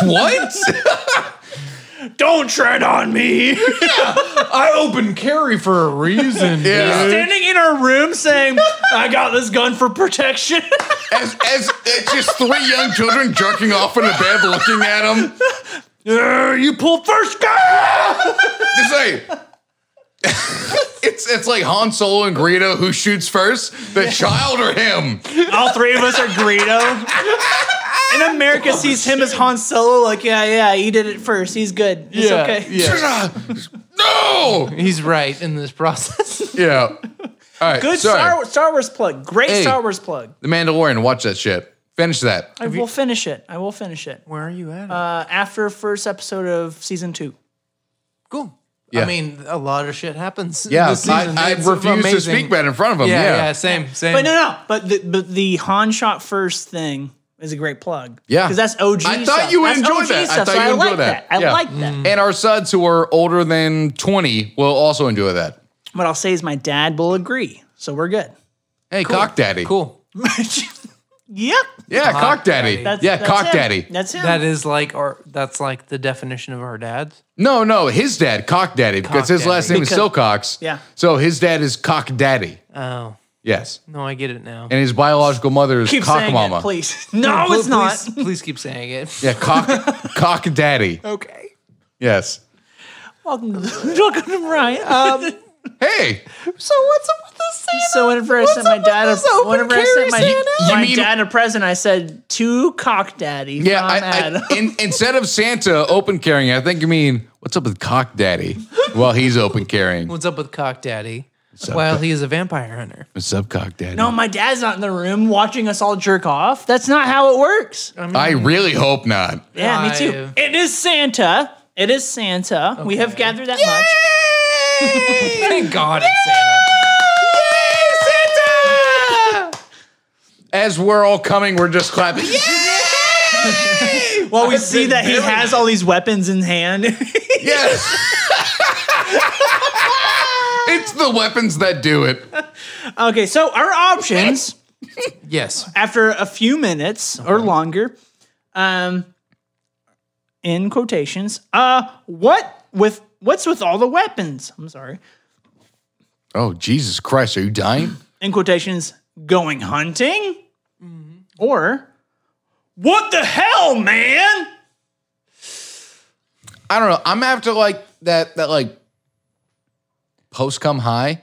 S2: What?
S1: Don't tread on me!
S4: I open carry for a reason.
S2: Yeah.
S1: Standing in our room saying, I got this gun for protection.
S2: as, as it's just three young children jerking off in a bed, looking at him.
S1: Uh, you pull first girl.
S2: It's like it's it's like Han Solo and Greedo who shoots first, the child or him.
S1: All three of us are Greedo. And America sees him as Han Solo, like, yeah, yeah, he did it first. He's good. It's
S4: Yeah,
S1: okay.
S4: yeah.
S2: No.
S4: He's right in this process.
S2: Yeah. All right.
S1: Good
S2: sorry.
S1: Star, Star Wars plug. Great
S2: Hey.
S1: Star Wars plug.
S2: the Mandalorian. Watch that shit. Finish that.
S1: I will finish it. I will finish it.
S4: Where are you at?
S1: Uh, after first episode of season two.
S4: cool.
S2: yeah.
S4: I mean, a lot of shit happens.
S2: Yeah.
S4: this
S2: I,
S4: season.
S2: I
S4: It's
S2: refuse to
S4: amazing.
S2: speak bad in front of him.
S4: Yeah,
S2: Yeah.
S4: yeah,
S2: Yeah.
S4: same, same.
S1: But no, no. But the, but the Han shot first thing is a great plug.
S2: Yeah.
S1: Because that's OG.
S2: I thought
S1: stuff.
S2: you would
S1: That's
S2: enjoy
S1: OG
S2: that. I
S1: Stuff,
S2: thought
S1: so
S2: you
S1: I
S2: would enjoy
S1: like
S2: that.
S1: that. I
S2: Yeah.
S1: like
S2: Mm-hmm.
S1: that.
S2: And our suds who are older than 20 will also enjoy that.
S1: What I'll say is my dad will agree. So we're good.
S2: Hey, cock daddy.
S4: Cool.
S1: yep.
S2: Yeah,
S4: Uh-huh.
S2: cock, daddy.
S4: daddy.
S1: That's,
S2: yeah,
S1: that's
S2: cock
S1: him.
S2: daddy.
S1: That's him.
S4: That is like our. That's like the definition of our dads.
S2: No, no, his dad, cock daddy, because
S4: Cock
S2: his last
S4: daddy.
S2: name is
S1: Because-
S2: Silcox.
S1: Yeah.
S2: So his dad is cock daddy.
S4: Oh
S2: Yes.
S4: no, I get it now.
S2: and his biological mother is
S1: Keep
S2: cock
S1: saying
S2: mama.
S1: it, please. No,
S4: Pl-
S1: it's not.
S4: Please, please keep saying it.
S2: yeah, cock cock daddy.
S4: Okay.
S2: Yes.
S1: Welcome to, welcome to Ryan. Um,
S2: Hey,
S4: So what's up with this Santa?
S1: so whenever I sent my
S4: up
S1: dad
S4: with this
S1: a
S4: open
S1: whenever I
S4: carry
S1: sent my,
S4: Santa?
S2: You
S1: my
S2: mean-
S1: dad a present, I said to cock daddy.
S2: yeah,
S1: from
S2: I,
S1: Adam."
S2: I, in, instead of Santa open carrying, I think you mean what's up with cock daddy? Well, he's open carrying.
S4: What's up with Cock Daddy?
S2: up,
S4: Well,
S2: Cock-
S4: he is a vampire hunter.
S2: What's up, cock daddy?
S1: no, my dad's not in the room watching us all jerk off. That's not how it works.
S2: I really hope not.
S1: yeah, me too. It is Santa. It is Santa. We have gathered that much.
S4: Thank God it's Santa.
S2: As we're all coming, we're just clapping.
S1: Well, we see that he has all these weapons in hand.
S2: Yes. it's the weapons that do it.
S1: okay, so our options
S4: Yes.
S1: After a few minutes or longer, um, in quotations, uh, what with what's with all the weapons? I'm sorry.
S2: Oh, Jesus Christ, are you dying?
S1: in quotations, going hunting?
S4: Mm-hmm.
S1: Or, what the hell, man?
S2: I don't know. I'm after like that that like post come high.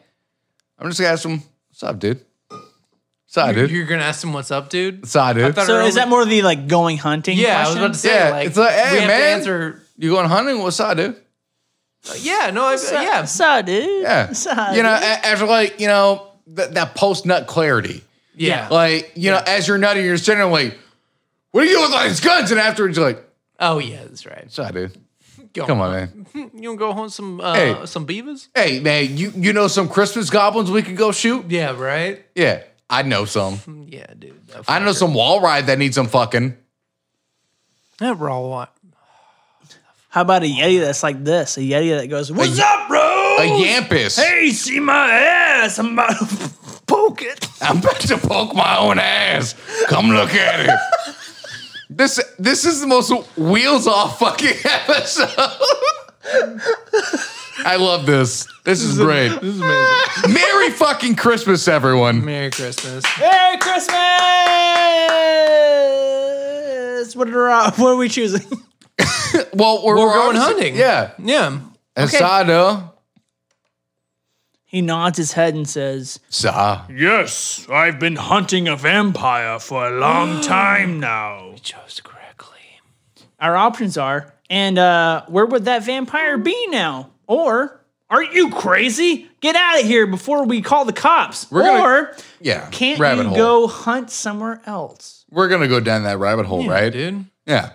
S2: I'm just gonna ask him, what's up, dude? What's up, dude?
S4: You're gonna ask him what's up, dude.
S2: What's up, dude?
S4: thought-
S1: So is that more the like going hunting?
S4: Yeah, I was
S1: question?
S4: about to say.
S2: Yeah,
S4: like,
S2: it's like, hey,
S4: we have
S2: man.
S4: To answer, uh,
S2: You going hunting? What's up, dude?
S4: yeah, no, I, yeah.
S1: So, dude.
S2: Yeah.
S1: So,
S2: you know, a- after like, you know, th- that post nut clarity.
S4: yeah,
S2: Like, you know, as you're nutting, you're sitting there like, what are you doing with all these guns? And afterwards, you're like,
S4: Oh yeah, that's right.
S2: what's up, dude?
S4: Go
S2: Come on, man.
S4: You gonna go hunt some uh,
S2: Hey.
S4: some beavers?
S2: Hey, man, you, you know some Christmas goblins we could go shoot?
S4: Yeah, right.
S2: Yeah, I know some.
S4: Yeah, dude. That
S2: I know some wall ride that needs some fucking.
S4: that raw one.
S1: How about a Yeti that's like this? A Yeti that goes, What's up, bro?
S2: A Yampus.
S1: Hey, see my ass? I'm about to poke it.
S2: I'm about to poke my own ass. Come look at it. this this is the most wheels off fucking episode. I love this. This is great.
S4: This is amazing.
S2: Merry fucking Christmas, everyone.
S4: Merry Christmas.
S1: Merry Christmas! What are, what are we choosing?
S2: Well, we're,
S4: We're going
S2: obviously-
S4: hunting.
S2: Yeah.
S4: Yeah.
S2: Asada.
S1: He nods his head and says,
S2: Sa.
S6: Yes, I've been hunting a vampire for a long time now.
S4: Chose correctly.
S1: our options are and uh where would that vampire be now or are you crazy get out of here before we call the cops
S2: gonna-
S1: or
S2: Yeah.
S1: can't
S2: rabbit
S1: you
S2: hole.
S1: go hunt somewhere else
S2: We're gonna go down that rabbit hole, right?
S4: dude.
S2: Yeah.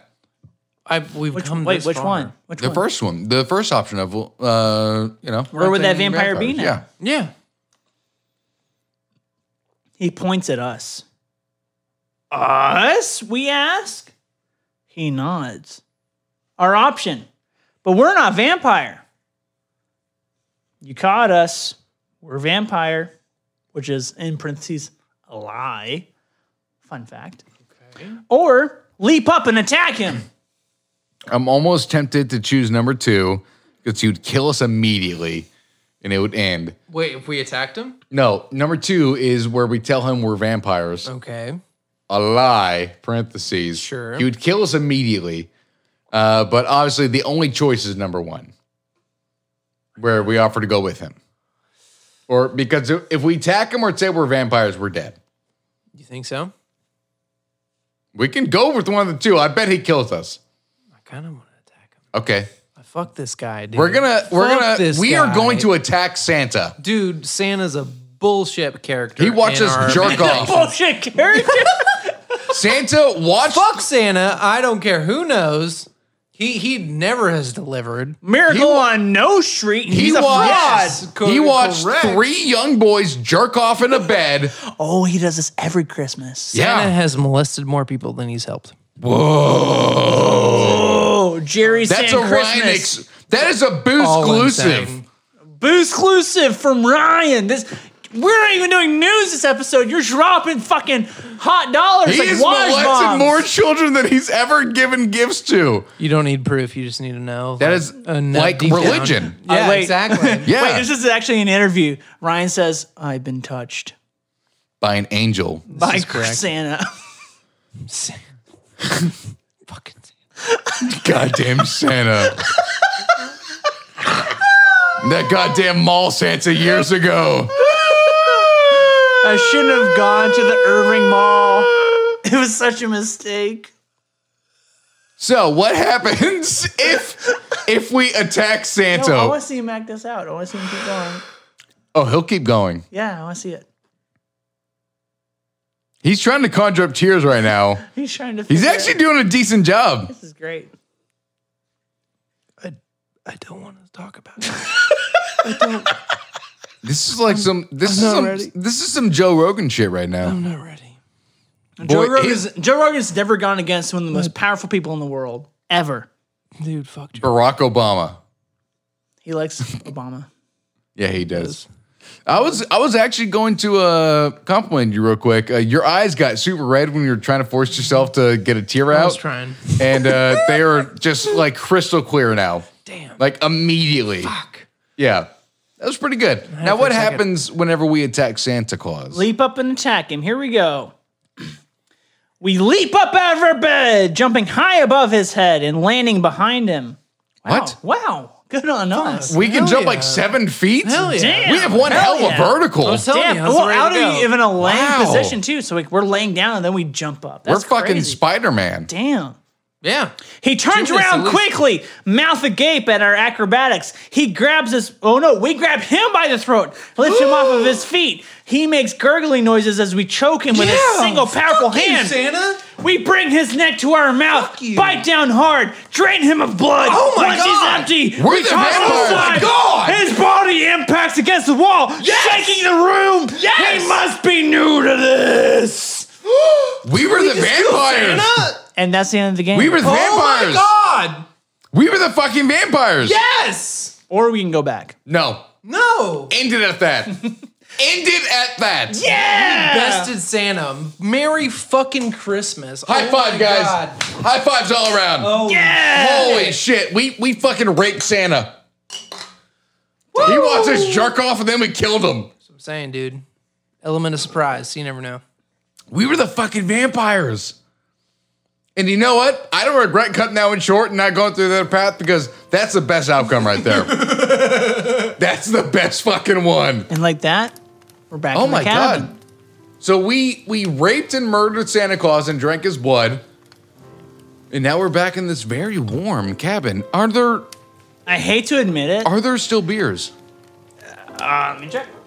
S4: I we've
S1: which,
S4: come.
S1: wait
S4: this
S1: which
S4: far.
S1: one which
S2: The
S1: one
S2: first one, the first option of, uh, you know,
S1: Where would that
S2: hunting
S1: vampire be
S2: vampires.
S1: now?
S2: Yeah.
S4: Yeah.
S1: he points at us us we ask he nods our option but we're not vampire you caught us we're vampire which is in parentheses a lie fun fact or leap up and attack him
S2: I'm almost tempted to choose number two because you'd kill us immediately and it would end.
S4: Wait, if we attacked him?
S2: No, number two is where we tell him we're vampires.
S4: Okay.
S2: A lie, parentheses.
S4: Sure.
S2: He would kill us immediately. Uh, but obviously, the only choice is number one, where we offer to go with him. Or because if if we attack him or say we're vampires, we're dead.
S4: You think so?
S2: We can go with one of the two. I bet he kills us.
S4: I kind of want to attack him.
S2: Okay.
S4: I fuck this guy, dude.
S2: We're gonna, we're
S4: Fuck
S2: gonna,
S4: this
S2: we are
S4: guy.
S2: going to attack Santa.
S4: Dude, Santa's a bullshit character.
S2: He watched
S4: in
S2: us
S4: our-
S2: jerk off.
S1: bullshit character
S2: Santa watched.
S4: Fuck Santa. I don't care who knows. He he never has delivered.
S1: miracle
S2: wa-
S1: on no street
S2: He
S1: he's a
S2: watched.
S1: fraud.
S4: Yes, co-
S2: he watched
S4: correct.
S2: three young boys jerk off in a bed.
S1: oh he does this every christmas
S4: Santa has molested more people than he's helped.
S1: oh jerry
S2: that's a
S1: Sand
S2: Ryan.
S1: christmas
S2: Ex- that is a boost
S4: All
S2: exclusive.
S4: insane.
S1: exclusive from Ryan. This we're not even doing news this episode. You're dropping fucking hot dollars
S2: He
S1: like
S2: has
S1: Waj
S2: molested
S1: bombs.
S2: more children than he's ever given gifts to.
S4: You don't need proof. You just need to know.
S2: That is
S4: enough
S2: Uh, like
S4: deep down.
S2: religion.
S4: Yeah,
S1: wait.
S4: exactly.
S2: Yeah,
S1: Wait, this is actually an interview. Ryan says, "I've been touched
S2: by an angel.
S1: by
S4: is correct.
S1: Santa."
S4: Fucking Santa.
S2: Goddamn Santa. that goddamn mall Santa years ago.
S1: I shouldn't have gone to the Irving Mall. It was such a mistake.
S2: So what happens if if we attack
S1: No,
S2: Santa?
S1: I want to see him act this out. I want to see him keep going.
S2: oh, he'll keep going.
S1: Yeah, I want to see it.
S2: He's trying to conjure up tears right now.
S1: He's trying to.
S2: He's
S1: figure-
S2: actually doing a decent job.
S1: This is great.
S4: I don't want to talk about it.
S2: This is like some this is some this is some Joe Rogan shit right now.
S4: I'm not ready.
S1: Joe,
S2: Boy,
S1: Rogan's, Joe Rogan's never gone against one of the most powerful people in the world ever.
S4: Dude, fuck Joe.
S2: Barack Obama.
S1: He likes Obama.
S2: Yeah, he does. I was I was actually going to uh, compliment you real quick. Uh, your eyes got super red when you were trying to force yourself to get a tear out.
S4: was trying.
S2: and uh, they are just like crystal clear now.
S4: Damn.
S2: Like immediately.
S4: Fuck.
S2: Yeah, that was pretty good. Now,
S4: for
S2: what
S4: a second.
S2: happens whenever we attack Santa Claus?
S1: Leap up and attack him. Here we go. We leap up out of our bed, jumping high above his head and landing behind him. Wow.
S2: What?
S1: Wow. Good on us.
S2: We can
S4: Hell
S2: jump
S4: yeah.
S2: like seven feet.
S4: Hell yeah.
S1: Damn.
S2: We have one hell, of a
S1: yeah.
S2: vertical.
S4: I was telling
S1: Damn. oh,
S4: you, I was
S1: Well,
S4: ready
S1: out
S4: to go.
S1: of even a laying
S2: Wow.
S1: position too. So like we're laying down and then we jump up.
S2: We're
S1: That's
S2: fucking
S1: crazy.
S2: Spider Man.
S1: Damn.
S4: Yeah.
S1: He turns
S4: Two minutes
S1: around
S4: at least.
S1: quickly, mouth agape at our acrobatics. He grabs us. Oh no, we grab him by the throat, lift him off of his feet. He makes gurgling noises as we choke him with a
S4: Yeah.
S1: single powerful hand.
S4: Santa?
S1: We bring his neck to our mouth,
S4: Fuck you.
S1: bite down hard, drain him of blood.
S4: Oh my
S1: Once
S4: God.
S1: he's empty,
S2: We're
S1: we
S2: the
S1: toss him
S2: vampires.
S1: aside.
S2: Oh my God.
S1: His body impacts against the wall, shaking the room.
S2: Yes.
S1: He must be new to this.
S2: We were the vampires.
S1: And that's the end of the game.
S2: We were the vampires.
S4: Oh, God.
S2: We were the fucking vampires.
S4: Yes.
S1: or we can go back.
S2: No.
S4: No.
S2: End it at that. End it at that.
S1: Yeah.
S4: Bested Santa. Merry fucking Christmas.
S2: High
S4: Oh my
S2: five, guys.
S4: God.
S2: High fives all around.
S4: Oh,
S2: Holy shit. We we fucking raped Santa. He watched us jerk off and then we killed him.
S4: I'm saying, dude. Element of surprise. You never know.
S2: We were the fucking vampires. And you know what? I don't regret cutting that one short and not going through that path because that's the best outcome right there. that's the best fucking one.
S1: And like that, we're back
S2: Oh
S1: in the
S2: my
S1: cabin.
S2: god. So we we raped and murdered Santa Claus and drank his blood. And now we're back in this very warm cabin. Are there
S1: I hate to admit it.
S2: are there still beers?
S1: Let me check.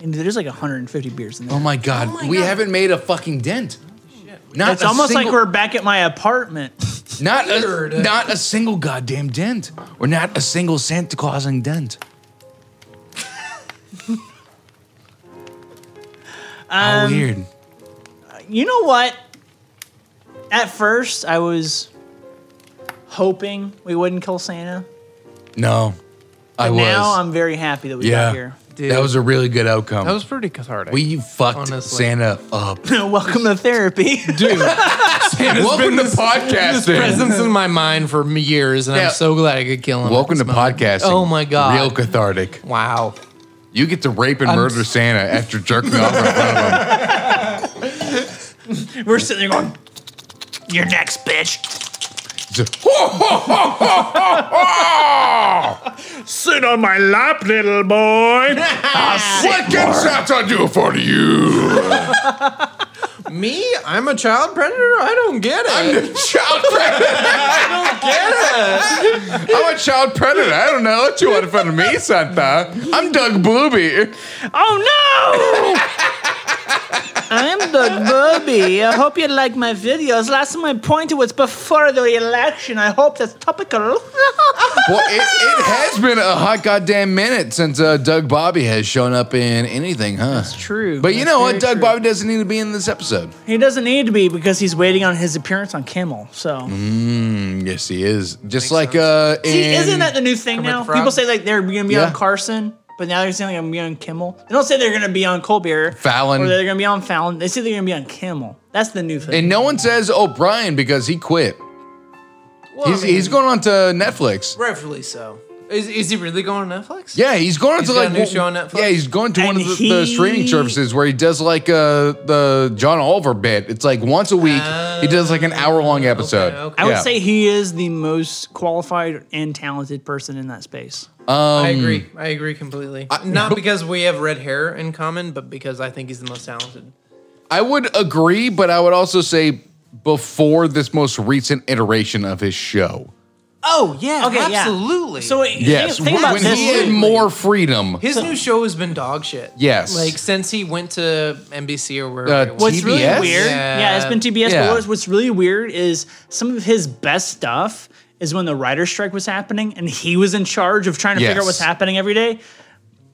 S1: And there's like 150 beers in there.
S2: Oh my god. we haven't made a fucking dent. Not
S1: it's
S2: a
S1: almost like
S2: single-
S1: we're back at my apartment.
S2: not a,
S4: Weird.
S2: not a single goddamn dent. Or not a single Santa Claus dent.
S1: Um,
S2: How weird.
S1: You know what? At first, I was hoping we wouldn't kill Santa.
S2: No. I was.
S1: Now I'm very happy that we
S2: yeah.
S1: got here.
S2: That was a really good outcome.
S4: That was pretty cathartic.
S2: we fucked
S4: honestly.
S2: Santa up.
S1: Welcome to therapy.
S4: dude. Santa's
S2: Welcome
S4: been
S2: to
S4: this, this
S2: podcasting.
S4: presence in my mind for m- years, and
S2: Yeah.
S4: I'm so glad I could kill him.
S2: Welcome
S4: at
S2: to
S4: this moment.
S2: podcasting.
S4: Oh my god.
S2: Real cathartic.
S4: wow.
S2: You get to rape and murder Santa after jerking off in front of him.
S1: we're sitting there going, "You're next, bitch."
S2: Just, "Ho, ho, ho, ho, ho, ho."
S6: Sit on my lap, little boy.
S2: What can Santa do for you?
S4: Me? I'm a child predator? I don't get it.
S2: Child predator. I'm a child predator. I don't know what you want from me, Santa. I'm Doug Booby.
S1: Oh no! I'm Doug Bobby. I hope you like my videos. Last time I pointed was before the election. I hope that's topical.
S2: Well, it, it has been a hot goddamn minute since uh, Doug Bobby has shown up in anything, huh? That's
S1: true.
S2: But you
S1: That's
S2: know
S1: very
S2: what? Doug
S1: true.
S2: Bobby doesn't need to be in this episode.
S1: he doesn't need to be because he's waiting on his appearance on Kimmel. So
S2: Mm-hmm. Yes, he is. Just like uh, in,
S1: See, isn't that the new thing
S4: Kermit
S1: now?
S4: the Frog?
S1: People say like they're gonna be
S2: Yeah.
S1: on Carson, but now they're saying like, I'm gonna be on Kimmel. They don't say they're gonna be on Colbert,
S2: Fallon.
S1: or they're gonna be on Fallon. They say they're gonna be on Kimmel. That's the new thing.
S2: and no one says O'Brien because he quit.
S4: Well,
S2: He's,
S4: I mean,
S2: he's going on to Netflix.
S4: rightfully so. Is, is he really going on Netflix?
S2: Yeah, he's going
S4: He's
S2: to
S4: got
S2: like
S4: a new show on Netflix?
S2: Yeah, he's going to one of
S1: And
S2: the, the
S1: he-
S2: streaming services where he does like uh, the John Oliver bit. It's like once a week he does like an hour long episode.
S4: Oh, okay.
S1: I would
S2: Yeah.
S1: say he is the most qualified and talented person in that space.
S4: I agree. Um, I agree completely. Not because we have red hair in common, but because I think he's the most talented.
S2: I would agree, but I would also say before this most recent iteration of his show.
S4: Oh yeah,
S1: Okay, yeah.
S4: absolutely.
S1: So wait,
S2: Yes,
S1: think, think about
S2: when
S1: this.
S2: he had more freedom.
S4: his new show has been dog shit.
S2: Yes.
S4: like since he went to NBC or wherever.
S2: Uh,
S4: it was.
S1: What's really
S2: TBS?
S1: weird? Yeah.
S4: Yeah.
S1: it's been TBS.
S2: Yeah.
S1: But what's, what's really weird is some of his best stuff is when the writer's strike was happening and he was in charge of trying to figure out
S2: Yes.
S1: what's happening every day.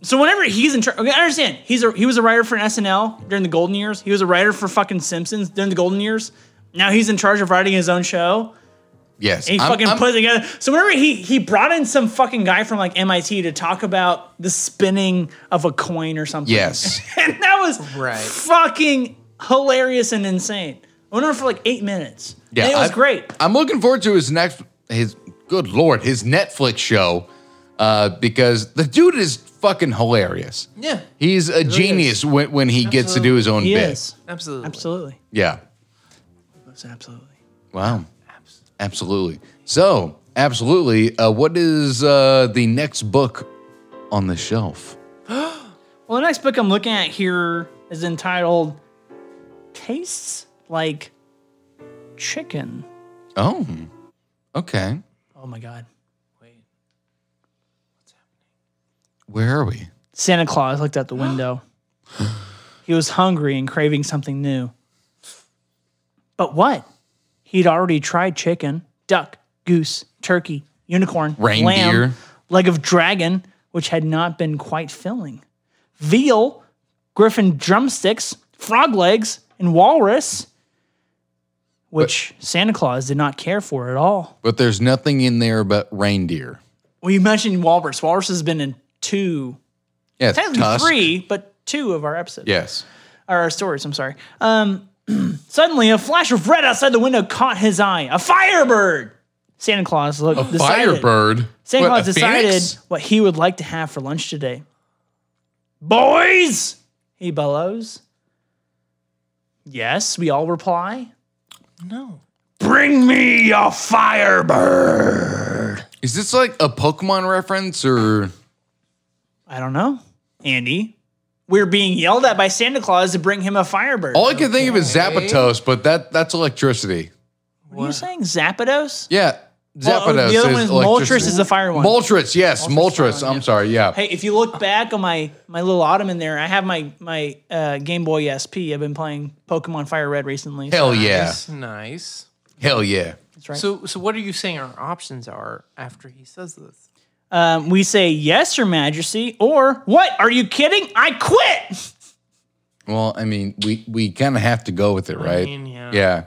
S1: So whenever he's in charge, okay, I understand. He's a he was a writer for SNL during the golden years. He was a writer for fucking Simpsons during the golden years. Now he's in charge of writing his own show.
S2: Yes.
S1: And he
S2: I'm-
S1: fucking
S2: I'm-
S1: put it together. So whenever he he brought in some fucking guy from like MIT to talk about the spinning of a coin or something.
S2: Yes.
S1: and that was
S4: Right.
S1: fucking hilarious and insane. I went on for like eight minutes.
S2: Yeah,
S1: And it was
S2: I-
S1: great.
S2: I'm looking forward to his next, his good lord, his Netflix show, uh, because the dude is fucking hilarious.
S4: Yeah.
S2: He's a genius when, when he gets to do his own
S1: He
S2: bit.
S1: is.
S4: Absolutely.
S1: Absolutely.
S2: Yeah.
S1: Most absolutely.
S2: Wow. Absolutely. So, absolutely. Uh, what is uh, the next book on the shelf?
S1: Well, the next book I'm looking at here is entitled Tastes Like Chicken.
S2: Oh, okay.
S1: Oh my God.
S2: Where are we?
S1: Santa Claus looked out the window. he was hungry and craving something new. But what? He'd already tried chicken, duck, goose, turkey, unicorn,
S2: Reindeer.
S1: lamb, leg of dragon, which had not been quite filling, veal, griffin drumsticks, frog legs, and walrus, which Santa Claus did not care for at all.
S2: But there's nothing in there but reindeer.
S1: Well, you mentioned walrus. Walrus has been in two,
S2: Yeah, it's
S1: technically
S2: tusk.
S1: three, but two of our episodes.
S2: Yes.
S1: or our stories, I'm sorry. Um, suddenly, a flash of red outside the window caught his eye. A firebird! Santa Claus looked. A
S2: Firebird.
S1: Santa
S2: What,
S1: Claus
S2: a
S1: decided
S2: phoenix?
S1: what he would like to have for lunch today. Boys! He bellows. Yes, we all reply.
S4: No.
S6: Bring me your firebird.
S2: Is this like a Pokemon reference or?
S1: I don't know. Andy, we're being yelled at by Santa Claus to bring him a firebird.
S2: All I can think of is Zapatos, but that that's electricity.
S1: what are you saying? Zapdos?
S2: Yeah, Zapatos
S1: Well, the other
S2: is
S1: one is
S2: electricity.
S1: Moltres is the fire one.
S2: Moltres, yes, Moltres.
S1: fine,
S2: I'm
S1: yeah.
S2: sorry, yeah.
S1: Hey, if you look back on my my little ottoman there, I have my my uh, Game Boy SP. I've been playing Pokemon Fire Red recently.
S2: Hell yeah,
S4: That's nice.
S2: hell yeah.
S4: So, so what are you saying our options are after he says this?
S1: Um, we say yes, Your Majesty, or what? Are you kidding? I quit.
S2: Well, I mean, we we kind of have to go with it, right?
S4: mean, yeah.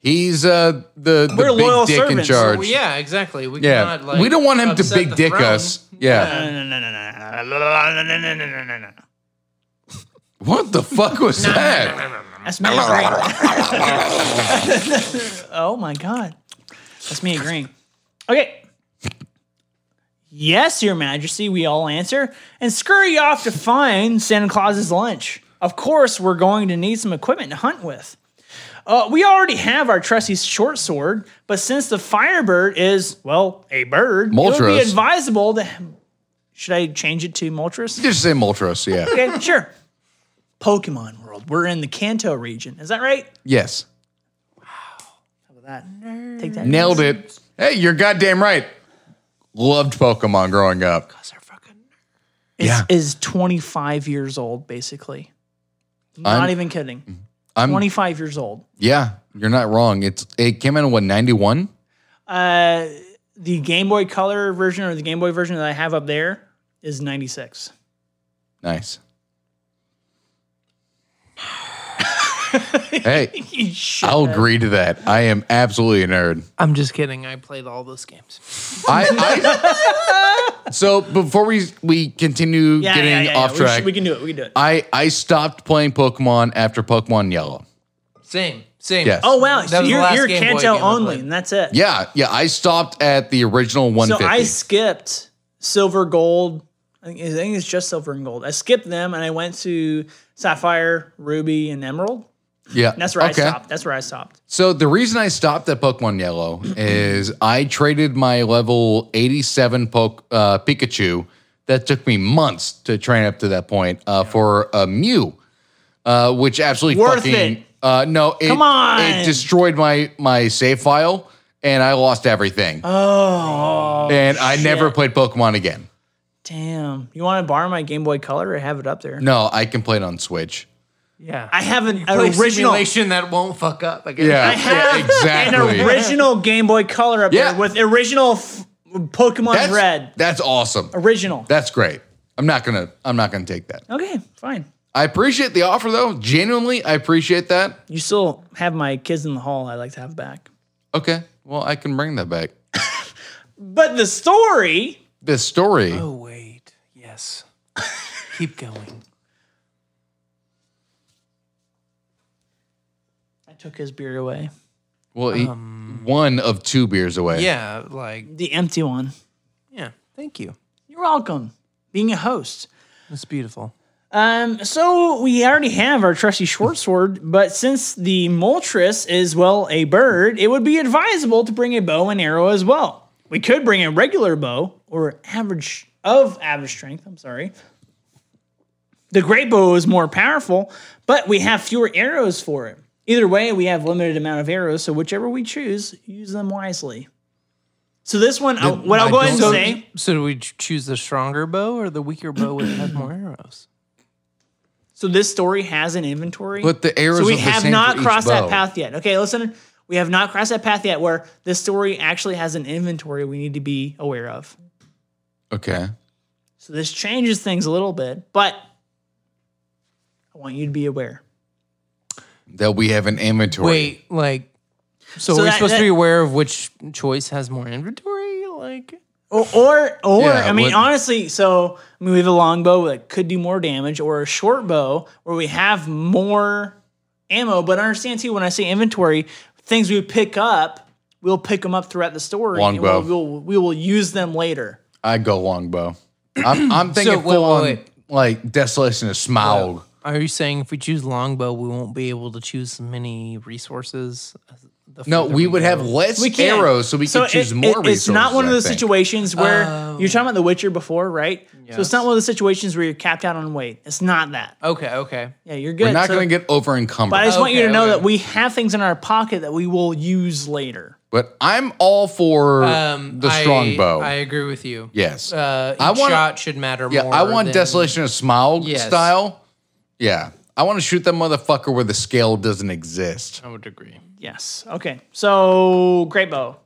S2: He's uh the, the
S1: uh, We're
S2: big
S1: loyal
S2: dick in
S1: servants, so
S2: charge.
S4: Well, yeah, exactly. We
S2: yeah.
S4: cannot, like,
S2: we don't want him to
S4: upset
S2: big
S4: the
S2: dick
S4: throne.
S2: us. Yeah.
S1: No, no, no, no, no, no, no, no, no, no, no, no.
S2: What the fuck was that?
S1: That's me agreeing. oh my god, that's me agreeing. Okay. Yes, Your Majesty, we all answer and scurry off to find Santa Claus's lunch. Of course, we're going to need some equipment to hunt with. Uh, we already have our trusty short sword, but since the Firebird is, well, a bird, it would be
S2: Moltres.
S1: advisable to. Should I change it to Moltres?
S2: Just say Moltres. Yeah.
S1: Okay, sure. Pokemon World. We're in the Kanto region. Is that right?
S2: yes.
S1: Look at that. Take that.
S2: Nailed it. Hey, you're goddamn right. Loved Pokemon growing up.
S1: Is,
S2: Yeah.
S1: is 25 years old, basically. Not
S2: I'm-
S1: even
S2: Mm-hmm.
S1: kidding.
S2: I'm
S1: 25 years old.
S2: yeah, you're not wrong. It's it came out in what 91?
S1: Uh, the Game Boy Color version or the Game Boy version that I have up there is 96.
S2: Nice. hey, I'll agree to that. I am absolutely a nerd.
S4: I'm just kidding. I played all those games.
S2: I, I So before we we continue
S1: Yeah,
S2: getting
S1: yeah, yeah, yeah.
S2: off
S1: We should-
S2: track, Uh,
S1: We, can do it. We can do it.
S2: I I stopped playing Pokemon after Pokemon Yellow.
S4: Same, same.
S2: Yes.
S1: oh, wow.
S4: That
S1: So
S4: was the
S1: you're,
S4: last
S1: you're
S4: Game Boy
S1: Kanto
S4: game I
S1: only,
S4: played.
S1: and that's it.
S2: Yeah, yeah, I stopped at the original
S1: So
S2: 150.
S1: I skipped silver, gold. I think- I think it's just silver and gold. I skipped them and I went to sapphire, ruby, and emerald.
S2: yeah.
S1: And that's where I stopped. That's where I stopped.
S2: So the reason I stopped at Pokemon Yellow is I traded my level 87 Poke, uh, Pikachu that took me months to train up to that point uh, for a Mew, uh, which absolutely
S1: Worth
S2: fucking
S1: it.
S2: Uh, no, it,
S1: Come on.
S2: it destroyed my my save file and I lost everything.
S1: Oh
S2: and I never played Pokemon again.
S1: damn! You want to borrow my Game Boy Color or have it up there?
S2: No, I can play it on Switch.
S4: yeah.
S1: I have an, an
S4: Play
S1: original.
S4: simulation that won't fuck up again.
S1: I have
S2: yeah, exactly.
S1: an original Game Boy Color up
S2: Yeah.
S1: there with original f- Pokemon
S2: that's,
S1: Red.
S2: That's awesome.
S1: Original.
S2: That's great. I'm not gonna. I'm not gonna take that.
S1: okay, fine.
S2: I appreciate the offer though. Genuinely, I appreciate that.
S1: You still have my Kids in the Hall. I like to have back.
S2: Okay. Well, I can bring that back.
S1: But the story
S2: This story.
S4: Oh wait, yes. Keep going.
S1: I took his beer away.
S2: well, he,
S1: um,
S2: one of two beers away.
S4: Yeah, like
S1: The empty one.
S4: yeah. Thank you.
S1: You're welcome. Being a host.
S4: It's beautiful.
S1: Um, so we already have our trusty short sword, but since the moltres is well a bird, it would be advisable to bring a bow and arrow as well. We could bring a regular bow or average of average strength. I'm sorry. The great bow is more powerful, but we have fewer arrows for it. Either way, we have limited amount of arrows, so whichever we choose, use them wisely. So this one, I, what I'll go ahead and
S4: So,
S1: say.
S4: so do we ch- choose the stronger bow or the weaker bow which has more arrows?
S1: So this story has an inventory.
S2: But the arrows
S1: So we
S2: are the
S1: have
S2: same
S1: not
S2: for each
S1: crossed that
S2: bow.
S1: path yet. Okay, listen. We have not crossed that path yet where this story actually has an inventory we need to be aware of.
S2: Okay.
S1: So this changes things a little bit, but I want you to be aware.
S2: That we have an inventory.
S4: Wait, like so,
S1: So
S4: we're
S1: that-
S4: supposed
S1: that-
S4: to be aware of which choice has more inventory? Like
S1: Or or, or
S2: Yeah,
S1: I mean
S2: what-
S1: honestly, so I mean we have a long bow that could do more damage or a short bow where we have more ammo, but understand too when I say inventory, things we pick up, we'll pick them up throughout the story
S2: Long
S1: and
S2: bow.
S1: We'll, we'll we will use them later.
S2: I go longbow. I'm, I'm thinking
S4: wait,
S2: full
S4: wait,
S2: on like desolation of Smaug.
S4: Are you saying if we choose longbow, we won't be able to choose as many resources? as the
S2: No,
S4: further
S2: we would
S4: go?
S2: have less
S1: we can.
S2: arrows, so we could choose
S1: it-
S2: more
S1: it- It's
S2: resources.
S1: not one of
S2: I
S1: those
S2: think.
S1: situations where you're talking about The Witcher before, right? So it's not one of those situations where you're capped out on weight. It's not that.
S4: Okay, okay.
S1: Yeah, you're good.
S2: We're not
S1: So-
S2: going to get over encumbered.
S1: But I just want you
S4: Okay,
S1: to know
S4: okay.
S1: that we have things in our pocket that we will use later.
S2: But I'm all for
S4: Um,
S2: the
S4: I-
S2: strong bow.
S4: I agree with you.
S2: yes.
S4: Uh, each
S2: I wanna-
S4: shot should matter
S2: yeah,
S4: more.
S2: I want
S4: than-
S2: Desolation of Smaug
S4: Yes.
S2: style. Yeah. I want to shoot that motherfucker where the scale doesn't exist.
S4: I would agree.
S1: Yes. Okay. So great bow.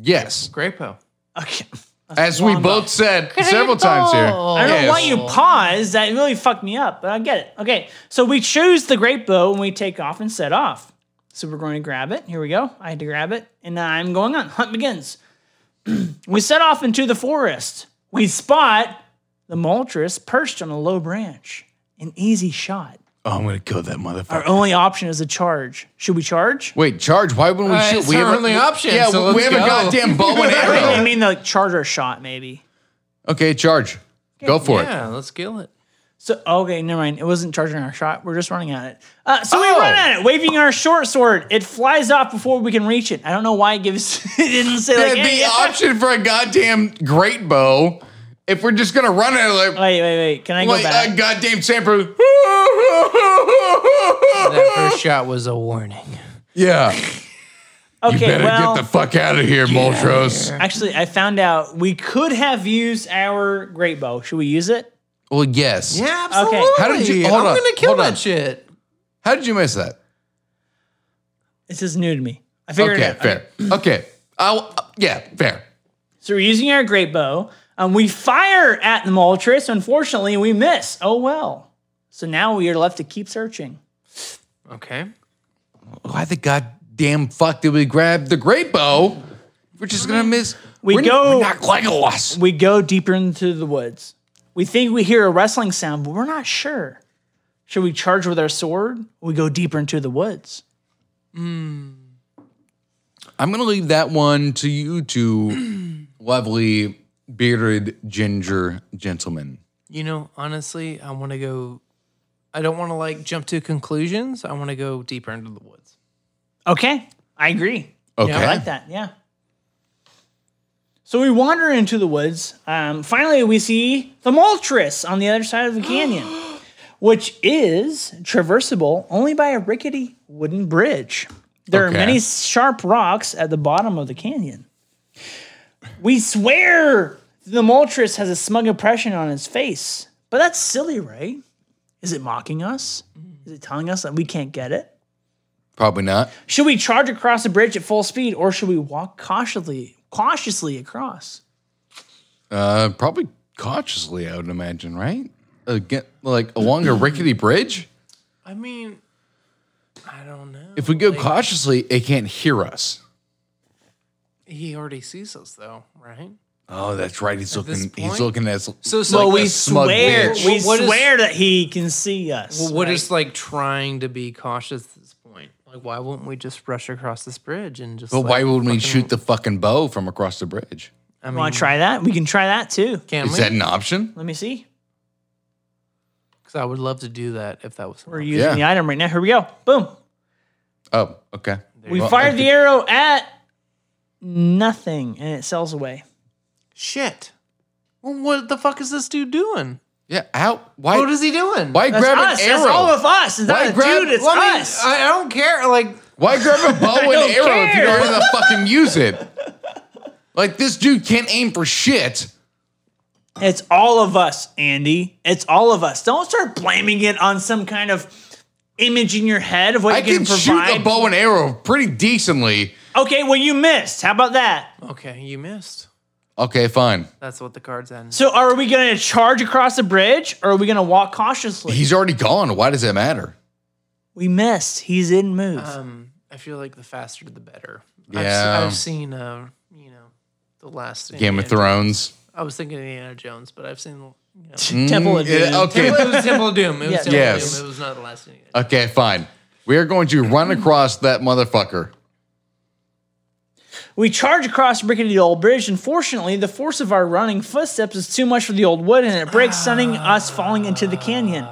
S2: Yes.
S4: Great bow.
S1: Okay.
S2: As we both said several times here.
S1: I don't know why
S2: Yes.
S1: you paused. That really fucked me up, but I get it. Okay. So we choose the great bow and we take off and set off. So we're going to grab it. Here we go. I had to grab it. And I'm going on. Hunt begins. we set off into the forest. We spot the moltres perched on a low branch. An easy shot.
S2: Oh, I'm going to kill that motherfucker.
S1: Our only option is a charge. Should we charge?
S2: Wait, charge? Why wouldn't we
S4: Uh,
S2: shoot?
S4: it's
S2: we
S4: our
S2: have a-
S4: only option,
S2: Yeah,
S4: so
S2: we- we have
S4: let's
S2: a
S4: go.
S2: goddamn bow and
S1: I mean, I
S2: arrow.
S1: mean, like charge our shot, maybe.
S2: okay, charge. Go for it.
S4: Yeah, let's kill it.
S1: So okay, never mind. It wasn't charging our shot. We're just running at it. Uh, so we
S2: Oh.
S1: run at it, waving our short sword. It flies off before we can reach it. I don't know why it gives. it didn't say like.
S2: the
S1: "Hey, yeah."
S2: option for a goddamn great bow, if we're just gonna run at it like,
S1: Wait, wait, wait. Can I go
S2: like
S1: back?
S2: a goddamn sample.
S4: That first shot was a warning.
S2: yeah. You
S1: okay,
S2: better
S1: well,
S2: get the fuck out of here, Moltros.
S1: actually, I found out we could have used our great bow. Should we use it?
S2: Well, yes.
S4: Yeah,
S1: Okay.
S4: absolutely.
S2: How did you- hold
S4: I'm
S2: on,
S4: gonna kill
S2: hold
S4: that
S2: on.
S4: shit.
S2: How did you miss that?
S1: This is new to me. I figured it
S2: Okay,
S1: out.
S2: fair. Okay. I'll, uh, yeah, fair.
S1: So we're using our great bow. Um, we fire at the Moltres. Unfortunately, we miss. Oh well. So now we are left to keep searching.
S4: Okay.
S2: Why the goddamn fuck did we grab the great bow? We're just gonna miss.
S1: We
S2: we're,
S1: go-
S2: We're not Legolas.
S1: We go deeper into the woods. We think we hear a rustling sound, but we're not sure. Should we charge with our sword? We go deeper into the woods.
S2: I'm gonna leave that one to you two lovely bearded ginger gentlemen.
S4: You know, honestly, I want to go. I don't want to like jump to conclusions. I want to go deeper into the woods.
S1: Okay, I agree.
S2: Okay.
S1: I like that. Yeah. So we wander into the woods. Um, finally, we see the Moltres on the other side of the canyon, which is traversable only by a rickety wooden bridge. There
S2: Okay.
S1: are many sharp rocks at the bottom of the canyon. We swear the Moltres has a smug impression on his face, but that's silly, right? Is it mocking us? Is it telling us that we can't get it?
S2: Probably not.
S1: Should we charge across the bridge at full speed or should we walk cautiously cautiously across?
S2: Uh, probably cautiously, I would imagine, Uh, right? Again, like along a rickety bridge.
S4: I mean, I don't know.
S2: If we go cautiously, it can't hear us.
S4: He already sees us though, right?
S2: Oh, that's right. He's
S4: this
S2: looking. He's
S4: point?
S2: looking at. us
S4: So, so
S1: But
S4: like,
S1: we
S4: the-
S2: smug
S1: swear,
S2: bitch.
S1: we
S4: What is-
S1: swear that he can see us.
S4: Well, what is like trying to be cautious at this point? Like, why wouldn't we just rush across this bridge and just?
S2: But
S4: like,
S2: why would we
S4: fucking-
S2: shoot the fucking bow from across the bridge?
S4: I mean,
S1: Want to try that? We can try that too.
S4: Can
S2: Is
S4: we?
S2: that an option?
S1: Let me see.
S4: Because I would love to do that if that was.
S1: We're using
S2: Yeah.
S1: the item right now. Here we go. Boom.
S2: Oh, okay.
S1: We
S2: Well,
S1: fired
S2: I
S1: the arrow at nothing, and it sails away.
S4: Shit. Well, what the fuck is this dude doing?
S2: Yeah. How? Why?
S4: What is he doing?
S2: why
S1: Oh, That's
S2: grab
S1: us.
S2: an arrow?
S1: That's all of us. It's
S2: Why
S1: not a
S2: grab-
S1: dude. It's
S4: Well, I mean,
S1: us.
S4: I, I don't care. Like,
S2: Why grab a bow and
S1: don't
S2: arrow if you
S1: care.
S2: don't know how to fucking use it? Like this dude can't aim for shit.
S1: It's all of us, Andy. It's all of us. Don't start blaming it on some kind of image in your head of what
S2: I
S1: you can,
S2: can
S1: provide.
S2: shoot a bow and arrow pretty decently.
S1: Okay, well you missed. How about that?
S4: okay, you missed.
S2: Okay, fine.
S4: That's what the cards end.
S1: So are we going to charge across the bridge or are we going to walk cautiously?
S2: He's already gone. Why does that matter?
S1: we missed. He's in move.
S4: Um, I feel like the faster the better.
S2: Yeah.
S4: I've, I've seen, uh, you know, the last
S2: Game of
S4: Indiana-
S2: Thrones.
S4: I was thinking Indiana Jones, but I've seen. You know,
S1: Temple of Doom.
S2: Mm, Yeah, okay.
S4: it was Temple of Doom. It was Temple
S2: Yes.
S4: of Doom. It was not the last Indiana.
S2: Okay, fine. We are going to run across that motherfucker.
S1: We charge across rickety old bridge, and fortunately, the force of our running footsteps is too much for the old wood, and it breaks, sending us falling into the canyon.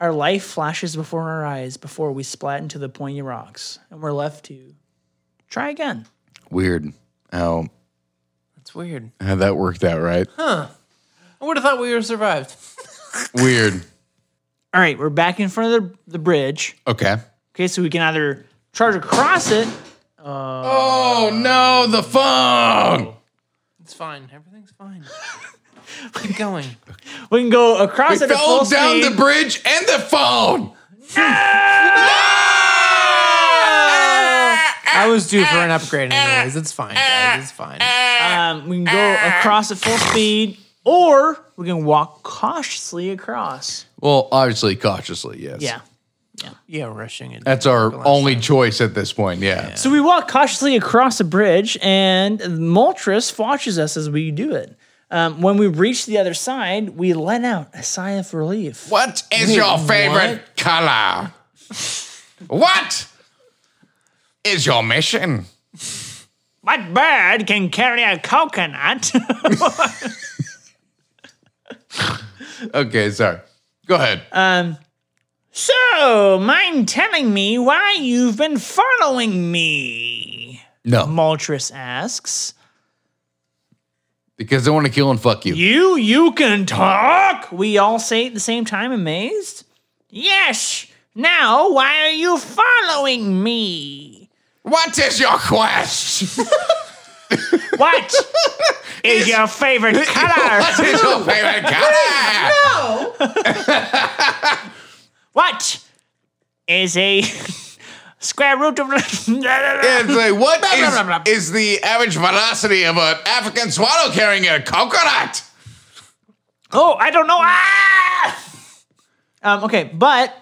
S1: Our life flashes before our eyes before we splat into the pointy rocks, and we're left to try again.
S2: Weird how
S4: It's weird.
S2: how that worked out, right?
S4: I would have thought we would have survived.
S2: Weird.
S1: All right, we're back in front of the, the bridge.
S2: Okay.
S1: Okay, so we can either charge across it.
S2: Oh no, the phone.
S4: It's fine. Everything's fine. Keep going.
S1: We can go across
S2: It
S1: it at full
S2: fell down
S1: speed.
S2: the bridge and the phone.
S4: I was due for an upgrade, anyways. It's fine, guys. It's fine.
S1: um, we can
S2: Ah.
S1: go across at full speed, or we can walk cautiously across.
S2: Well, obviously cautiously, yes.
S1: Yeah.
S4: Yeah, rushing it.
S2: That's our only choice at this point, yeah.
S1: So we walk cautiously across a bridge, and Moltres watches us as we do it. Um, when we reach the other side, we let out a sigh of relief.
S2: What is your favorite color? what is your mission?
S1: What bird can carry a coconut?
S2: Okay, sorry. Go ahead.
S1: so, mind telling me why you've been following me?
S2: no,
S1: Moltres asks.
S2: because I want to kill and fuck you.
S1: You, you can talk? We all say at the same time, amazed. Yes. Now, why are you following me?
S2: What is your quest?
S1: What is your favorite color?
S2: what is your favorite color?
S1: What is a square root of?
S2: It's like, what is, is the average velocity of an African swallow carrying a coconut?
S1: oh, I don't know. Ah! Um, okay, but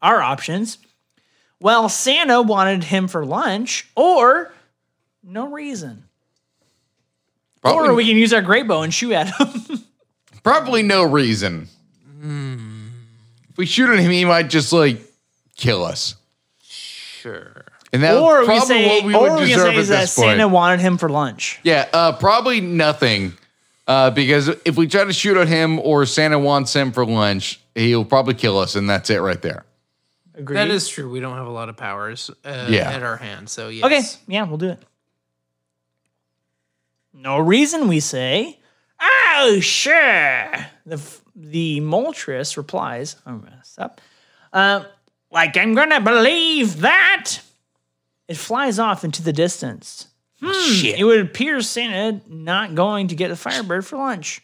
S1: our options. Well, Santa wanted him for lunch, or no reason.
S2: Probably,
S1: Or we can use our great bow and shoot at him.
S2: probably no reason.
S1: Hmm.
S2: If we shoot at him, he might just like kill us.
S4: Sure.
S2: And that's
S1: or
S2: probably
S1: we say,
S2: what we
S1: or
S2: would
S1: we can
S2: deserve
S1: say
S2: at
S1: is that
S2: this point.
S1: Santa wanted him for lunch.
S2: yeah, uh, probably nothing. Uh, because if we try to shoot at him or Santa wants him for lunch, he'll probably kill us, and that's it right there.
S1: Agreed.
S4: That is true. We don't have a lot of powers uh,
S2: Yeah.
S4: at our hand, so yes.
S1: Okay, yeah, we'll do it. No reason, we say. Oh, sure. The f- the Moltres replies. I'm gonna mess up. Uh, like I'm gonna believe that. It flies off into the distance. Hmm, It would appear Santa not going to get the Firebird for lunch.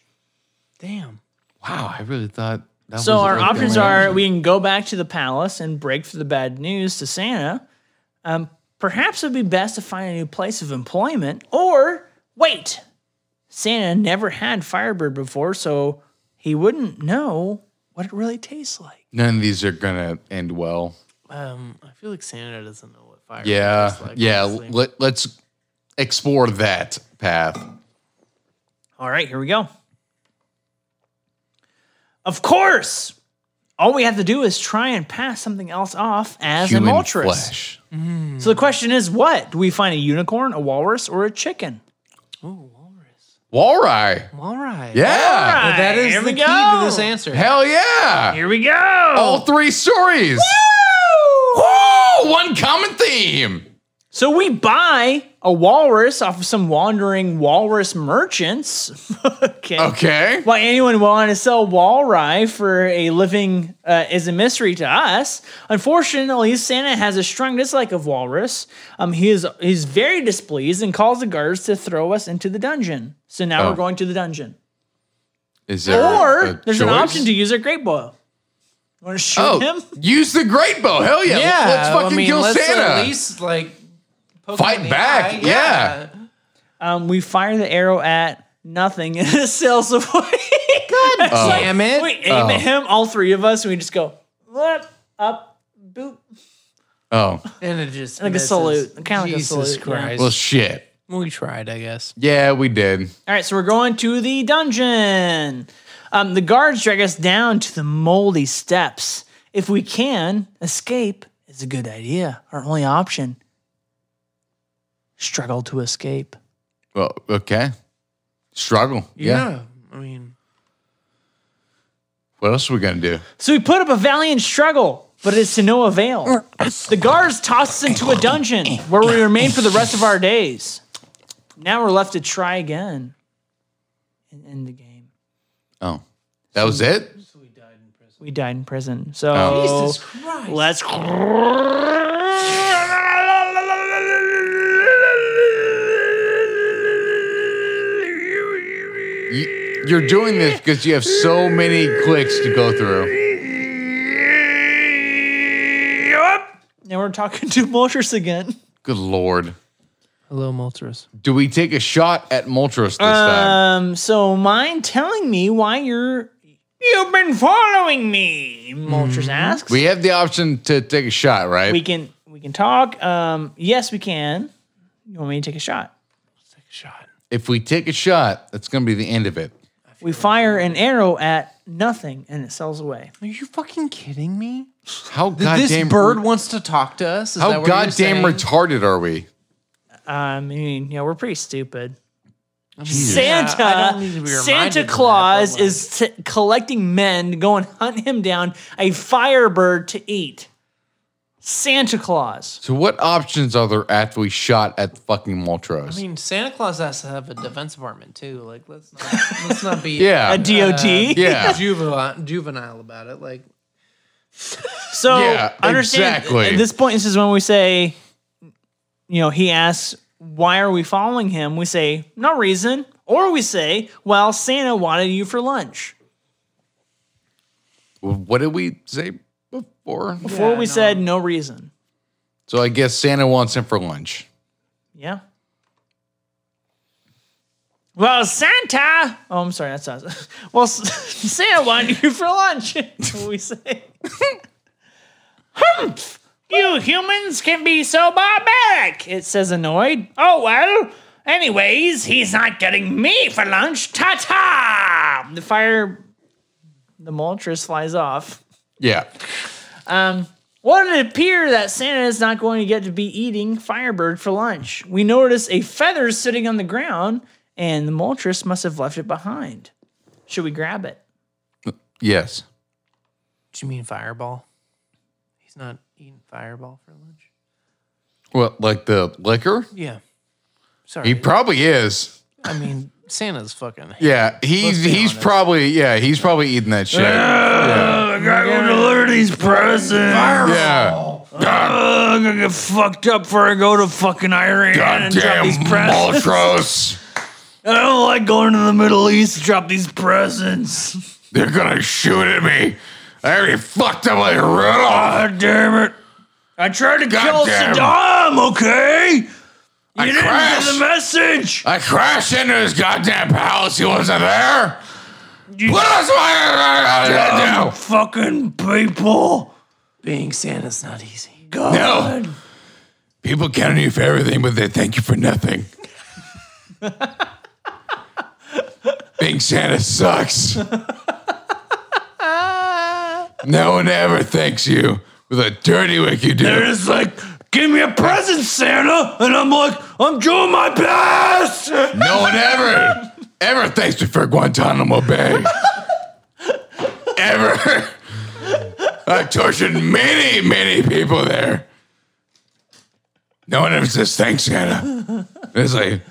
S4: Damn.
S2: Wow, I really thought that
S1: So
S2: was
S1: our
S2: like the
S1: options
S2: only
S1: are
S2: option.
S1: we can go back to the palace and break for the bad news to Santa. Um, perhaps it would be best to find a new place of employment, or wait. Santa never had Firebird before, so he wouldn't know what it really tastes like.
S2: None of these are gonna end well.
S4: Um, I feel like Santa doesn't know what fire.
S2: Yeah,
S4: tastes like,
S2: yeah.
S4: honestly.
S2: Let, let's explore that path.
S1: All right, here we go. Of course, all we have to do is try and pass something else off as an
S2: Human
S1: Moltres.
S2: flesh.
S1: So the question is, what do we find? A unicorn, a walrus, or a chicken?
S2: Walry.
S4: All right.
S2: Yeah.
S1: All right,
S4: That is
S1: here
S4: the
S1: we
S4: key
S1: go.
S4: to this answer.
S2: Hell yeah.
S1: Here we go.
S2: All three stories. Woo! One common theme.
S1: So we buy a walrus off of some wandering walrus merchants. okay.
S2: Okay.
S1: Why anyone would want to sell walrye for a living uh, is a mystery to us. Unfortunately, Santa has a strong dislike of walrus. Um, he is he's very displeased and calls the guards to throw us into the dungeon. So now
S2: Oh.
S1: we're going to the dungeon.
S2: Is there
S4: Uh,
S1: Or
S2: a
S1: there's an
S2: choice?
S1: option to use our great bow. Want to shoot
S2: Oh,
S1: him?
S2: use the great bow. Hell yeah.
S4: Yeah,
S2: Let's
S4: I
S2: fucking
S4: mean,
S2: kill
S4: let's uh,
S2: Santa.
S4: At least like poke
S2: Fight
S4: him in the
S2: back,
S4: eye.
S2: yeah.
S1: Um, we fire the arrow at nothing and it sails away. God
S4: Damn it!
S1: We aim
S2: Oh.
S1: at him, all three of us, and we just go up, up, boop,
S2: oh,
S4: And it just
S1: like a
S4: misses.
S1: salute, kind of like a
S4: Jesus
S1: salute. yeah.
S4: Christ!
S2: well, shit.
S4: we tried, I guess.
S2: Yeah, we did.
S1: All right, so we're going to the dungeon. Um, the guards drag us down to the moldy steps. If we can, escape is a good idea. Our only option struggle to escape.
S2: Well, okay. Struggle. Yeah.
S4: I mean,
S2: What else are we going to do?
S1: So we put up a valiant struggle, but it's to no avail. The guards toss us into a dungeon where we remain for the rest of our days. Now we're left to try again and end the game.
S2: Oh, that was it?
S1: We died in prison. So
S2: Oh.
S4: Jesus Christ!
S1: let's.
S2: You- You're doing this because you have so many clicks to go through.
S1: Now we're talking to Moltres again.
S2: Good lord.
S4: Hello, Moltres.
S2: Do we take a shot at Moltres this time?
S4: Uh,
S1: Um, so mind telling me why you're. You've been following me, Moltres asks.
S2: Mm-hmm. We have the option to take a shot, right?
S1: we can we can talk. Um, yes, we can. You want me to take a shot?
S4: Take a shot.
S2: if we take a shot, that's going to be the end of it.
S1: We fire an arrow at nothing and it sails away.
S4: Are you fucking kidding me?
S2: How
S4: Th- this
S2: goddamn
S4: bird wants to talk to us. Is that
S2: How
S4: what you're
S2: Oh, goddamn
S4: saying?
S2: retarded are we?
S1: I mean, you know, we're pretty stupid.
S4: Yeah, I
S1: Santa,
S4: don't need to be reminded
S1: Santa
S4: of that,
S1: Claus
S4: but, like-
S1: is t- collecting men to go and hunt him down a firebird to eat. Santa Claus.
S2: So what options are there after we shot at the fucking Moltres?
S4: I mean, Santa Claus has to have a defense department too. Like, let's not let's not be
S1: A
S2: yeah.
S1: DOT.
S2: yeah.
S4: juvenile juvenile about it. Like,
S1: So
S2: Yeah,
S1: understand
S2: exactly.
S1: at this point, this is when we say, you know, he asks, why are we following him? We say, no reason. Or we say, well, Santa wanted you for lunch.
S2: what did we say before?
S1: Or we said, no reason.
S2: So I guess Santa wants him for lunch.
S1: Yeah. Well, Santa. Oh, I'm sorry. That's us. Well, S- Santa wanted you for lunch. we say. Humph! You humans can be so barbaric. It says annoyed. Oh well. Anyways, he's not getting me for lunch. Ta ta! The fire, the Moltres flies off.
S2: Yeah.
S1: Well, Um, it appears that Santa is not going to get to be eating Firebird for lunch. We notice a feather sitting on the ground, and the Moltres must have left it behind. Should we grab it?
S2: Yes.
S4: do you mean Fireball? He's not eating Fireball for lunch.
S2: Well, like the liquor?
S4: Yeah. Sorry.
S2: He probably is.
S4: I mean, Santa's fucking.
S2: Yeah, he's
S4: be
S2: he's
S4: honest.
S2: probably yeah he's probably eating that shit.
S6: I gotta go deliver these presents.
S2: yeah,
S6: Ugh, I'm gonna get fucked up before I go to fucking Iran and drop
S2: goddamn
S6: these presents.
S2: Moltres,
S6: I don't like going to the Middle East to drop these presents.
S2: they're gonna shoot at me. I already fucked up my riddle.
S6: God damn it. I tried to kill
S2: damn.
S6: Saddam, okay? You
S2: I
S6: didn't get
S2: crashed.
S6: the message.
S2: I crashed into his goddamn palace. He wasn't there.
S6: You
S2: What else am I gonna do?
S6: fucking people.
S4: Being Santa's not easy.
S2: No. People count on you for everything, but they thank you for nothing. Being Santa sucks. no one ever thanks you with a dirty work you do.
S6: It's like, give me a present, Santa. And I'm like, I'm doing my best.
S2: No one ever, ever thanks me for Guantanamo Bay. ever. I tortured many, many people there. No one ever says thanks, Santa. It's like,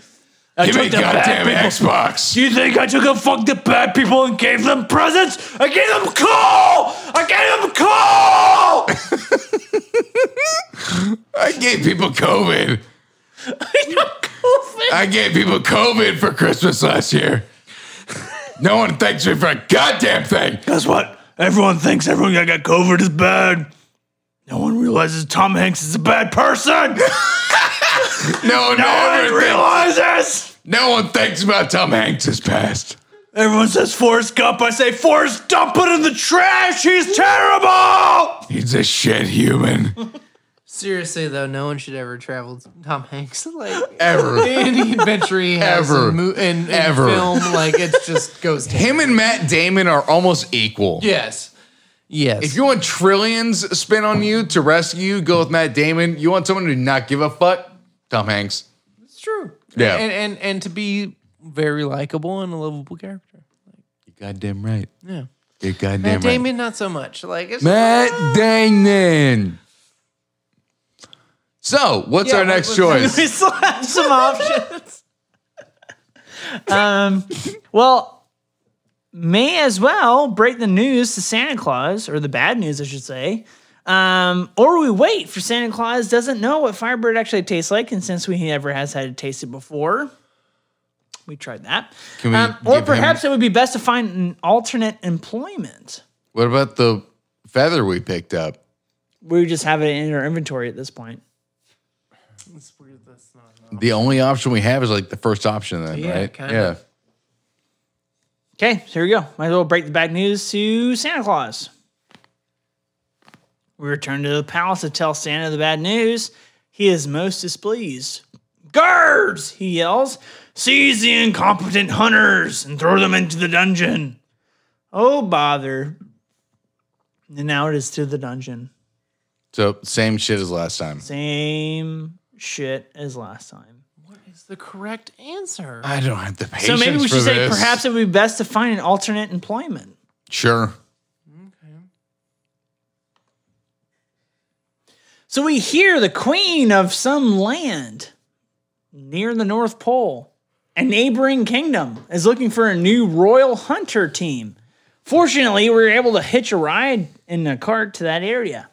S2: give me
S6: took the bad
S2: goddamn
S6: people.
S2: Xbox.
S6: Do you think I took a fuck the bad people and gave them presents? I gave them coal. I gave them coal.
S2: I gave people COVID. I gave people COVID for Christmas last year. No one thanks me for a goddamn thing.
S6: Guess what? Everyone thinks everyone that got COVID is bad. No one realizes Tom Hanks is a bad person.
S2: No one
S6: No
S2: ever
S6: one realizes.
S2: No one thinks about Tom Hanks' past.
S6: Everyone says Forrest Gump. I say Forrest Gump. Put it in the trash. He's terrible.
S2: He's a shit human.
S4: Seriously though, no one should ever travel to Tom Hanks. Like
S2: Ever.
S4: any adventure he has
S2: Ever.
S4: in, mo- in, in
S2: Ever.
S4: film, like it just goes. to
S2: Him and Matt Damon are almost equal.
S4: yes, yes.
S2: If you want trillions spent on you to rescue you, go with Matt Damon. You want someone to not give a fuck? Tom Hanks.
S4: it's true.
S2: Yeah.
S4: and and, and to be very likable and a lovable character.
S2: You're goddamn right.
S4: Yeah.
S2: You're goddamn
S4: Matt Damon, not so much. Like it's
S2: Matt Damon. So, what's our next choice?
S1: we still have some options. Um, well, may as well break the news to Santa Claus, or the bad news, I should say. Um, or we wait for Santa Claus doesn't know what Firebird actually tastes like, and since we never has had to taste it before, we tried that.
S2: Can we
S1: Um, or
S2: give him-
S1: perhaps it would be best to find an alternate employment.
S2: What about the feather we picked up?
S1: We just have it in our inventory at this point.
S2: The only option we have is like the first option, then,
S4: Yeah,
S2: right?
S4: kinda.
S2: Yeah.
S1: Okay, so here we go. Might as well break the bad news to Santa Claus. We return to the palace to tell Santa the bad news. He is most displeased. Guards, he yells.
S6: Seize the incompetent hunters and throw them into the dungeon.
S1: Oh, bother. And now it is to the dungeon.
S2: So same shit as last time.
S1: Same shit as last time.
S4: It's the correct answer.
S2: I don't have the patience.
S1: So maybe we
S2: for
S1: should say
S2: this.
S1: perhaps it would be best to find an alternate employment. Um,
S2: Sure.
S1: So we hear the queen of some land near the North Pole, a neighboring kingdom, is looking for a new royal hunter team. Fortunately, we were able to hitch a ride in a cart to that area.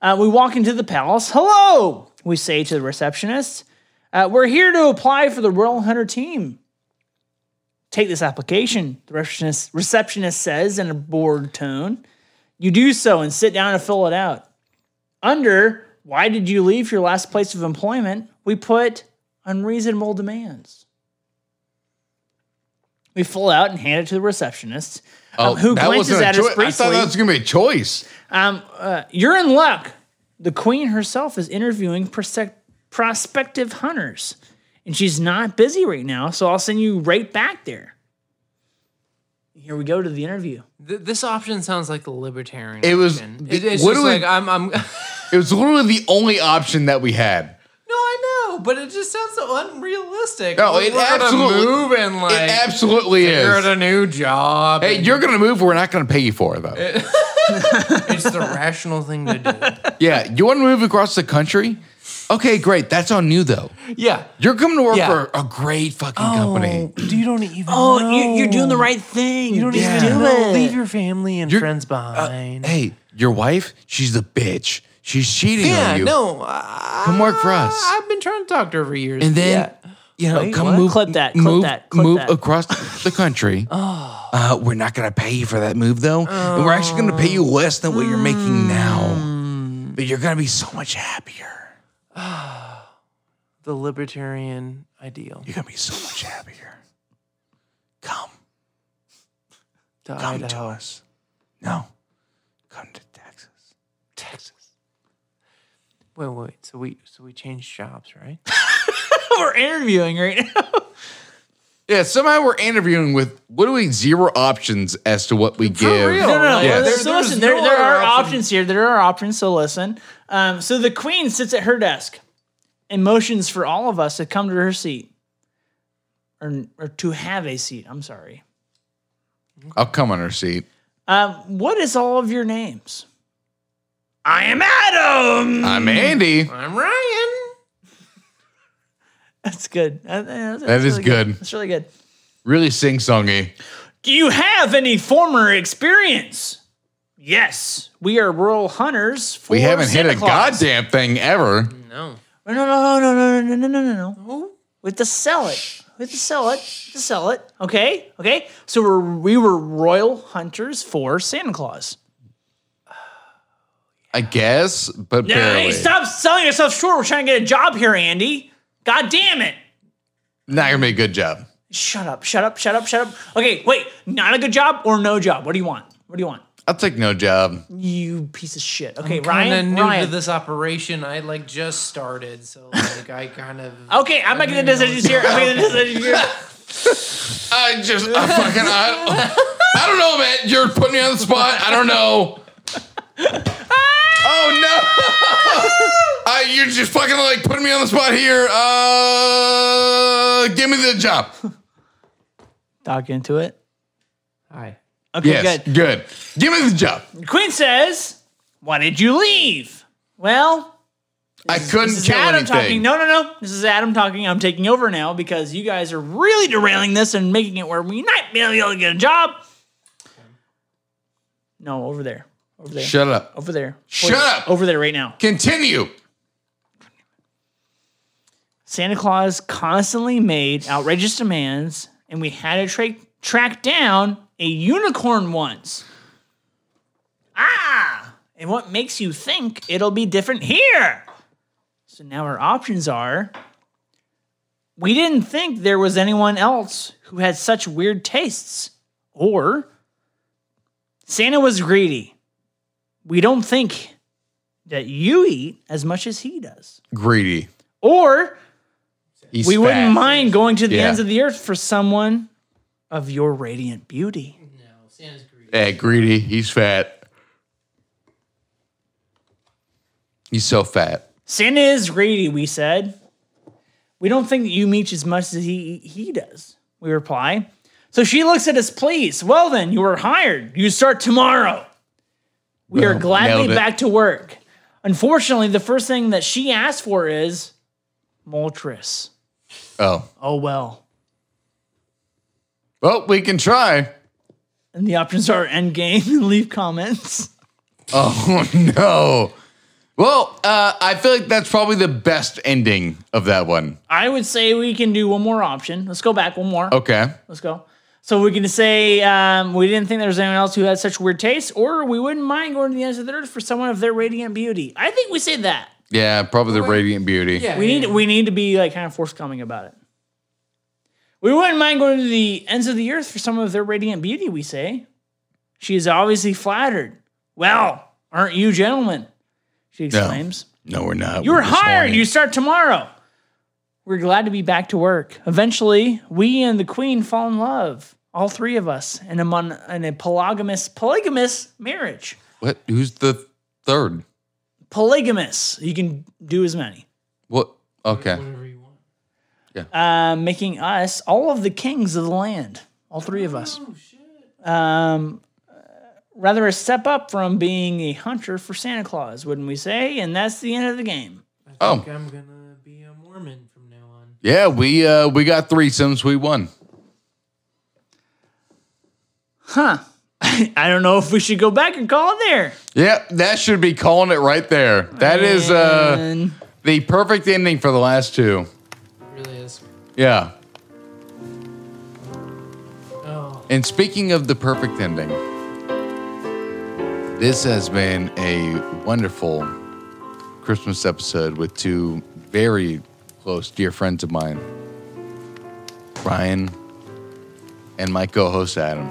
S1: Uh, we walk into the palace. Hello, we say to the receptionist. Uh, we're here to apply for the royal hunter team. Take this application, the receptionist, receptionist says in a bored tone. You do so and sit down and fill it out under why did you leave your last place of employment we put unreasonable demands we fill out and hand it to the receptionist um, who
S2: Oh, that
S1: glances
S2: wasn't a
S1: at us
S2: choi- I
S1: briefly
S2: thought that was gonna be a choice.
S1: um, uh, you're in luck the queen herself is interviewing prospect- prospective hunters and she's not busy right now so i'll send you right back there here we go to the interview
S4: Th- this option sounds like the libertarian.
S2: It was-
S4: option.
S2: the-
S4: It- it's
S2: what
S4: just
S2: do we-
S4: like I'm. I'm no,
S2: It was literally the only option that we had.
S4: I know, but it just sounds so unrealistic.
S2: No,
S4: Like,
S2: it
S4: we're gonna
S2: absolutely-
S4: move and like
S2: it absolutely
S4: you're
S2: is.
S4: at a new job.
S2: hey, you're gonna move. We're not gonna pay you for it though.
S4: It's the rational thing to do.
S2: yeah, you want to move across the country? Okay, great. That's on you though.
S4: Yeah.
S2: You're coming to work
S4: Yeah.
S2: for a great fucking company.
S4: Do you don't even?
S1: oh you, you're doing the right thing you don't
S2: even
S1: do
S4: know.
S1: it
S4: Leave your family and
S2: You're- uh,
S4: friends behind.
S2: Hey, your wife? She's a bitch. She's cheating
S4: yeah,
S2: on you.
S4: no. I,
S2: Come work for us.
S4: I've been trying to talk to her for years.
S2: and then you know
S4: Wait,
S2: come
S4: what?
S2: move
S1: Clip that, clip
S2: move
S1: that, clip
S2: move
S1: that. Oh.
S2: across the country uh, we're not going to pay you for that move though and we're actually going to pay you less than what you're making now
S1: Mm.
S2: but you're going to be so much happier
S4: the libertarian ideal
S2: you're going to be so much happier come
S4: to
S2: come to
S4: Idaho.
S2: us no come to texas
S4: Texas. Wait, wait. So we so we changed jobs, right?
S1: We're interviewing right now.
S2: Yeah, somehow we're interviewing with literally zero options as to what we give.
S1: No, no, no.
S2: Yeah.
S1: There-
S2: There-
S1: so listen, there, there are options here. There are options. So listen. Um, so the queen sits at her desk and motions for all of us to come to her seat or, or to have a seat. I'm sorry.
S2: I'll Oh, come on her seat.
S1: Um, what is all of your names?
S6: I am Adam.
S2: I'm Andy.
S4: I'm Ryan.
S1: That's good. Uh, That's,
S2: That is
S1: really
S2: good.
S1: That's really good.
S2: Really sing songy.
S1: Do you have any former experience? Yes, we are rural hunters. For
S2: We haven't
S1: Santa
S2: hit a
S1: Claus.
S2: goddamn thing ever.
S4: No.
S1: No, no, no, no, no, no, no, no, no, no. We have to sell it. We have to sell it. To sell it. Okay, okay. So we're we were royal hunters for Santa Claus.
S2: I guess, but
S1: Hey,
S2: barely.
S1: stop selling yourself short. We're trying to get a job here, Andy. God damn it.
S2: Not gonna be a good job.
S1: Shut up, shut up, shut up, shut up. Okay, wait, not a good job or no job? What do you want? What do you want?
S2: I'll take no job.
S1: You piece of shit. Okay,
S4: Kind of
S1: Ryan.
S4: new
S1: Ryan.
S4: to this operation. I like just started, so like I kind of.
S1: Okay, I'm making the decisions here. I'm making the decisions here.
S2: I just, I fucking, I, I don't know, man. You're putting me on the spot. I don't know. Oh no! I, you're just fucking like putting me on the spot here. Uh, give me the job.
S1: Talk into it.
S4: Hi.
S1: Okay,
S2: Yes,
S1: good.
S2: good. Give me the job.
S1: Quinn says, Why did you leave? Well,
S2: I couldn't
S1: this is
S2: kill
S1: Adam
S2: anything.
S1: talking. No, no, no. This is Adam talking. I'm taking over now because you guys are really derailing this and making it where we might be able to get a job. No, over there. Over there.
S2: Shut up.
S1: over there.
S2: Shut up.
S1: Over there right now.
S2: Continue.
S1: Santa Claus constantly made outrageous demands, and we had to tra- track down a unicorn once. Ah! And what makes you think it'll be different here? So now our options are we didn't think there was anyone else who had such weird tastes, or Santa was greedy. We don't think that you eat as much as he does.
S2: Greedy.
S1: Or
S2: He's
S1: we
S2: fat.
S1: wouldn't mind going to the
S2: Yeah.
S1: ends of the earth for someone of your radiant beauty.
S2: Yeah, greedy. He's fat. He's so fat.
S1: Sin is greedy, we said. We don't think that you meet as much as he he does, we reply. So she looks at us, pleased. Well then, you are hired. You start tomorrow. We are
S2: Well,
S1: gladly
S2: nailed it.
S1: back to work. Unfortunately, the first thing that she asks for is Moltres.
S2: Oh.
S1: Oh well.
S2: Well, we can try.
S1: And the options are end game and leave comments.
S2: Oh no. Well, uh, I feel like that's probably the best ending of that one.
S1: I would say we can do one more option. Let's go back one more.
S2: Okay.
S1: Let's go. So we can say um, we didn't think there was anyone else who had such weird tastes, or we wouldn't mind going to the ends of the earth for someone of their radiant beauty. I think we say that.
S2: Yeah, probably the radiant beauty.
S4: Yeah.
S1: We need we need to be like kind of forthcoming about it. We wouldn't mind going to the ends of the earth for some of their radiant beauty, we say. She is obviously flattered. Well, aren't you gentlemen? She exclaims.
S2: No, we're not.
S1: You were
S2: We're just
S1: hired.
S2: horny.
S1: You start tomorrow. We're glad to be back to work. Eventually, we and the queen fall in love, all three of us, in a, mon- in a polygamous polygamous marriage.
S2: What? Who's the third?
S1: Polygamous. You can do as many.
S2: What? Okay.
S1: Uh, making us all of the kings of the land, all three of us. Um, uh, rather a step up from being a hunter for Santa Claus, wouldn't we say? And that's the end of the game.
S4: I
S2: Oh,
S4: think I'm gonna be a Mormon from now on.
S2: yeah. We uh, we got threesomes. We won.
S1: Huh. I don't know if we should go back and call it there.
S2: Yeah, that should be calling it right there. That is uh,
S1: And-
S2: the perfect ending for the last two.
S4: It really is.
S2: Yeah.
S4: Oh,
S2: And speaking of the perfect ending, this has been a wonderful Christmas episode with two very close, dear friends of mine, Ryan and my co host, Adam.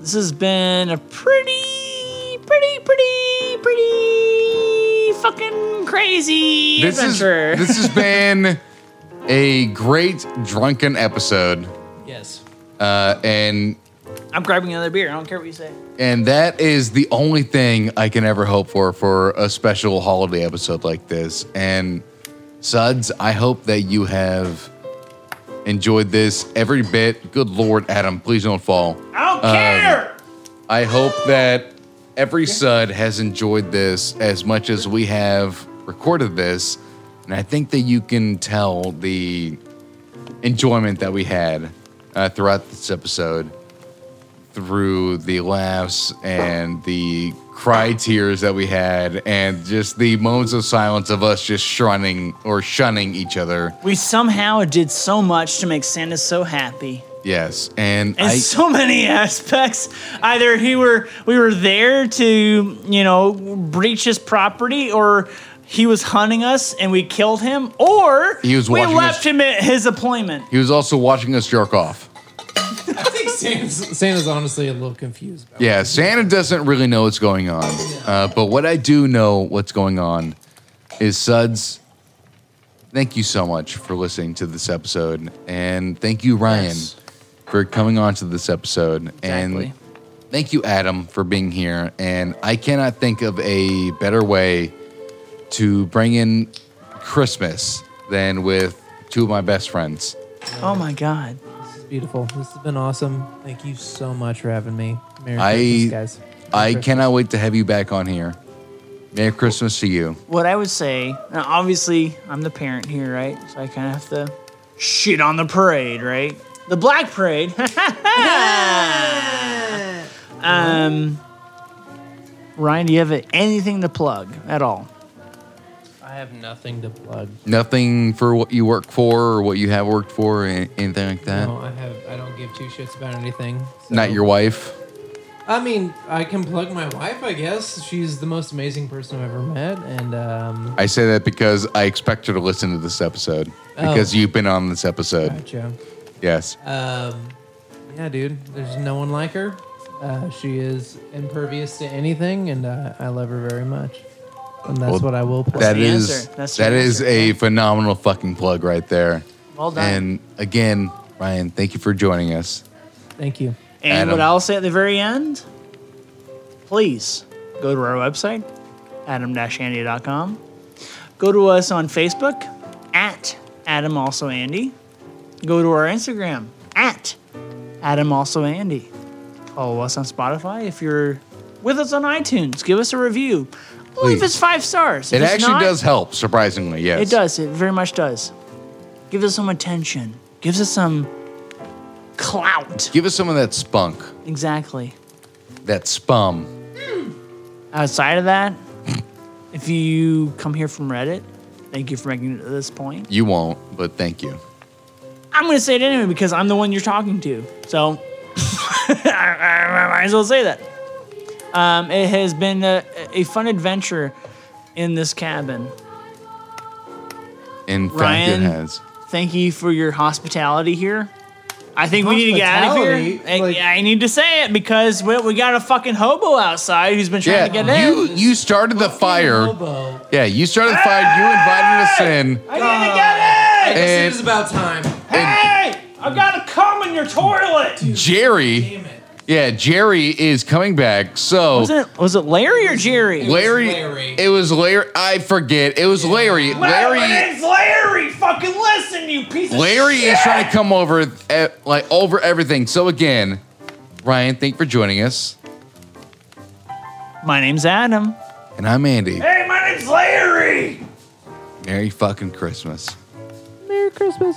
S1: This has been a pretty, pretty, pretty, pretty crazy
S2: This is
S1: adventure.
S2: this has been a great drunken episode,
S4: Yes.
S2: uh, and
S1: I'm grabbing another beer. I don't care what you say.
S2: and that is the only thing I can ever hope for for a special holiday episode like this. And Suds, I hope that you have enjoyed this every bit. Good Lord, Adam, please don't fall.
S1: I don't
S2: Um,
S1: care.
S2: I hope that every sud has enjoyed this as much as we have recorded this. And I think that you can tell the enjoyment that we had uh, throughout this episode through the laughs and the cry tears that we had and just the moments of silence of us just shunning or shunning each other.
S1: We somehow did so much to make Santa so happy.
S2: Yes. And,
S1: in
S2: I,
S1: so many aspects. Either he were we were there to you know breach his property, or he was hunting us and we killed him, or
S2: He was
S1: we
S2: watching
S1: left
S2: us-
S1: him at his appointment.
S2: he was also watching us jerk off.
S4: I think Santa's, Santa's honestly a little confused. About
S2: Yeah, Santa doesn't really know what's going on. Uh, but what I do know what's going on is Suds. Thank you so much for listening to this episode, and thank you Ryan
S1: Yes.
S2: for coming on to this episode,
S1: Exactly.
S2: and thank you Adam for being here. And I cannot think of a better way to bring in Christmas than with two of my best friends.
S1: Oh my God!
S4: This is beautiful. This has been awesome. Thank you so much for having me. Merry
S2: I
S4: Christmas, guys.
S2: I
S4: Merry Christmas.
S2: cannot wait to have you back on here. Merry Christmas to you.
S1: What I would say, now obviously I'm the parent here, right? So I kind of have to shit on the parade, right? The Black Parade. um, Ryan, do you have anything to plug at all?
S4: I have nothing to plug.
S2: nothing for what you work for or what you have worked for, an- anything like that.
S4: No, I have. I don't give two shits about anything. so-
S2: Not your wife.
S4: I mean, I can plug my wife. I guess she's the most amazing person I've ever met, and um,
S2: I say that because I expect her to listen to this episode because
S4: Oh.
S2: you've been on this episode.
S4: gotcha.
S2: Yes.
S1: Uh,
S4: Um, yeah, dude. There's no one like her. Uh, she is impervious to anything, and uh, I love her very much. And that's
S2: Well,
S4: what I will plug.
S2: That
S1: the
S2: is
S1: answer. That's the
S2: that is
S1: answer.
S2: a phenomenal fucking plug right there.
S1: Well done.
S2: And again, Ryan, thank you for joining us.
S4: Thank you.
S1: And
S2: Adam.
S1: what I'll say at the very end, please go to our website, adam-andy.com. Go to us on Facebook, at Adam Also Andy. Go to our Instagram, at Adam Also Andy. Follow us on Spotify. If you're with us on iTunes, give us a review. Leave
S2: Please.
S1: us five stars. If
S2: it
S1: it's
S2: actually
S1: not,
S2: does help, surprisingly. Yes.
S1: It does. It very much does. Gives us some attention. Gives us some clout.
S2: Give us some of that spunk,
S1: Exactly.
S2: that spum.
S1: Outside of that, if you come here from Reddit, thank you for making it to this point.
S2: You won't, but thank you.
S1: I'm going to say it anyway because I'm the one you're talking to. So I, I might as well say that. Um, it has been a, a fun adventure in this cabin.
S2: In fact,
S1: Ryan,
S2: it has.
S1: Thank you for your hospitality here. I think we need to get out of here. I,
S4: Hospitality? Like-
S1: I need to say it because we, we got a fucking hobo outside who's been trying to get in.
S2: you you started the fire.
S4: Hobo.
S2: Yeah, you started the fire. You invited us in.
S1: I need to get in!
S4: I guess
S2: And-
S4: it is about time.
S1: Hey! I gotta come in your toilet!
S2: Jerry,
S4: Damn it.
S2: yeah, Jerry is coming back. So
S1: Was it was it Larry or Jerry?
S2: Larry,
S4: Larry.
S2: it was Larry. I forget. It was Larry. Larry,
S1: Larry! Fucking listen, you piece
S2: Larry is trying to come over, eh, like over everything. So again, Ryan, thank you for joining us,
S1: My name's Adam.
S2: and I'm Andy.
S1: Hey, my name's Larry!
S2: Merry fucking Christmas.
S4: Merry Christmas.